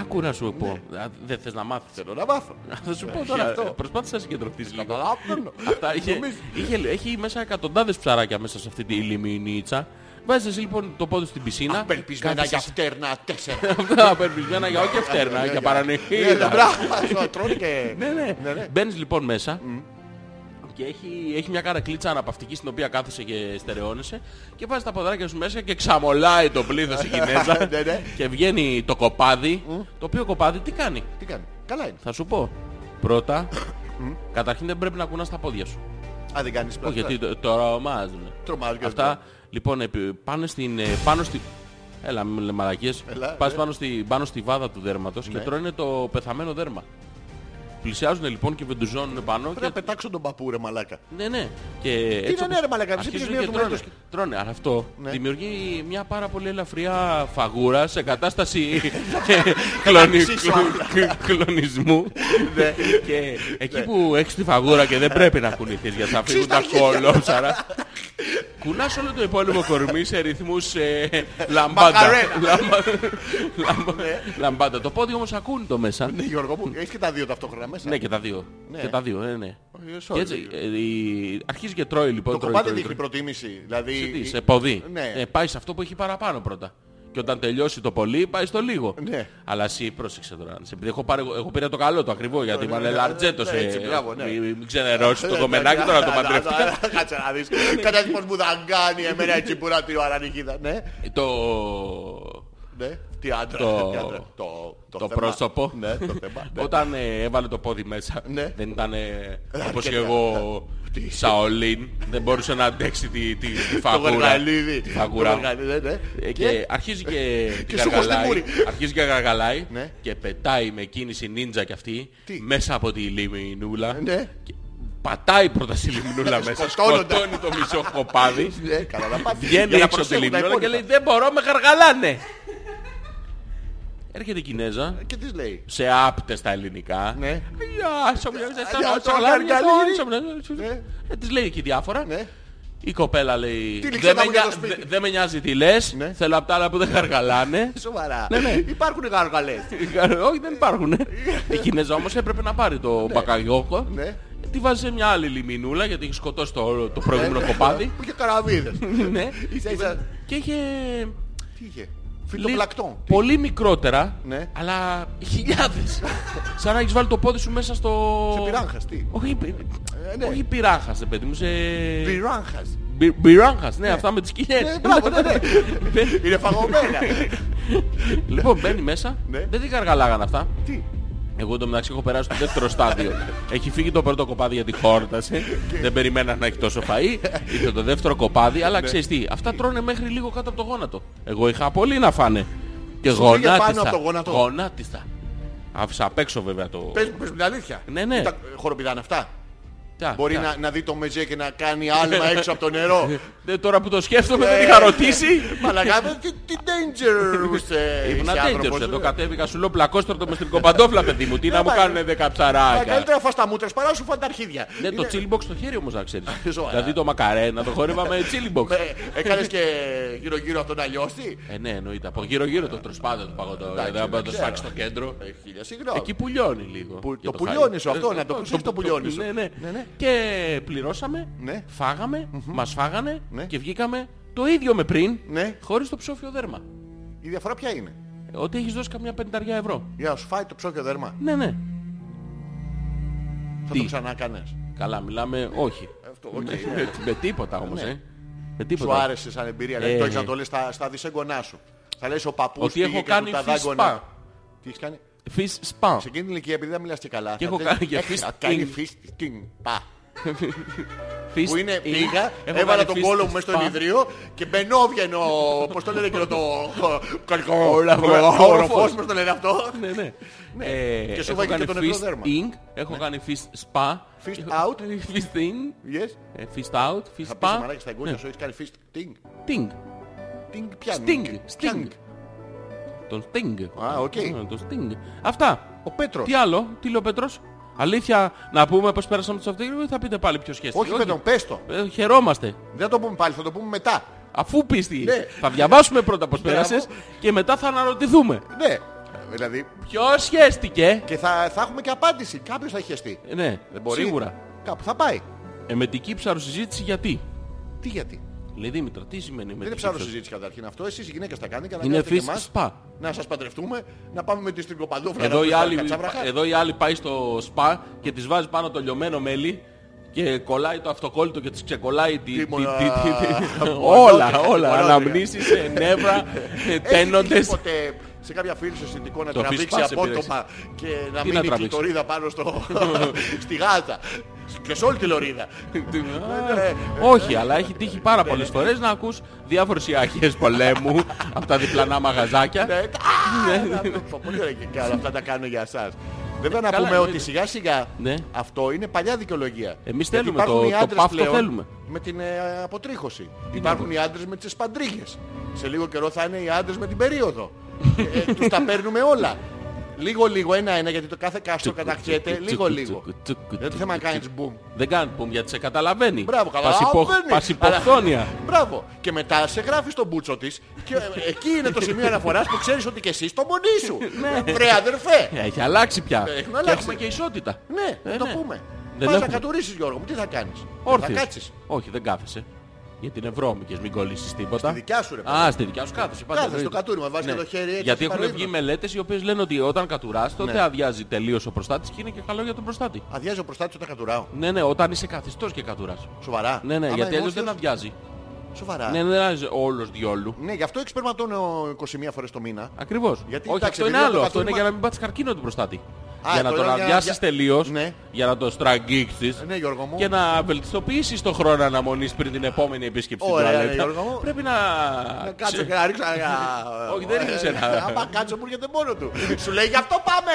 Άκου να σου πω. Ναι. Α, Δεν θες να μάθεις. Θέλω να βάθω. Θα σου πω Έχει τώρα αυτό. αυτό. Προσπάθησα να Λοιπόν, συγκεντρωθείς λίγο. Καταλαβαίνω. Αυτά είχε, Νομίζω. είχε, έχει μέσα εκατοντάδες ψαράκια μέσα σε αυτή τη λιμινίτσα. Βάζεις εσύ λοιπόν το πόδι στην πισίνα. Απελπισμένα για φτέρνα τέσσερα. αυτά. Απελπισμένα για όχι φτέρνα, για Ναι, ναι, παρανοχή. Μπράβο, αυτό, τρώνε και... Ναι, ναι. Μπαίνεις λοιπόν μέσα και έχει, έχει μια καρακλίτσα αναπαυτική στην οποία κάθεσαι και στερεώνεσαι και βάζεις τα ποδαράκια σου μέσα και ξαμολάει το πλήθος η Κινέζα Ναι, ναι. και βγαίνει το κοπάδι, το οποίο κοπάδι τι κάνει. Τι κάνει. Καλά είναι. Θα σου πω. Πρώτα, καταρχήν δεν πρέπει να κουνάς τα πόδια σου. Α, δεν κάνεις πλάκα. Όχι, γιατί το- τώρα ομάζουν. Τρομάζουν και Αυτά, αυτά. λοιπόν, επί- πάνω στην... ε, Πάνω στη... Έλα, μην λέμε μαλακίες. Έλα, Πας ναι. πάνω στη, πάνω στη βάδα του δέρματος και τρώνε το πεθαμένο δέρμα. Πλησιάζουν λοιπόν και βεντουζώνουν πάνω. Πρέπει να Και... πετάξω τον παππού, ρε μαλάκα. Ναι, ναι. Και έτσι ναι, όπως ρε μαλάκα, μισή αρχίζουν ψυχραιμία και του τρώνε. μέλους. Τρώνε, αλλά αυτό Ναι. δημιουργεί μια πάρα πολύ ελαφριά φαγούρα σε κατάσταση κλονι- Ξύσω κλ- κλονισμού. Ναι. Και εκεί που έχεις τη φαγούρα και δεν πρέπει να κουνηθείς γιατί θα φύγουν τα Ξύστα κόλλοψαρα. Κουνάς όλο το υπόλοιπο κορμί σε ρυθμούς ε, λαμπάντα. Μακαρένα. Λαμπα- λαμπα- Λαμπάντα. Το πόδι όμως ακούνε το μέσα. Ναι, Γιώργο μου, έχεις και τα δύο ταυτόχρονα μέσα. Ναι, και τα δύο. Ναι. Και τα δύο, ναι, ναι. Όχι, sorry. Και έτσι, ε, η- αρχίζει και τρώει λοιπόν. Το τρώει, κοπάτι τρώει, δείχνει τρώει. προτίμηση. Δηλαδή. Σε τι, σε ποδί. Ναι. Ε, πάει σε αυτό που έχει παραπάνω πρώτα. Και όταν τελειώσει το πολύ, πάει στο λίγο. Ναι. Αλλά εσύ πρόσεξε τώρα. Σε- Επειδή έχω, πάρει, εγώ πήρα το καλό, το ακριβό, γιατί Ναι, είμαι ναι, ναι, λαρτζέτος. ναι, έτσι, μπράβο, ναι. Μην μην ξενερώσεις το Ε, κομμενάκι ναι, τώρα το ναι, ναι, παντρευτεί. ναι, Κάτσε να δεις. Κατάλαβες πως μου δαγκάνει εμένα η τσιμπουρά του Ιωαννικίδα. Ναι, Το. ναι. Τι άντρα. Το- τι άντρα. Το, το θέμα. πρόσωπο. Ναι, το θέμα. ναι. Όταν ε, έβαλε το πόδι μέσα, Ναι. δεν ήταν ε, όπως και αρκετά. εγώ Τι. Σαολίν, δεν μπορούσε να αντέξει τη, τη, τη Το φαγούρα. γαργαλίδι. Τη Το φαγούρα. γαργαλίδι, ναι, ναι. Ε, Και, Και- αρχίζει και, Και σου χωστή γαργαλάει, μούρη. αρχίζει και γαργαλάει Ναι. και πετάει με κίνηση νίντζα κι αυτή Τι? μέσα από τη λιμινούλα Ναι. και πατάει πρώτα στη λιμινούλα μέσα, Σκοτώνονται. σκοτώνει το μισό κοπάδι, Ναι, καλά να πάθει. βγαίνει Για να έξω από τη προσέχουν τα λιμινούλα και υπόλοιπα. λέει δεν μπορώ με γαργαλάνε. Έρχεται η Κινέζα Και τι λέει. σε άπτες στα ελληνικά. Ναι. Γεια σας, μου λέτε, σαν Γεια να σας, τσαλάρει, Γαργαλή. γεια σας, μου λέτε, σαν να- Ναι. Ε, Της λέει εκεί διάφορα. Ναι. Η κοπέλα λέει ληξίδα «Δεν με μου για το νοιάζει- σπίτι». δε- Δεν με νοιάζει τι λες, Ναι. θέλω απ' τα άλλα που δεν γαργαλάνε. Σοβαρά. Ναι, ναι. Υπάρχουν γαργαλές. Όχι, δεν υπάρχουν. Η Κινέζα όμως έπρεπε να πάρει το μπακαγιόκο. Ναι. Τη βάζει σε μια άλλη λιμινούλα γιατί έχει σκοτώσει το, το προηγούμενο κοπάδι. Που είχε καραβίδες. ναι. Ίσα ίσα. Και είχε Τι είχε. λι- Φυτοπλακτόν. πολύ μικρότερα, Ναι. αλλά χιλιάδες. Σαν να έχεις βάλει το πόδι σου μέσα στο... Σε πυράγχας, τι. Όχι, πι- Ε, ναι. όχι πυράγχας, ρε παιδί μου, σε... Πυράγχας. Μπι- Μπυράγχας, ναι, αυτά με τις κοιλιές. Ναι, μπράβο, ναι, ναι. Μπαίνει- Είναι φαγωμένα. Λοιπόν, μπαίνει μέσα. Ναι. Δεν την καργαλάγαν αυτά. Τι. Εγώ το μεταξύ έχω περάσει το δεύτερο στάδιο. έχει φύγει το πρώτο κοπάδι γιατί χόρτασε. δεν περιμένα να έχει τόσο φαΐ. Ήρθε το δεύτερο κοπάδι, Ναι. αλλά ξέρεις τι. Αυτά τρώνε μέχρι λίγο κάτω από το γόνατο. Εγώ είχα πολύ να φάνε. Και Σου πήγε πάνω γονάτιστα. από το γόνατο. Γονάτιστα. Άφησα απ' έξω βέβαια το... Πες μου πες μου την αλήθεια. Ναι, ναι. Τα χοροπηδάνε αυτά. Τα- Μπορεί τα- να, να δει το Μεζέ και να κάνει άλμα έξω από το νερό. Ε, τώρα που το σκέφτομαι Ε, δεν είχα ρωτήσει. Μαλακά, με τι, τι danger είσαι. Ήμουν είσαι άνθρωπος. Ε, τέντερς εδώ, κατέβηκα σου λέω πλακώστρο το μεστρικό παντόφλα παιδί μου. Τι να μου μα- κάνουνε δέκα Μα ψαράκια. Καλύτερα φας τα μούτρες παρά σου φάνε τα αρχίδια. Ναι, το Είναι- chili box στο χέρι όμως να ξέρεις. Σοβαρά. Δηλαδή το μακαρένα το χορεύαμε chili box. Ε, Έκανες και γύρω-γύρω από τον αλλιώστη. Ε, ναι, εννοείται. Από γύρω-γύρω το τροσπάδο του παγωτό. εντάξει, Δεν να το ξέρω. σφάξεις στο κέντρο. Ε, Χίλια συγγνώμη. Εκεί πουλιώνει λίγο. Που- για το φαγητό. πουλιώνει σου αυτό, Ε, να το προσέχεις το πουλιώνεις σου. Ναι, ναι. Ναι, ναι. Και πληρώσαμε, Ναι. φάγαμε, μας φάγανε Ναι. και βγήκαμε το ίδιο με πριν, Ναι. χωρίς το ψόφιο δέρμα. Η διαφορά ποια είναι. Ε, Ότι έχεις δώσει καμιά πενταριά ευρώ. Για να σου φάει το ψόκιο δέρμα. Ναι, ναι. Θα Τι. το ξανά κάνες. Καλά, μιλάμε, όχι. Αυτό, οκ. Ναι. Με, με τίποτα όμως, ε. Με Σου τίποτα. άρεσε σαν εμπειρία. Δηλαδή Ε. το έχεις να το λες στα, στα δισέγγονά σου. Θα λες ο παππούς Ότι πήγε έχω και του κάνει τα fish δάγκωνα. spa. Τι έχεις κάνει. Fish spa. Σε εκείνη την ηλικία επειδή δεν μιλάς και καλά. Και θα έχω λες, κάνει και «Έχα fish κάνει sting». fish sting. Πα. Fish Που είναι spa. πήγα, Έχω κάνει έβαλα τον fish κόλλο μου μέσα στο spa. ιδρύο και μπαινό βγαίνω, πώς το λένε και το... Όλα, όλα, Οροφός, όροφος. πώς το λένε αυτό. Ναι, ναι. Ναι. Ε, Και σου έχω βάζει και κάνει το fist νεκροδέρμα. ink, έχω κάνει fist spa. Fist Έχω- out. Fist in. Yes. ε, Fist out, fist Θα πεις spa. Ναι. μαλάκι στα εγκόνια σου, έχεις κάνει fish sting. Ting. Sting πιάνει. Sting. Πιάνει. Sting. Τον sting. Α, οκ. Ε, Τον sting. Αυτά. Ο Πέτρος. Τι άλλο, τι λέει ο Πέτρος. Αλήθεια, να πούμε πως πέρασαμε το Σαββατοκύριακο ή θα πείτε πάλι ποιο σχέση. Όχι Πέτρο, πες το. Ε, Χαιρόμαστε. Δεν θα το πούμε πάλι, θα το πούμε μετά. Αφού πίστη. Ναι. Θα διαβάσουμε πρώτα πως Μπράβο. πέρασες και μετά θα αναρωτηθούμε. Ναι. Δηλαδή, Ποιος σχέστηκε. και θα, θα έχουμε και απάντηση. Κάποιος θα χεστεί. Ε, Ναι, Δεν μπορεί. σίγουρα. Κάπου θα πάει. Ε, με την κύψαρο συζήτηση γιατί. Τι γιατί. Λέει Δήμητρα, τι σημαίνει με Δεν είναι την ψάρο κύψαρο συζήτηση καταρχήν αυτό. Εσείς οι γυναίκες τα κάνετε και Είναι αναγκάζετε και fish εμάς spa. να σας παντρευτούμε, να πάμε με τη στριγκοπαντόφλα. Εδώ ε, να η, πούμε στα άλλη, κατσάβραχα. εδώ η άλλη πάει στο σπα και της βάζει πάνω το λιωμένο μέλι και κολλάει το αυτοκόλλητο και της ξεκολλάει τη, τη, τη, Τίμωνα, τη- τη- μολότια, όλα, όλα. μολότια. Αναμνήσεις, ε, νεύρα, ε, Έχεις τύχει τένοντες. ποτέ σε κάποια φίλη σου συνδικό να Το fish τραβήξει spa σε απότομα και να μείνει η τραβήξει? κλειτορίδα πάνω στο, στη γάζα. Και σε όλη τη λωρίδα. Ναι, Ε, Όχι, αλλά έχει τύχει πάρα πολλές φορές να ακούς διάφορες ιαχές πολέμου από τα διπλανά μαγαζάκια. ναι. Ναι, τα- Πολύ ωραία και καλά, αυτά τα κάνω για εσάς. Βέβαια να καλά, πούμε ότι εννοείται. σιγά σιγά Ναι. αυτό είναι παλιά δικαιολογία. Εμείς Γιατί θέλουμε το- υπάρχουν οι το άντρες παύτο πλέον θέλουμε. Με την ε, αποτρίχωση. υπάρχουν οι άντρες με τις παντρίγες. Σε λίγο καιρό θα είναι οι άντρες με την περίοδο. ε, ε, τους τα παίρνουμε όλα. Λίγο λίγο ένα-ένα γιατί το κάθε κάστρο καταχτιέται λίγο λίγο. Δεν το θέμα να κάνεις boom. Δεν κάνεις boom γιατί σε καταλαβαίνει. Μπράβο, καλά. Πας Α, υπο- παίρνει. πας υποχθόνια. Αλλά- Μπράβο. Και μετά σε γράφεις στον μπούτσο της και ε, εκεί είναι το σημείο αναφοράς που ξέρεις ότι και εσύ στο μονί σου. Ναι. Βρε αδερφέ. Ε, Έχει αλλάξει πια. Έχουν Και Ναι, αλλάξει. έχουμε και ισότητα. Ναι, Ε, το ναι. πούμε. Δεν Πας να έχουμε. κατουρίσεις Γιώργο μου, τι θα κάνεις. Όρθιος. Θα κάτσεις. Όχι, δεν κάθεσαι. Γιατί είναι βρώμικες, μην κολλήσεις τίποτα. Στη δικιά σου, ρε παιδί. Α, στη δικιά σου κάθεσαι. πάντα, Κάθεσαι στο εννοείται. Ναι. κατούριμα, βάζεις και το χέρι έτσι, Γιατί στο έχουν βγει παροίδρο. μελέτες οι οποίες λένε ότι όταν κατουράς τότε Ναι. αδειάζει τελείως ο προστάτης και είναι και καλό για τον προστάτη. Αδειάζει ο προστάτης όταν κατουράω. Ναι, ναι, όταν είσαι καθιστός και κατουράς. Σοβαρά. Ναι, ναι, Άμα γιατί εγώ αλλιώς δεν θέλω- αδειάζει. Σοβαρά. Ναι, Ναι, δεν αδειάζει όλος διόλου. γι' αυτό εξπερματώνω 21 φορές το μήνα. Ακριβώς. Γιατί, Όχι, αυτό εντάξει, είναι δηλαδή, άλλο. το Αυτό είναι καθόλου για να μην πάθεις καρκίνο του προστάτη. Α, για να το τον λέω για- αδειάσεις για- τελείως, Ναι. για να τον στραγγίξεις Ναι, Γιώργο μου. και να βελτιστοποιήσεις τον χρόνο αναμονής πριν την επόμενη επίσκεψη στην Ωραία, ναι, τουαλέτα. Γιώργο μου. Πρέπει Να να... κάτσω και να ρίξω ένα- Όχι, δεν ρίχνεις ένα. ε, Άμα κάτσω μου έρχεται μόνο του. Σου λέει γι' αυτό πάμε.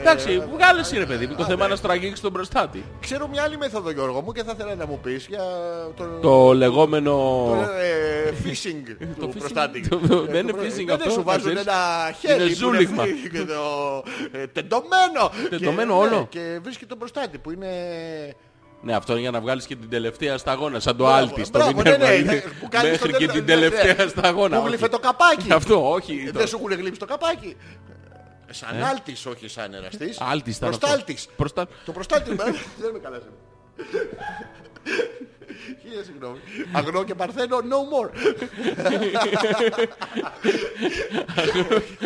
Εντάξει, βγάλεσαι ρε παιδί μου, το θέμα είναι να στραγγίξεις τον προστάτη. Ξέρω μια άλλη μέθοδο Γιώργο μου και θα ήθελα να μου πεις για τον... Το λεγόμενο... ε, phishing Το του phishing, προστάτη. το- Ε, του δεν είναι προ- phishing δεν αυτό, Σου βάζουν ξέρεις. ένα χέρι. που ζούλιγμα. φύ- και το- ε, Τεντωμένο. Τεντωμένο Και- όλο. ναι, Και βρίσκει τον προστάτη που είναι... Ναι, αυτό είναι για να βγάλεις και την τελευταία σταγόνα, σαν το Μπράβο, άλτη στο μπράβο, Μινέρβα. ναι, ναι, είναι. που κάνεις Μέχρι το και τελε- την ναι, ναι. τελευταία σταγόνα. Που όχι. γλύφε το καπάκι. Αυτό, όχι. Ε, το- Δεν σου έχουν γλύψει το καπάκι. Ε, Σαν άλτης, όχι σαν εραστής. Άλτης ήταν αυτό. Προστάλτης. Προστα- Το προστάτη μου, ε, δεν είμαι καλά σήμερα. Χίλια συγγνώμη. Αγνό και παρθένο, no more.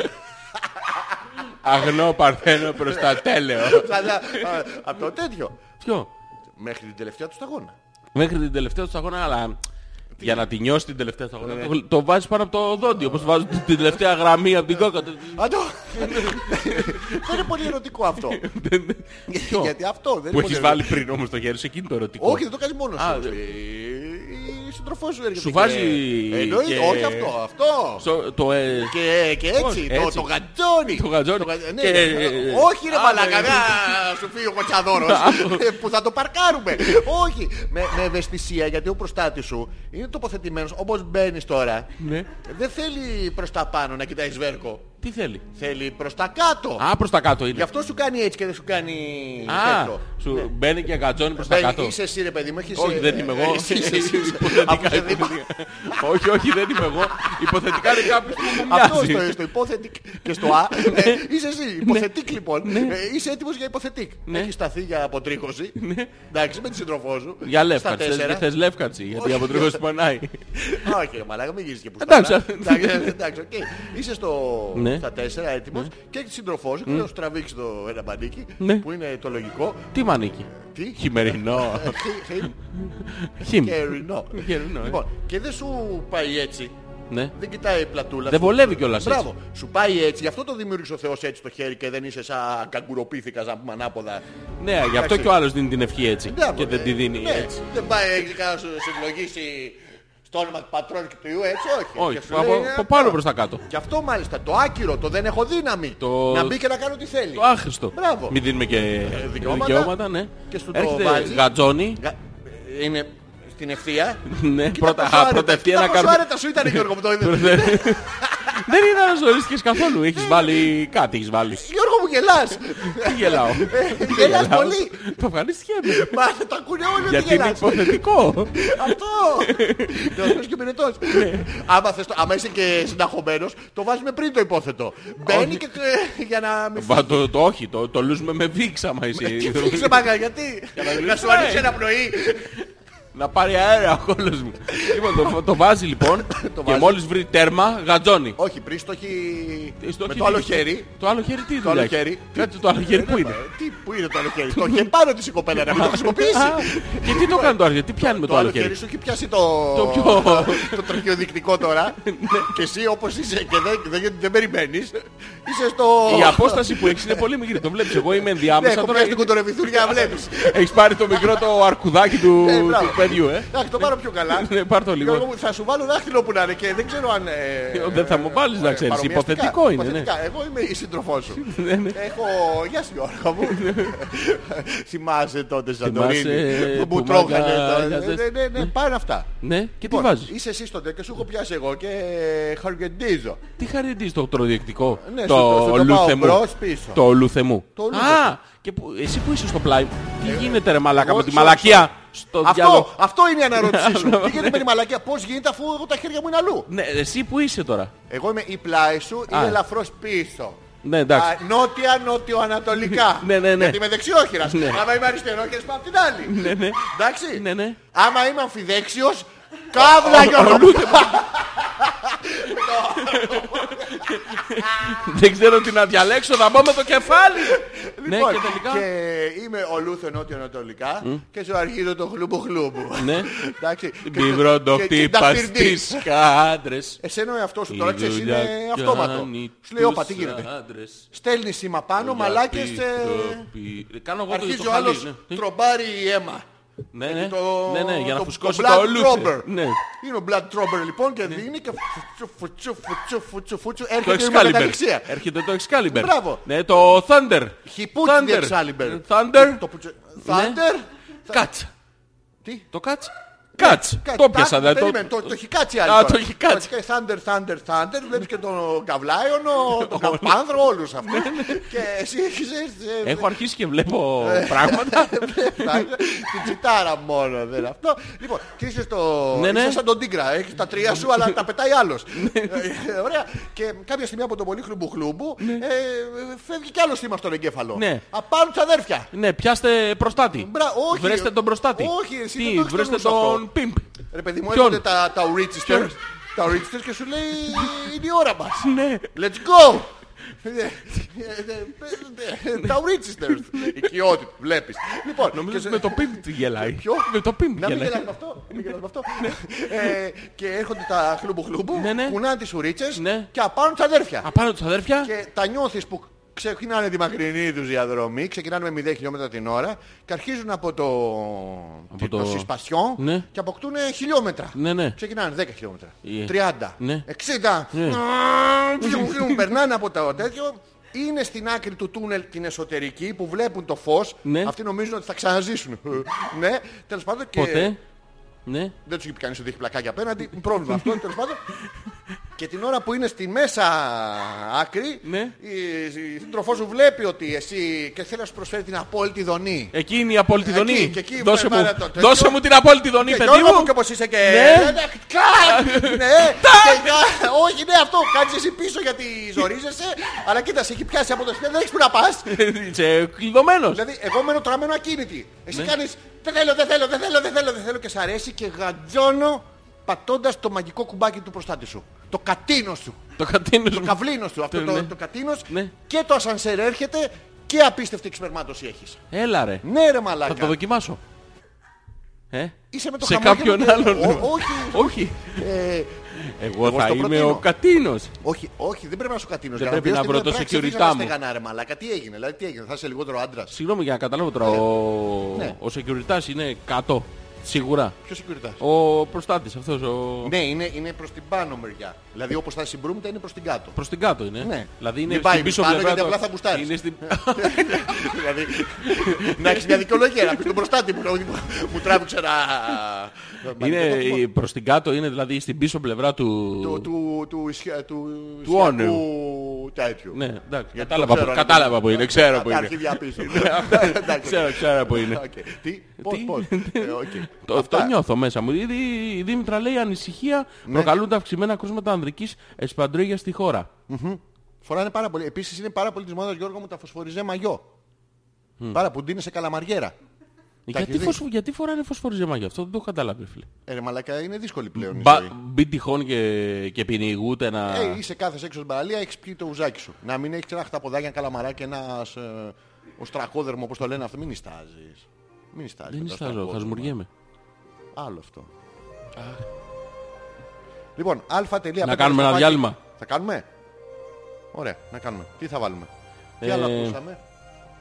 Αγνό παρθένο προστατέλεο. Από το τέτοιο. Ποιο? Μέχρι την τελευταία του σταγόνα. Μέχρι την τελευταία του σταγόνα, αλλά για να τη νιώσει την τελευταία σταγόνα, Ε. το- το βάζεις πάνω από το δόντι, όπως βάζουν την τελευταία γραμμή από την Ε. κόκα. Α, το- Δεν είναι πολύ ερωτικό αυτό. Ποιο? Γιατί αυτό δεν Που είναι έχεις πολύ βάλει ερωτικό. πριν όμως το χέρι σου, εκείνη το ερωτικό. Όχι, δεν το κάνει μόνος Α, σου. δεν- Ε, Η σύντροφό σου έρχεται. Σου και- βάζει Εννοεί- και- Όχι αυτό, αυτό. Στο- Το ε, Και, και έτσι, Όχι, το, έτσι. το γατζόνι. Το γατζόνι. γα- ναι, Και- ε, όχι ρε Α, μαλακά, ναι. να σου φύγει ο κοτσαδόρος ε, που θα το παρκάρουμε. όχι, με, με ευαισθησία γιατί ο προστάτης σου είναι τοποθετημένος όπως μπαίνεις τώρα. Ναι. Δεν θέλει προς τα πάνω να κοιτάει βέρκο. Τι θέλει. Θέλει προς τα κάτω. Α, προς τα κάτω Γι' είναι. αυτό σου κάνει έτσι και δεν σου κάνει Α, τέτοιο. Ναι. σου μπαίνει και γατζώνει προς τα Μπαίνει- κάτω. Είσαι εσύ ρε παιδί μου, έχεις... Όχι, δεν είμαι εγώ. λοιπόν, Εσύ, εσύ, εσύ, εσύ. Υποθετικά, Αφού σε δίπλα- υποθετικά. όχι, όχι, δεν είμαι εγώ. Υποθετικά είναι κάποιος που μου Αυτό μοιάζει. στο, στο υποθετικ και στο α. Ναι. ε, είσαι εσύ. Υποθετικ λοιπόν. Ε, είσαι έτοιμος για υποθετικ. Ναι. Έχει σταθεί για αποτρίχωση. Εντάξει, με τη σύντροφό σου. Για Στα λεύκατση. θες- τέσσερα. Θες λεύκατση, γιατί Όχι. από τρίγος πονάει. Όχι, ρε μαλάκα, μην γυρίζεις και που Εντάξει. εντάξει, οκ. Είσαι στο, Ναι. στα τέσσερα έτοιμος και έχει τη σύντροφό σου και θα σου τραβήξει το ένα μπανίκι Ναι. που είναι το λογικό. Τι μανίκι. Τι. Ε, Χειμερινό. Χι- χι- Χιμ. Καιρινό. Καιρινό, ε. Λοιπόν, και δεν σου πάει έτσι. Ναι. Δεν κοιτάει η πλατούλα. Δεν σου. βολεύει κιόλας έτσι. Μπράβο. Σου πάει έτσι. Γι' αυτό το δημιούργησε ο Θεός έτσι το χέρι και δεν είσαι σαν καγκουροπήθηκα, να πούμε ανάποδα. Ναι, γι' αυτό Εντάξει. και ο άλλος δίνει την ευχή έτσι. Μπράβο, Και δεν ε, τη δίνει ναι. έτσι. Δεν πάει έτσι να σου συλλογίσει στο όνομα του πατρών και του ιού έτσι, όχι. Όχι, Και σου από λέει, ε, από πάνω προς τα κάτω. Γι' αυτό μάλιστα το άκυρο, το δεν έχω δύναμη. Το- Να μπει και να κάνω τι θέλει. Το άχρηστο. Μπράβο. Ε, Μην δίνουμε και δικαιώματα. δικαιώματα, ναι. Και σου το Έρχεται βάζει. γατζώνει. Γα- Είναι στην ευθεία. Ναι, Κοίτα πρώτα- πόσο α, άρετα- πρώτα ευθεία κοίτα να πόσο κάνουμε- άρετα σου ήταν Γιώργο μου το είδες. Δεν ήταν ζωρίστηκες καθόλου. Έχεις βάλει κάτι, έχεις βάλει. Γιώργο μου γελάς. Τι γελάω. Ε, γελάς Γελάω. πολύ. Το ευχαριστιέμαι. Μα θα το ακούνε όλοι ότι Γιατί είναι γελάς. υποθετικό. Αυτό! Δεωσμένος και πυρετός. Άμα, θες το- άμα είσαι και συνταχωμένος, το βάζουμε πριν το υπόθετο. Μπαίνει και ε, για να μην Βα, το, το, όχι, το, το λύσουμε με βήξαμα εσύ. φύγεις. μάγκα, γιατί. Να σου ανοίξει ένα πνοή. Ε. να πάρει αέρα ο κόλλος μου. λοιπόν, το, το βάζει λοιπόν και βάζει. μόλις βρει τέρμα, γατζώνει. Ε, Όχι, πριν στο έχει... Στο Με έχει το άλλο δει- χέρι. Το άλλο χέρι τι Το άλλο δουλειά χέρι. έχει? Κάτσε το άλλο χέρι που είναι. Ε, Τι, πού είναι το άλλο χέρι. Το είχε πάνω της η κοπέλα να μην το Α, χρησιμοποιήσει. και τι το κάνει το άλλο χέρι, τι πιάνει με το άλλο χέρι. σου έχει πιάσει το, Το πιο- Ναι. το τροχιοδεικτικό τώρα. και εσύ όπως είσαι και δεν, δεν, δεν περιμένεις, είσαι στο... Η απόσταση που έχεις είναι πολύ μικρή, το βλέπεις. Εγώ είμαι Ναι, ενδιάμεσα έχω τώρα. Ε. πιάσει την κουντορεβιθούρια, βλέπεις. Έχεις πάρει το μικρό το αρκουδάκι του, Ε, μπράβο. του παιδιού, ε. Εντάξει, το πάρω πιο καλά. Ναι, πάρ' το λίγο. Γιώργο μου, Θα σου βάλω δάχτυλο που να είναι και δεν ξέρω αν. ε, Δεν θα μου βάλεις, να ε, ξέρεις. παρομοιαστικά. Υποθετικό είναι, ναι. Υποθετικά. Εγώ είμαι η σύντροφός σου. Ναι, ναι. Έχω. Γεια σου, Γιώργο μου. Θυμάσαι τότε, Θυμάσαι Σαντορίνη. που που Μου τρώγανε. μαγκάλιαζες. Ναι, ναι, ναι, πάνε αυτά. Ναι, και τι Λοιπόν, βάζεις. Είσαι εσύ τότε και σου έχω πιάσει εγώ και χαργεντίζω. Τι χαριντής το τροδιεκτικό. Ναι, στο- στο- το πάω λούθεμου. μπρος, πίσω. Το λουθεμού. Το λούθεμου. Α, και που, εσύ που είσαι στο πλάι. Τι γίνεται ρε μαλάκα εγώ με τη ξέρω, μαλακία. Στο Αυτό, διάλογο. αυτό είναι η αναρώτησή σου. Τι γίνεται με τη μαλακία, πώς γίνεται αφού εγώ τα χέρια μου είναι αλλού. Ναι, εσύ που είσαι τώρα. Εγώ είμαι η πλάι σου, Α. είναι ελαφρώς πίσω. Ναι, εντάξει. Α, νότια, νότιο-ανατολικά. Ναι, ναι, ναι. Γιατί είμαι δεξιόχειρας. Ναι. Άμα είμαι αριστερόχειρας πάω απ' την άλλη. Ναι, ναι. Εντάξει. Ναι, ναι. Άμα είμαι αμφιδέξιος, καύλα Γιώργο. μου. Δεν ξέρω τι να διαλέξω, θα μπω με το κεφάλι. Ναι, Λοιπόν, και τελικά. και είμαι ο Λούθο νότιο-ανατολικά και σου αρχίζω το χλούμπου-χλούμπου. Ναι. Εντάξει. Και- Μη το και- και τα χτύπα φυρντής. στις κάντρες. Εσένα ο εαυτός σου Η τώρα ξέρεις δουλειά είναι αυτόματο. κάνει Σου λέει, όπα, τους τι γίνεται. άντρες. Στέλνεις σήμα πάνω, μαλάκες... Γιατί ε, το πήρε. Κάνω εγώ το- Αρχίζει το ο χαλί, άλλος ναι. τρομπάρει αίμα. Ναι, ναι, Το- ναι, ναι, για να το- φουσκώσει το blood το λούθε. robber. Ναι. Είναι ο Blood Trooper λοιπόν και δίνει και φουτσου, φουτσου, φουτσου, φουτσου, φουτσου, Το έρχεται η Excalibur. Ε, μεταδεξία. Έρχεται το Excalibur. Μπράβο. Ναι, το Thunder. He put the Thunder. Ε, Excalibur. Thunder. Ναι. Το πουτσο- Thunder. Κάτς. Τι. Το κάτς. Κάτς. Κάτι- Το πιάσα. κάτι- δεν το- περίμενε, Το το έχει κάτσει άλλο. Α, τώρα. το έχει κάτσει. Και Thunder, Thunder, Thunder. Βλέπεις και τον Καβλάιονο, τον Καπάνδρο, όλους αυτούς. Ναι, Και εσύ έχεις έρθει. ε, Έχω αρχίσει και βλέπω πράγματα. Εντάξει, Την τσιτάρα μόνο δεν είναι αυτό. Λοιπόν, και είσαι στο. Ναι, ναι. Είσαι σαν τον Τίγκρα. Έχεις τα τρία σου, αλλά τα πετάει άλλος Ε, Ωραία. Και κάποια στιγμή από τον πολύ χλουμπουχλούμπου ε, φεύγει κι άλλο σήμα στον εγκέφαλο. Ναι. Απάνω τους αδέρφια. Ναι, πιάστε προστάτη. Μπρα- όχι. Βρέστε τον προστάτη. Όχι, εσύ Τι, δεν το έχεις βρέστε στο νους σου τον αυτό. πιμπ. Ρε παιδί μου, Ποιον? έρχονται τα, τα ουρίτσιστερ. Ποιον? Τα ουρίτσιστερ και σου λέει είναι η ώρα μας Ναι. Let's go! Ε, Τα ουρίτσιστερ. Οικειότητα, βλέπεις Λοιπόν, και Ναι. Νομίζω σε- με το πιμπ τη γελάει. Ποιο? Με το πιμπ Να μην γελάει. γελάς με αυτό. μην γελάς με αυτό. Ε, Και έρχονται τα χλούμπου χλούμπου, Ναι, ναι. κουνάνε τις ουρίτσες Ναι. και απάνω τα αδέρφια. Απάνω τους αδέρφια. Και τα νιώθεις που ξεκινάνε τη μακρινή τους διαδρομή, ξεκινάνε με 0 χιλιόμετρα την ώρα και αρχίζουν από το, Από το... το- συσπασιό Ναι. και αποκτούν χιλιόμετρα. Ναι, ναι. Ξεκινάνε 10 χιλιόμετρα, Ε. 30, Ναι. 60, Ναι. Φιουμ, φιουμ, περνάνε από το τέτοιο. Είναι στην άκρη του τούνελ την εσωτερική που βλέπουν το φως. Ναι. Αυτοί νομίζουν ότι θα ξαναζήσουν. ναι, τέλος πάντων και Ποτέ. Ναι. δεν τους είπε κανείς ότι έχει πλακάκια απέναντι. Πρόβλημα αυτό, τέλος πάντων. Και την ώρα που είναι στη μέσα άκρη, Ναι. η, η σύντροφός σου βλέπει ότι εσύ και θέλει να σου προσφέρει την απόλυτη δονή. Εκείνη η απόλυτη Εκεί, δονή. και εκεί Δώσε πέρα μου, το τέτοιο. δώσε μου την απόλυτη δονή, και Ε, παιδί Γιώργο μου μου. και όπως είσαι και... Ναι. Κλακ! Ναι! Και- Όχι, ναι, αυτό. Κάτσε εσύ πίσω γιατί ζορίζεσαι. Αλλά κοίτα, σε έχει πιάσει από το σπίτι, δεν έχεις που να πας. Είσαι κλειδωμένος. Δηλαδή, εγώ μένω τραμμένο ακίνητη. Ναι. Εσύ κάνεις Δεν θέλω, δεν θέλω, δεν θέλω, δεν θέλω, δεν θέλω και σ' αρέσει και γαντζώνω πατώντας το μαγικό κουμπάκι του προστάτη σου. Το κατίνος σου. Το κατίνος Το μου. καβλίνος σου. Αυτό Ναι. το, το κατίνος. Ναι. Και το ασανσέρ έρχεται και απίστευτη εξπερμάτωση έχεις. Έλα ρε. Ναι, ρε Θα μαλάκα. το δοκιμάσω. Ε. Είσαι με το Σε χαμόγελο κάποιον και- άλλον. ναι. Ο- όχι, Όχι. ε, Εγώ Εγώ θα στο είμαι προτείνω. ο κατίνος. όχι, όχι, δεν πρέπει να σου κατίνω. Δεν πρέπει να βρω το security Δεν μου. στεγανά, ρε μαλάκα. Τι έγινε, δηλαδή τι έγινε, θα είσαι λιγότερο άντρας. Συγγνώμη για να καταλάβω τώρα. Ο, Ναι. ο securitas είναι κάτω. Σίγουρα. Ποιος security. Ο προστάτης αυτός. Ο... Ναι, είναι, είναι προς την πάνω μεριά. Δηλαδή όπως θα συμπρούμεται είναι προς την κάτω. Προς την κάτω είναι. Ναι. Δηλαδή είναι Μην πάει στην πίσω πάνω, πλευρά. γιατί του- απλά θα γουστάρεις. Είναι στην... δηλαδή, να έχεις μια δικαιολογία να πεις τον προστάτη μου, ότι μου, μου τράβηξε ένα... είναι μαγνητικό τιμόνι. η- προς την κάτω είναι δηλαδή στην πίσω πλευρά του... του, του, του, ισχυα- του, Του όνειου. ισχυακού τέτοιου. Ναι, εντάξει. Γιατί κατάλαβα, το που, ξέρω, κατάλαβα ναι. που είναι. Ξέρω Τα- που τα είναι. Ναι, Αρχίδια πίσω. Εντάξει. ξέρω, ξέρω που είναι. Οκ. Τι, πώς, Τι? Ναι. πώς. Ε, οκ. Το, Αυτά. Ναι. το νιώθω μέσα μου. Ήδη η Δήμητρα λέει ανησυχία προκαλούν τα αυξημένα κρούσματα ανδρικής εσπαντρίγιας στη χώρα. Φοράνε πάρα πολύ. Επίσης είναι πάρα πολύ της μόδας Γιώργο μου τα φωσφοριζέ μαγιό. Πάρα που ντύνε σε καλαμαριέρα. έχεις Γιατί, δει? φωσ... γιατί φοράνε φωσφοριζέμα γι' αυτό, δεν το έχω καταλάβει φίλε. Ε, ρε μαλακά είναι δύσκολη πλέον η Μπα, ζωή. μπει τυχόν και, και πυνηγούτε να... Ε, είσαι κάθε έξω στην παραλία, έχεις πιει το ουζάκι σου. Να μην έχεις ένα χταποδάκι, ένα καλαμαράκι, ένας ε, οστρακόδερμο, όπως το λένε αυτό. Μην ιστάζεις. Μην ιστάζεις. δεν με το ιστάζω, θα οστρακόδερμο. σμουριέμαι. Άλλο αυτό. Λοιπόν, α. Να κάνουμε ένα διάλειμμα. Θα κάνουμε. Ωραία, να κάνουμε. Τι θα βάλουμε. Τι Ε, άλλο ακούσαμε.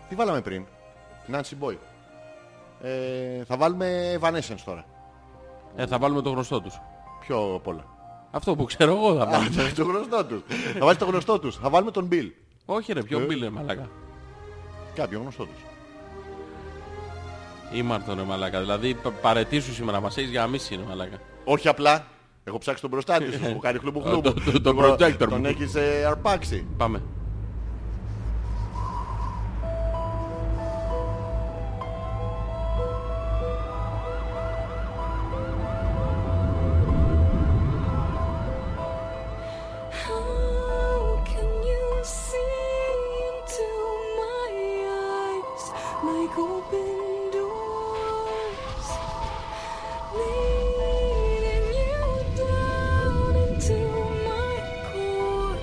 Τι βάλαμε πριν. Nancy Boy. Ε, θα βάλουμε Evanescence τώρα. Ε, θα βάλουμε το γνωστό τους. Πιο απ' όλα. Αυτό που ξέρω εγώ θα Α, βάλω. το- το γνωστό τους. θα βάλεις το γνωστό τους. Θα βάλουμε τον Μπιλ. Όχι ρε, ποιο Ε. μπίλε μαλάκα. Κάποιο γνωστό τους. Ήμαρτον ρε μαλάκα. Δηλαδή πα- παρετήσου σήμερα, μας έχεις γαμίσει ρε μαλάκα. Όχι απλά. Έχω ψάξει τον μπροστά της. Έχω κάνει χλούμπου χλούμπου. Το- το- το Εγώ- projector μου. Τον έχεις ε, αρπάξει. Πάμε. How can you see into my eyes like open doors? Leading you down into my core,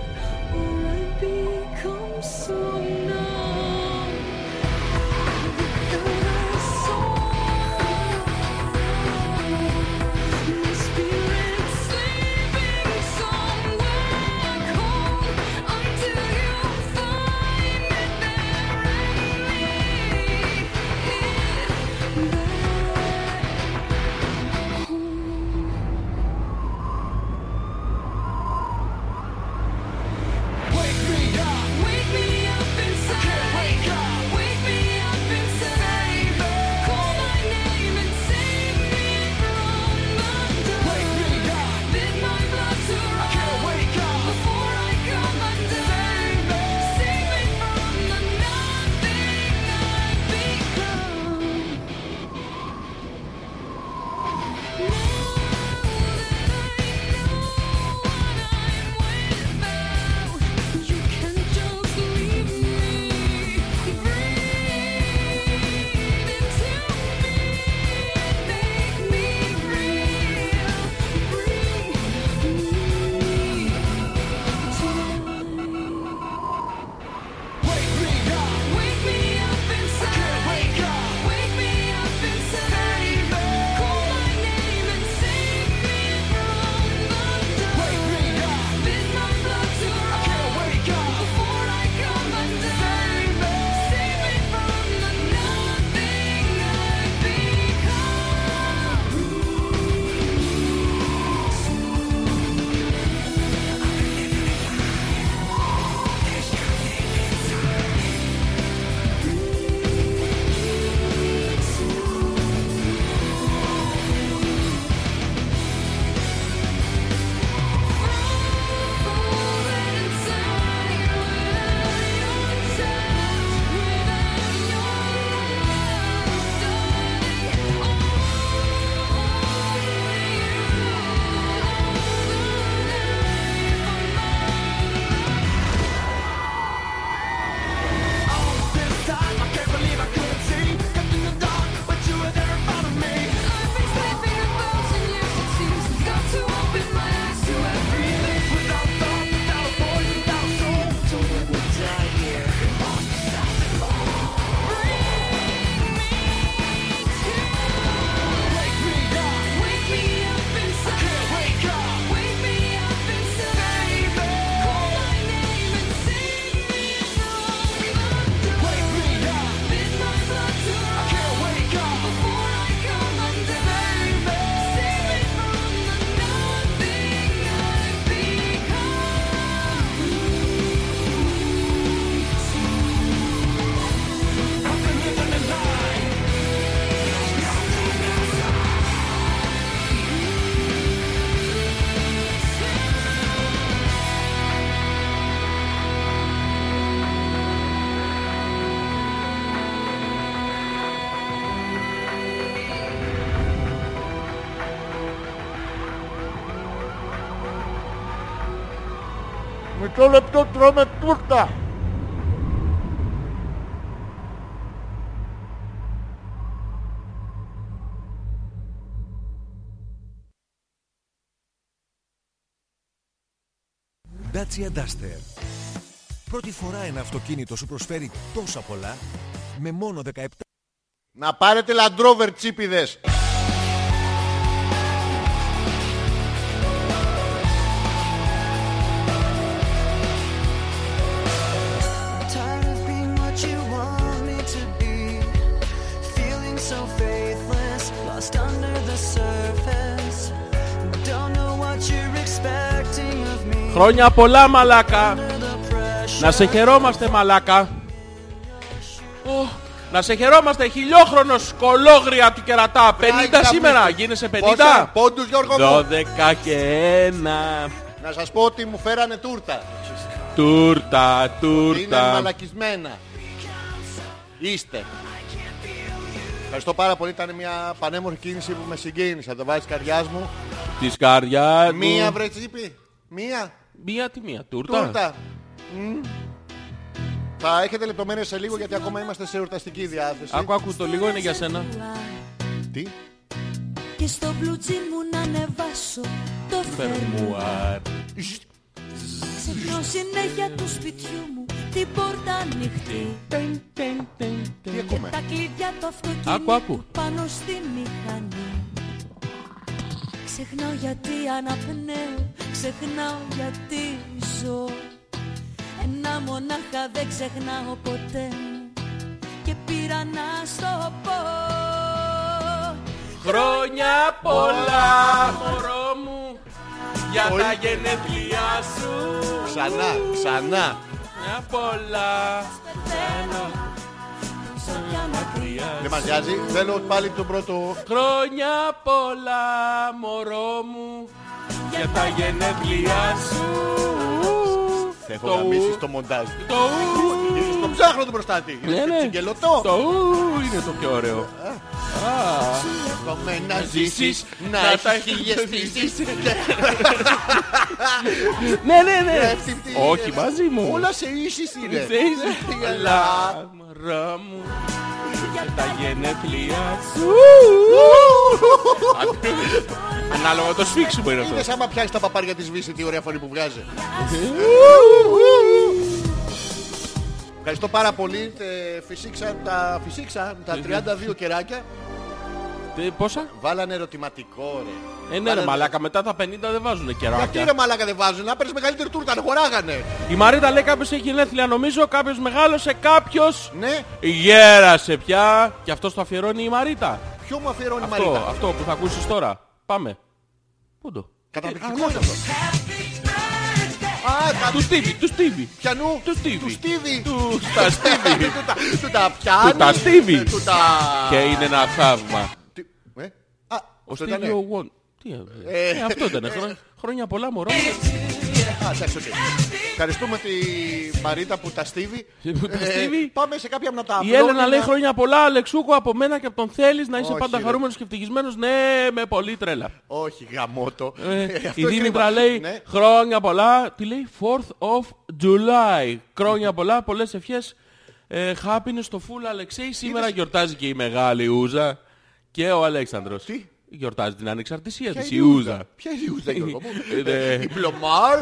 or I become so numb. Every soul, my spirit sleeping somewhere cold. Until you find it there, I need it Wake me up inside. Wake up. Wake me up inside. Call my name and save me from my dark. Wake me up. Bid my blood to run. Wake up before I come undone. Save me from the nothing I've become. You can just leave me, breathe into me, make me real, bring me to life. Wake me up, wake me up inside. Wake up, wake me up inside. Call my name and save me from the dark. Wake me up, bid my blood to run. Wake up before I come undone. Save me from the nothing I've become. To open my eyes to everything Wake me up inside. Wake up. Wake me up inside. Call my name and save me from the dark. Wake me up. Bid my blood to run. Wake up before I come undone. Save me from the nothing I've become. I've been living a lie. Μισό λεπτό τρώμε τούρτα. Dacia Duster. Πρώτη φορά ένα αυτοκίνητο σου προσφέρει τόσα πολλά με μόνο 17 Να πάρετε λαντρόβερ τσίπιδες. Tired of being what you want me to be. Feeling so faithless, lost under the surface. Χρόνια πολλά μαλάκα. Να σε χαιρόμαστε μαλάκα. Ω, να σε χαιρόμαστε χιλιόχρονος κολόγρια του κερατά. 50 Άικα, σήμερα. μη- Γίνεσαι 50. Πόσα πόντους Γιώργο μου. 12 και 1. Να σας πω ότι μου φέρανε τούρτα. Τούρτα, Είναι τούρτα. μαλακισμένα. Είστε. Ευχαριστώ πάρα πολύ. Ήταν μια πανέμορφη κίνηση που με συγκίνησε. από Το βάζει καρδιάς μου. Της καρδιάς μου. Μία βρε τσίπη. Μία. Μία τι μία. Τούρτα. Τούρτα. Μμμ. Θα έχετε λεπτομέρειες σε λίγο γιατί ακόμα είμαστε σε εορταστική διάθεση. Άκου, άκου το λίγο είναι για σένα. Τι. Και στο μπλουτσί μου να ανεβάσω το φερμουάρ Φερμουάρ. Ξεχνώ συνέχεια του σπιτιού μου την πόρτα ανοιχτή Τι Και ακούμε. τα κλειδιά του Άκου, άκου. αυτοκίνητου πάνω στη μηχανή Ξεχνάω γιατί αναπνέω, ξεχνάω γιατί ζω Ένα μονάχα δεν ξεχνάω ποτέ μου Και πήρα να στο πω Χρόνια πολλά, μωρό μου, για τα γενέθλιά σου. Ξανά, ξανά. Μια πολλά. Πεθαίνω Ζω πια μακριά Δεν μας νοιάζει. Θέλω πάλι τον πρώτο. Χρόνια πολλά, μωρό μου, για τα γενέθλιά σου. Θα έχω Το γαμίσει ου. στο μοντάζ. Το ου. Ίσως Το ψάχνω τον προστάτη. Ναι, ναι. Είναι τσιγκελωτό. Το ου είναι το πιο ωραίο. Εύχομαι να ζήσεις, ζήσεις, να να τα έχεις χίλιες εκτονίζεις. θύσεις. Ναι, ναι, ναι. Ε, Αυτή τη- ε. Όχι, μαζί μου. Όλα σε ίσεις είναι. Ξέρεις, αλλά, μωρό μου, για τα τα γενέθλιά σου. Ανάλογα με το σφίξιμο είναι αυτό. Είδες άμα πιάσεις τα παπάρια της Βύση τι ωραία φωνή που βγάζει. Ευχαριστώ πάρα πολύ. Ε, φυσήξαν τα, φυσήξαν Ναι, τα 32 κεράκια. Τι, Πόσα? Βάλανε ερωτηματικό ρε. Ε, ναι, ρε, μαλάκα, μετά τα 50 δεν βάζουν Γιατί ρε κεράκια. μαλάκα δεν βάζουν, να παίρνεις μεγαλύτερη τούρτα, να χωράγανε. Η Μαρίτα λέει κάποιος έχει γενέθλια, νομίζω, κάποιος μεγάλωσε, κάποιος Ναι, γέρασε πια. Και αυτό το αφιερώνει η Μαρίτα. ποιο μου αφιερώνει η Αυτό, Μαρίτα. αυτό που θα ακούσεις τώρα. Πάμε. Πού το. Καταπληκτικός αυτό. Α, κα- Ε, Του Στίβι, του Στίβι. πιανού. Του Στίβι. Του Στίβι. Του τα Στίβι. Του τα- Του τα πιάνει. Του τα Στίβι. Ε, Του τα... Και είναι ένα θαύμα. Τι- ε, Α, Ο αυτό Stevie ήτανε. Wonder. Τι ε, ε, αυτό ήταν. Χρο- Χρόνια πολλά μωρό. Ε, Α, εντάξει, οκ. Ευχαριστούμε τη Μαρίτα που τα στίβει. Που τα Ε, στίβει. Πάμε σε κάποια να τα Η Έλενα απλώνει, λέει να- χρόνια πολλά, Αλεξούκο, από μένα και από τον θέλεις να είσαι Όχι, πάντα ρε. χαρούμενος και ευτυχισμένος. Ναι, με πολύ τρέλα. Όχι, γαμότο. Ε, Ε, αυτό η είναι Δήμητρα κρίμα. λέει Ναι. χρόνια πολλά, τι λέει 4th of July. Χρόνια πολλά, πολλές ευχές. Ε, happiness στο full Αλεξέη. Σήμερα γιορτάζει και η μεγάλη Ούζα και ο Αλέξανδρος. Τι? Γιορτάζει την ανεξαρτησία Ποια της είναι η Ούζα. Ποια είναι η Ούζα, Γιώργο μου. Ε, ναι. Η Πλωμάρ.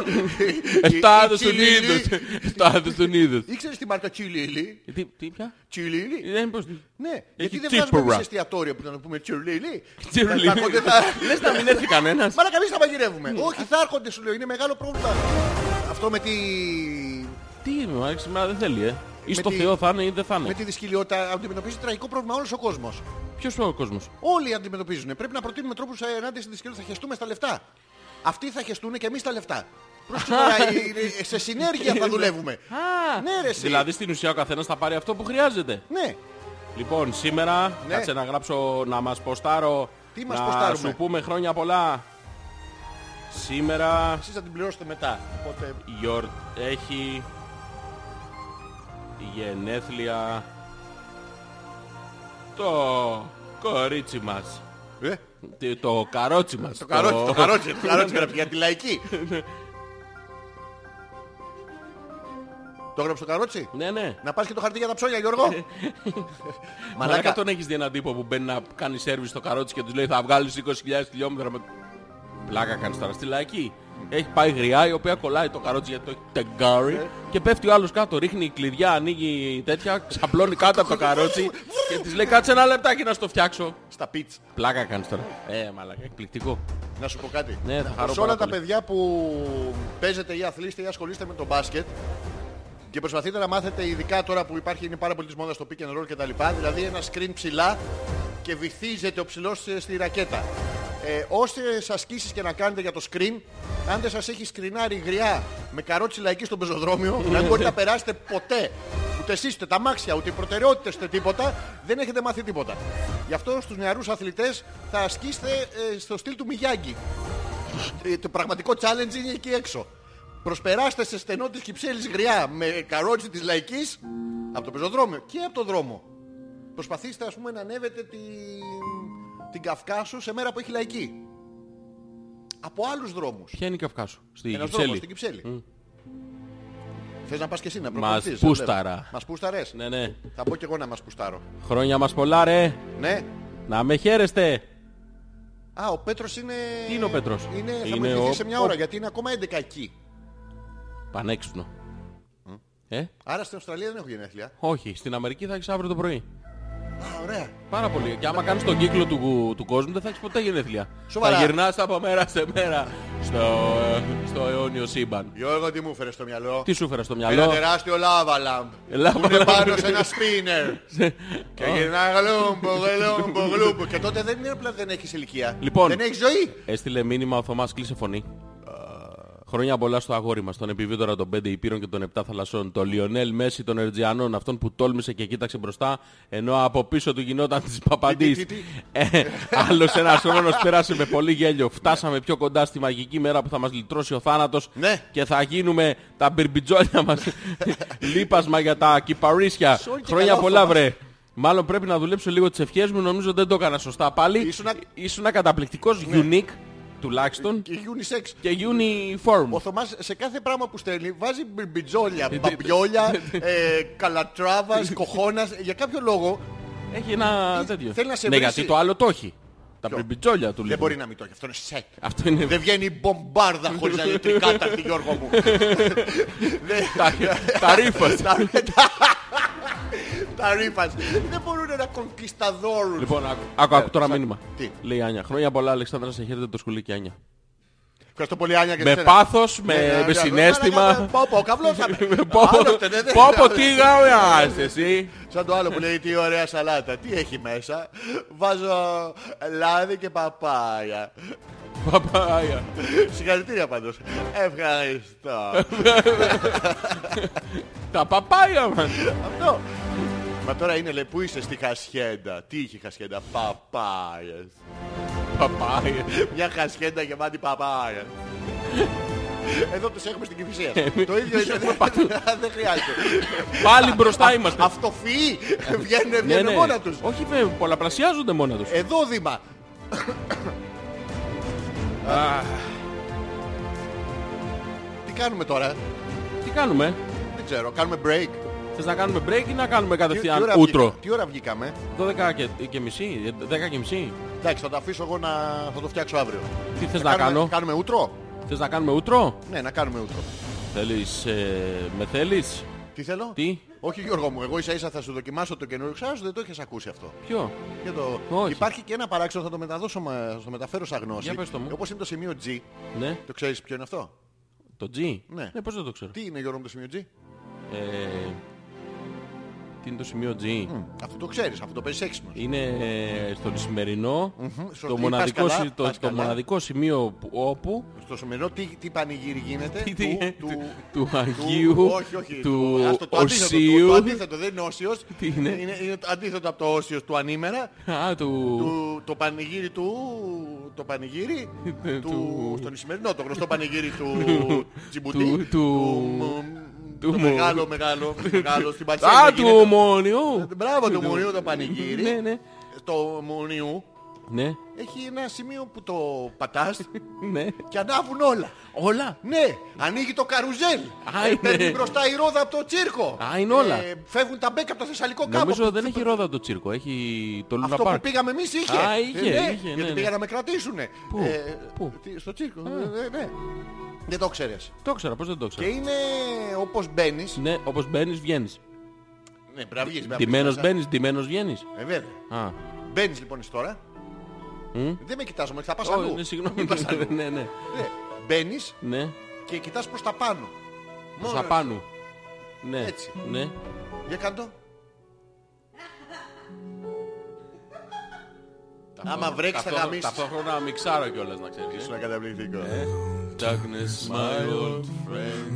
Estados Unidos. Unidos. Estados Unidos. Ήξερες τη μάρκα Τσιλίλι. Ε, Τι, τι πια? Τσιλίλι. Ε, πώς- Ναι, Έχει γιατί δεν τσίπουρα. βάζουμε εμείς εστιατόριο που να πούμε Τσιλίλι. Τσιρουλί. Θα έρχονται Ε, τα- Λες να μην έρθει Ναι. κανένας. Μάρα καμίς θα μαγειρεύουμε. Όχι, θα έρχονται σου λέω, είναι μεγάλο πρόβλημα. Αυτό με τη... Ναι. Τι είμαι, Μάρκ, σήμερα δεν θέλει, ε. Ή στο τη- Θεό θα είναι ή δεν θα Με είναι. τη δυσκολιότητα αντιμετωπίζει τραγικό πρόβλημα όλος ο κόσμος. Ποιος είναι ο κόσμος. Όλοι αντιμετωπίζουν. Πρέπει να προτείνουμε τρόπους ενάντια στην δυσκολία. Θα χεστούμε στα λεφτά. Αυτοί θα χεστούν και εμείς τα λεφτά. Πρόσεχε τώρα, ε, ε, σε συνέργεια θα δουλεύουμε. ναι, ρε, εσύ. Δηλαδή στην ουσία ο καθένας θα πάρει αυτό που χρειάζεται. Ναι. Λοιπόν, σήμερα Ναι. κάτσε να γράψω να μας ποστάρω. Τι μας να ποστάρουμε? σου πούμε χρόνια πολλά. Σήμερα Εσείς θα την πληρώσετε μετά. Οπότε γιορ... έχει γενέθλια το κορίτσι μας. Ε? Τι- Το καρότσι μας. Το καρότσι, το καρότσι, το καρότσι γράφει για τη λαϊκή. Ναι. το έγραψε το καρότσι. Ναι, ναι. Να πας και το χαρτί για τα ψώνια, Γιώργο. Ε, Μαλάκα Μαλάκα. τον έχεις δει έναν τύπο που μπαίνει να κάνει σερβις στο καρότσι και τους λέει θα βγάλεις 20.000 χιλιόμετρα με... Πλάκα κάνεις τώρα στη λαϊκή. Έχει πάει γριά η οποία κολλάει το καρότσι γιατί το έχει Ε. τεγκάρει και πέφτει ο άλλος κάτω, ρίχνει κλειδιά, ανοίγει τέτοια, ξαπλώνει κάτω από το καρότσι και της λέει κάτσε ένα λεπτάκι να στο φτιάξω. Στα πιτς. Πλάκα κάνεις τώρα. Ε, μαλάκα, εκπληκτικό. Να σου πω κάτι. Ναι, θα χαρώ σε πάρα όλα τα πολύ. παιδιά που παίζετε ή αθλείστε ή ασχολείστε με το μπάσκετ και προσπαθείτε να μάθετε ειδικά τώρα που υπάρχει είναι πάρα πολύ της μόδας το pick and roll κτλ. Δηλαδή ένα screen ψηλά και βυθίζεται ο ψηλός ε, στη ρακέτα. Ε, όσες ασκήσεις και να κάνετε για το screen, αν δεν σας έχει σκρινάρει γριά με καρότσι λαϊκή στο πεζοδρόμιο, να μην μπορείτε να περάσετε ποτέ. Ούτε εσείς, ούτε τα μάξια, ούτε οι προτεραιότητες, ούτε τίποτα, δεν έχετε μάθει τίποτα. Γι' αυτό στους νεαρούς αθλητές θα ασκήσετε ε, στο στυλ του Μιγιάγκη. Ε, το πραγματικό challenge είναι εκεί έξω. Προσπεράστε σε στενό της Κυψέλης γριά με καρότσι της λαϊκής από το πεζοδρόμιο και από το δρόμο. Προσπαθήστε ας πούμε να ανέβετε την, την Καυκάσο σε μέρα που έχει λαϊκή. Από άλλους δρόμους. Ποια είναι η Καυκάσου, στη Ένας δρόμος Κυψέλη. στην Κυψέλη. Θες να πας και εσύ να Μας προπονηθείς. δεν βλέπω. πούσταρα. Μας πούσταρες. Ναι, ναι. Θα πω κι εγώ να μας πουστάρω. Χρόνια μας πολλά, ρε. Ναι. Να με χαίρεστε. Α, ο Πέτρος είναι... Τι είναι ο Πέτρος? Είναι, θα Είναι μου ο- ειδηθεί σε μια ώρα ο- γιατί είναι ακόμα 11 εκεί. Πανέξυπνο. Ε, Άρα στην Αυστραλία δεν έχω γενέθλια. όχι. Στην Αμερική θα έχεις αύριο το πρωί. Α, ωραία. Πάρα πολύ. Και άμα κάνεις τον κύκλο του, του κόσμου δεν θα έχεις ποτέ γενέθλια. Σοβαρά. Θα γυρνάς από μέρα σε μέρα στο, ε, στο αιώνιο σύμπαν. Γιώργο, τι μου έφερες στο μυαλό. Τι σου έφερα στο Ένα μυαλό. τεράστιο λάβα λαμπ. Λάβα Που είναι λαμπ. πάνω σε ένα σπίνερ. Ναι. και γυρνάει γλούμπο, γλούμπο, γλούμπο. Και τότε δεν είναι απλά δεν έχεις ηλικία. Λοιπόν. Δεν έχεις ζωή. Έστειλε μήνυμα ο Θωμάς, κλείσε φωνή. Χρόνια πολλά στο αγόρι μας, τον επιβίδωρα των 5 Υπήρων και των 7 Θαλασσών, τον Λιονέλ Μέση των Ερτζιανών, αυτόν που τόλμησε και κοίταξε μπροστά, ενώ από πίσω του γινόταν της Τι, Παπαντής. τι, τι, τι. Ε, Άλλος ένας χρόνος πέρασε με πολύ γέλιο. Φτάσαμε πιο κοντά στη μαγική μέρα που θα μας λυτρώσει ο θάνατος Ναι. και θα γίνουμε τα μπιρμπιτζόλια μας λίπασμα για τα κυπαρίσια. Σόλ και Χρόνια καλά, πολλά, Θωμάς. βρε. Μάλλον πρέπει να δουλέψω λίγο τις ευχές μου, νομίζω δεν το έκανα σωστά πάλι. Ήσουνα- Ήσουν καταπληκτικός, unique τουλάχιστον Ναι. Και unisex. και uniform. Ο Θωμάς σε κάθε πράγμα που στέλνει βάζει μπιμπιτζόλια, Ναι, μπαμπιόλια, ε, καλατράβας, κοχώνας. Για κάποιο λόγο Έχει ένα τέτοιο. θέλει να σε ναι, βρίσει. γιατί το άλλο το έχει. Τα πριμπιτζόλια του δεν λείπουν. μπορεί να μην το έχει. Αυτό είναι σεκ. Αυτό είναι Δεν βγαίνει η μπομπάρδα χωρίς να είναι τρικάταρτη, Γιώργο μου. Δεν- τα, τα ρήφας. Τα- Τα ρήφας. Δεν μπορούν να κονκισταδόρουν. λοιπόν, άκου, άκου, άκου τώρα Ε, σαν- μήνυμα. τι? Λέει η Άνια. Χρόνια πολλά, Αλεξάνδρα, σε χαίρετε το σκουλίκι, Άνια. Ευχαριστώ πολύ, Άνια. και με εσένα. πάθος, με, Ναι, ναι, με ναι, συνέστημα. ναι, Πω, πω, καβλός θα με. Με Πω, Άλλωστε, ναι, δεν- πω, πω, τι γάμια είσαι εσύ. Σαν το άλλο που λέει τι ωραία σαλάτα. Τι έχει μέσα. Βάζω λάδι και παπάια. Παπάγια. Συγχαρητήρια πάντως. Ευχαριστώ. Τα παπάγια μας. Αυτό. Μα τώρα είναι λέει, πού είσαι στη Χασιέντα. Τι είχε η Χασιέντα. Παπάιες. Παπάγια. Μια χασιέντα γεμάτη παπάγια. Εδώ τους έχουμε στην Κυφυσία. Το ίδιο είναι. Δεν χρειάζεται. Πάλι μπροστά είμαστε. Αυτοφυεί. Βγαίνουν, Ναι, βγαίνουν ναι. μόνα τους. Ε. Όχι, βέ, πολλαπλασιάζονται μόνα τους. Εδώ δήμα. Τι κάνουμε τώρα. Τι κάνουμε. Δεν ξέρω. Κάνουμε break. Θες να κάνουμε break ή να κάνουμε Τι- τι κατευθείαν ώρα ούτρο. βγήκα- Τι ώρα βγήκαμε. 12 και, και μισή, 10 και μισή. Εντάξει, θα το αφήσω εγώ να θα το φτιάξω αύριο. Τι θες Θα να κάνουμε- κάνω, Κάνουμε ούτρο. θες να κάνουμε ούτρο. Ναι, να κάνουμε ούτρο. Θέλεις, ε, με θέλεις. Τι θέλω? Τι? Όχι Γιώργο μου, εγώ ίσα ίσα θα σου δοκιμάσω το καινούριο Ξέρω δεν το έχεις ακούσει αυτό. Ποιο. Για το... Όχι. Υπάρχει και ένα παράξενο, θα το μεταδώσω, μα- θα το μεταφέρω σαν γνώση. Για πες το μου. Όπως είναι το σημείο G. Ναι, Το ξέρεις ποιο είναι αυτό? το G. Ναι. πώς δεν το ξέρω. Τι είναι Γιώργο μου το σημείο G? Ε, τι είναι το σημείο G. Μμ, Αυτό το ξέρεις, αυτό το παίζεις έξυπνος. Είναι ε, στον σημερινό σωστή, το, πας μοναδικό, καλά, σι- το, πας το καλά. μοναδικό σημείο που, όπου Στο σημερινό τι, τι πανηγύρι γίνεται Τι- τι- του, του- του, του Αγίου, όχι, όχι, του το- ας το- το αντίθετο, του- Οσίου. Το αντίθετο δεν είναι όσιος. Τι είναι? είναι, είναι το αντίθετο από το όσιος του ανήμερα. α, του, του, το πανηγύρι του... Το πανηγύρι του... του- Στον Ισημερινό, το γνωστό πανηγύρι του Τζιμπουτή. του- του- του- Το μεγάλο, μεγάλο, μεγάλο στην Πατσέλη. α, του γίνεται. ομόνιου. Μπράβο του Μουνιού το πανηγύρι. Ναι, ναι. Το Μουνιού Ναι, έχει ένα σημείο που το πατάς ναι. και ανάβουν όλα. Όλα. Ναι, ανοίγει το καρουζέλ. Α, Ε, είναι. Παίρνει μπροστά η ρόδα από το τσίρκο. Ε, Α, είναι όλα. φεύγουν τα μπέκα από το Θεσσαλικό κάμπο. Νομίζω δεν έχει ρόδα το τσίρκο, έχει το Λούνα Αυτό που Πάρκ. πήγαμε εμείς είχε. Α, είχε, Ε, ναι, είχε, ναι, γιατί ναι. πήγα να με κρατήσουνε. Πού, πού? τι, στο τσίρκο. Ε, ναι. Δεν το ξέρεις. Το ξέρω, πώς δεν το ξέρω. Και είναι όπως μπαίνεις. Ναι, όπως μπαίνεις βγαίνεις. Ναι, πρέπει να βγεις. πρέπει να Ντυμένος βγεις. μπαίνεις, ντυμένος βγαίνεις. Ε, βέβαια. Α, Μπαίνεις λοιπόν εσύ τώρα. Δεν με κοιτάζω, θα πας Ω, αλλού. ναι, συγγνώμη. Μην πας αλλού. ναι, ναι, Ναι. Μπαίνεις ναι. και κοιτάς προς τα πάνω. Προς τα Μόνος. πάνω. Ναι, Έτσι. ναι. Για κάντο. Άμα βρέξεις θα Ταυτόχρονα- γαμίσεις. Ταυτόχρονα μιξάρω κιόλας να ξέρεις. Ήσουν καταπληκτικό. Darkness, my old friend.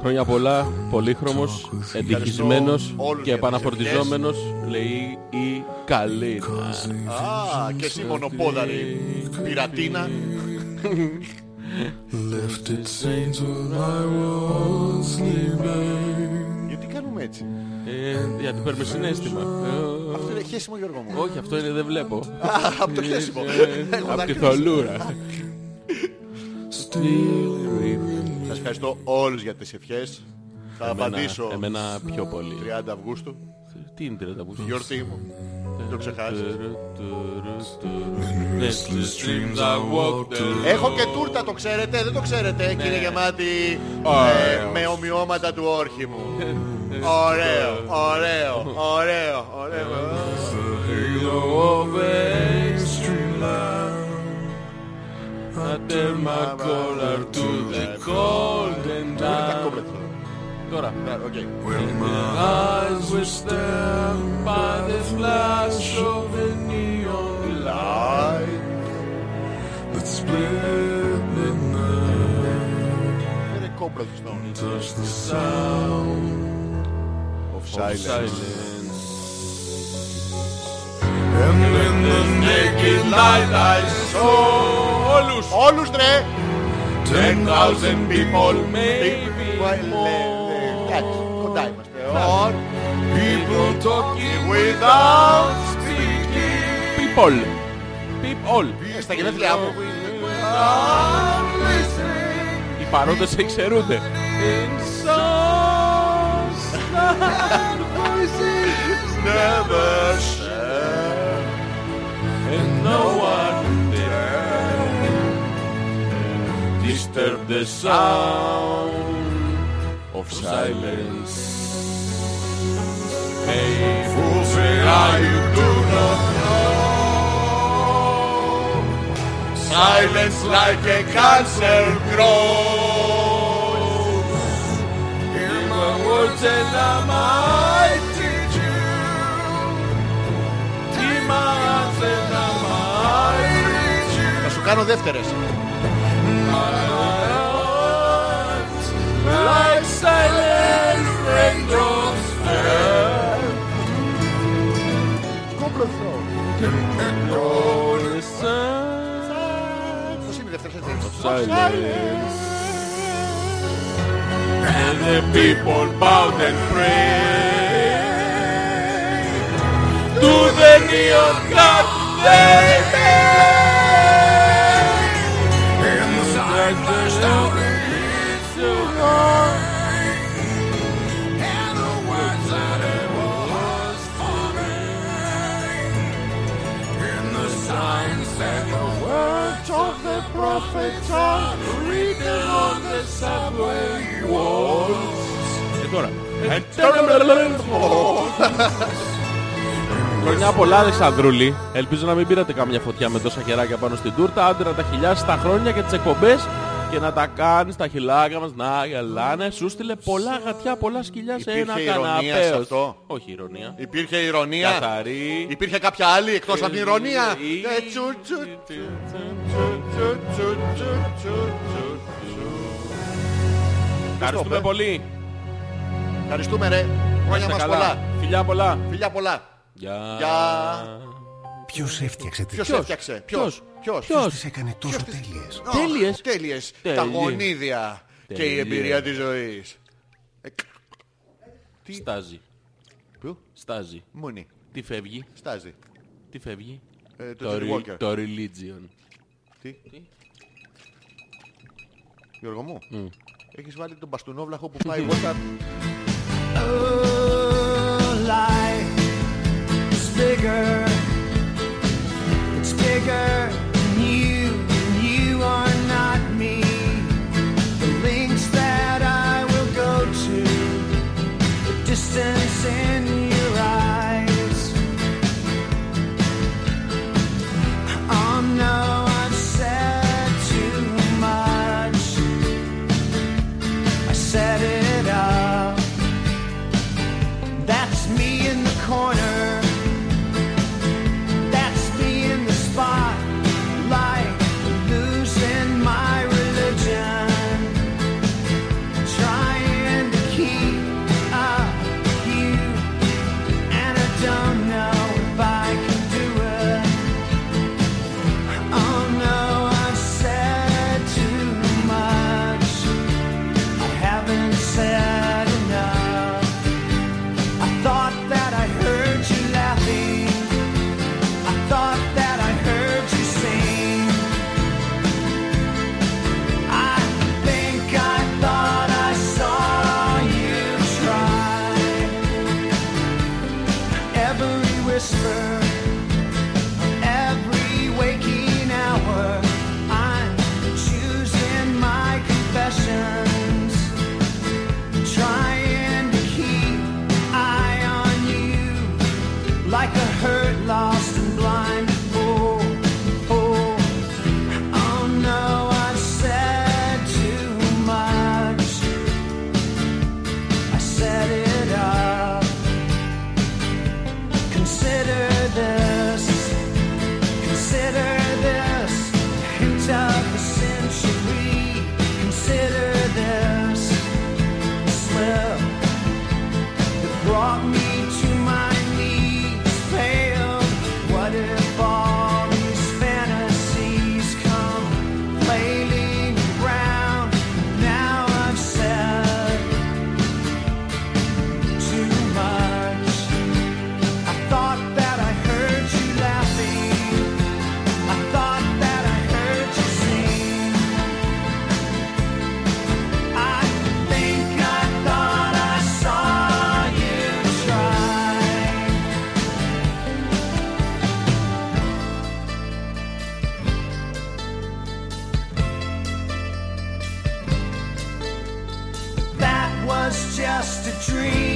Χρόνια πολλά, πολύχρωμος, εντυχισμένος όλους και για τις επαναφορτιζόμενος, λέει η Καλίνα. Α, και εσύ μονοπόδαρη. Πειρατίνα. Γιατί κάνουμε έτσι. Ε, Γιατί παίρνουμε συνέστημα. Ε, Αυτό είναι χέσιμο Γιώργο μου. Όχι, αυτό είναι δεν βλέπω. Α, από το χέσιμο. Έχω ναι, Από τη δάκρυα. θολούρα. Σας ευχαριστώ όλους για τις ευχές. Θα απαντήσω Εμένα πιο πολύ. 30 Αυγούστου. Τι είναι 30 που σου Γιορτή μου. Δεν το Ε, ξεχάσεις. ε. Έχω και τούρτα, το ξέρετε, δεν το ξέρετε, κύριε Γεμάτη. Ε, με ομοιώματα του όρχημου. ωραίο, ωραίο, ωραίο, ωραίο. Ε, Τα κόμπλετ. Τώρα. Ναι, οκ. Είναι κόμπλετ στο όνομα. Of silence. Όλους Όλους ρε! 10,000 people maybe Well, ε, ε, Εντάξει, κοντά είμαστε. All People talking without People People Ε, Στα γενέθλιά μου. Οι παρόντες εξαιρούνται Never share. And no one dare Disturb the sound Of silence Hey fools where you do not know Silence like a cancer grows Hear my words and I might teach you Hear my hands and I might reach you Θα σου κάνω δεύτερες. Like silent raindrops Κόμπλετ στο όνομα. on the sun. Πώς είναι η δεύτερη έτσι. Silence. And the people bowed and prayed to the neon god they hailed. And the sign burst out and it's so hard. And the words that it was forming. And the sign said the words of the prophets are written on the subway walls. And Χρονιά πολλά Αλεξανδρούλη. Ελπίζω να μην πήρατε κάμια φωτιά με τόσα χεράκια πάνω στην τούρτα. Άντε να τα χιλιάσεις τα χρόνια και τις εκπομπές και να τα κάνεις τα χιλάκια μας να γελάνε. Σου στείλε πολλά γατιά, πολλά σκυλιά σε ένα Υπήρχε ηρωνία σε καναπέος. αυτό? Όχι ηρωνία. Υπήρχε ηρωνία. Καθαρή. Υπήρχε κάποια άλλη εκτός από την ηρωνία. Ή- Ε, τσου, τσου, τσου, τσου, τσου, τσου, τσου, τσου, τσου. Ευχαριστούμε Χριστό, πολύ. Ευχαριστούμε ρε. Χρόνια Είστε μας καλά. πολλά. Φιλιά πολλά. Φιλιά πολλά. Γεια. Γεια. Ποιος έφτιαξε τις Ποιος έφτιαξε. Ποιος. Ποιος. Ποιος. τις έκανε τόσο τέλειες. Αχ, Τέλειες. Τέλειες. Τα Τέλειες. γονίδια. Και η Τέλειες. εμπειρία της ζωής. Στάζει. Πού? Στάζει. Μουνή. Τι φεύγει. Στάζει. Τι φεύγει. Ε, Το Το, Τζιμ re- Walker. το religion. Τι. Γιώργο μου. Έχεις βάλει τον μπαστούνόβλαχο που πάει βόλτα. Distance in your eyes. Oh no, I've said too much. I set it up. That's me in the corner. Oh, Oh, a dream. Oh,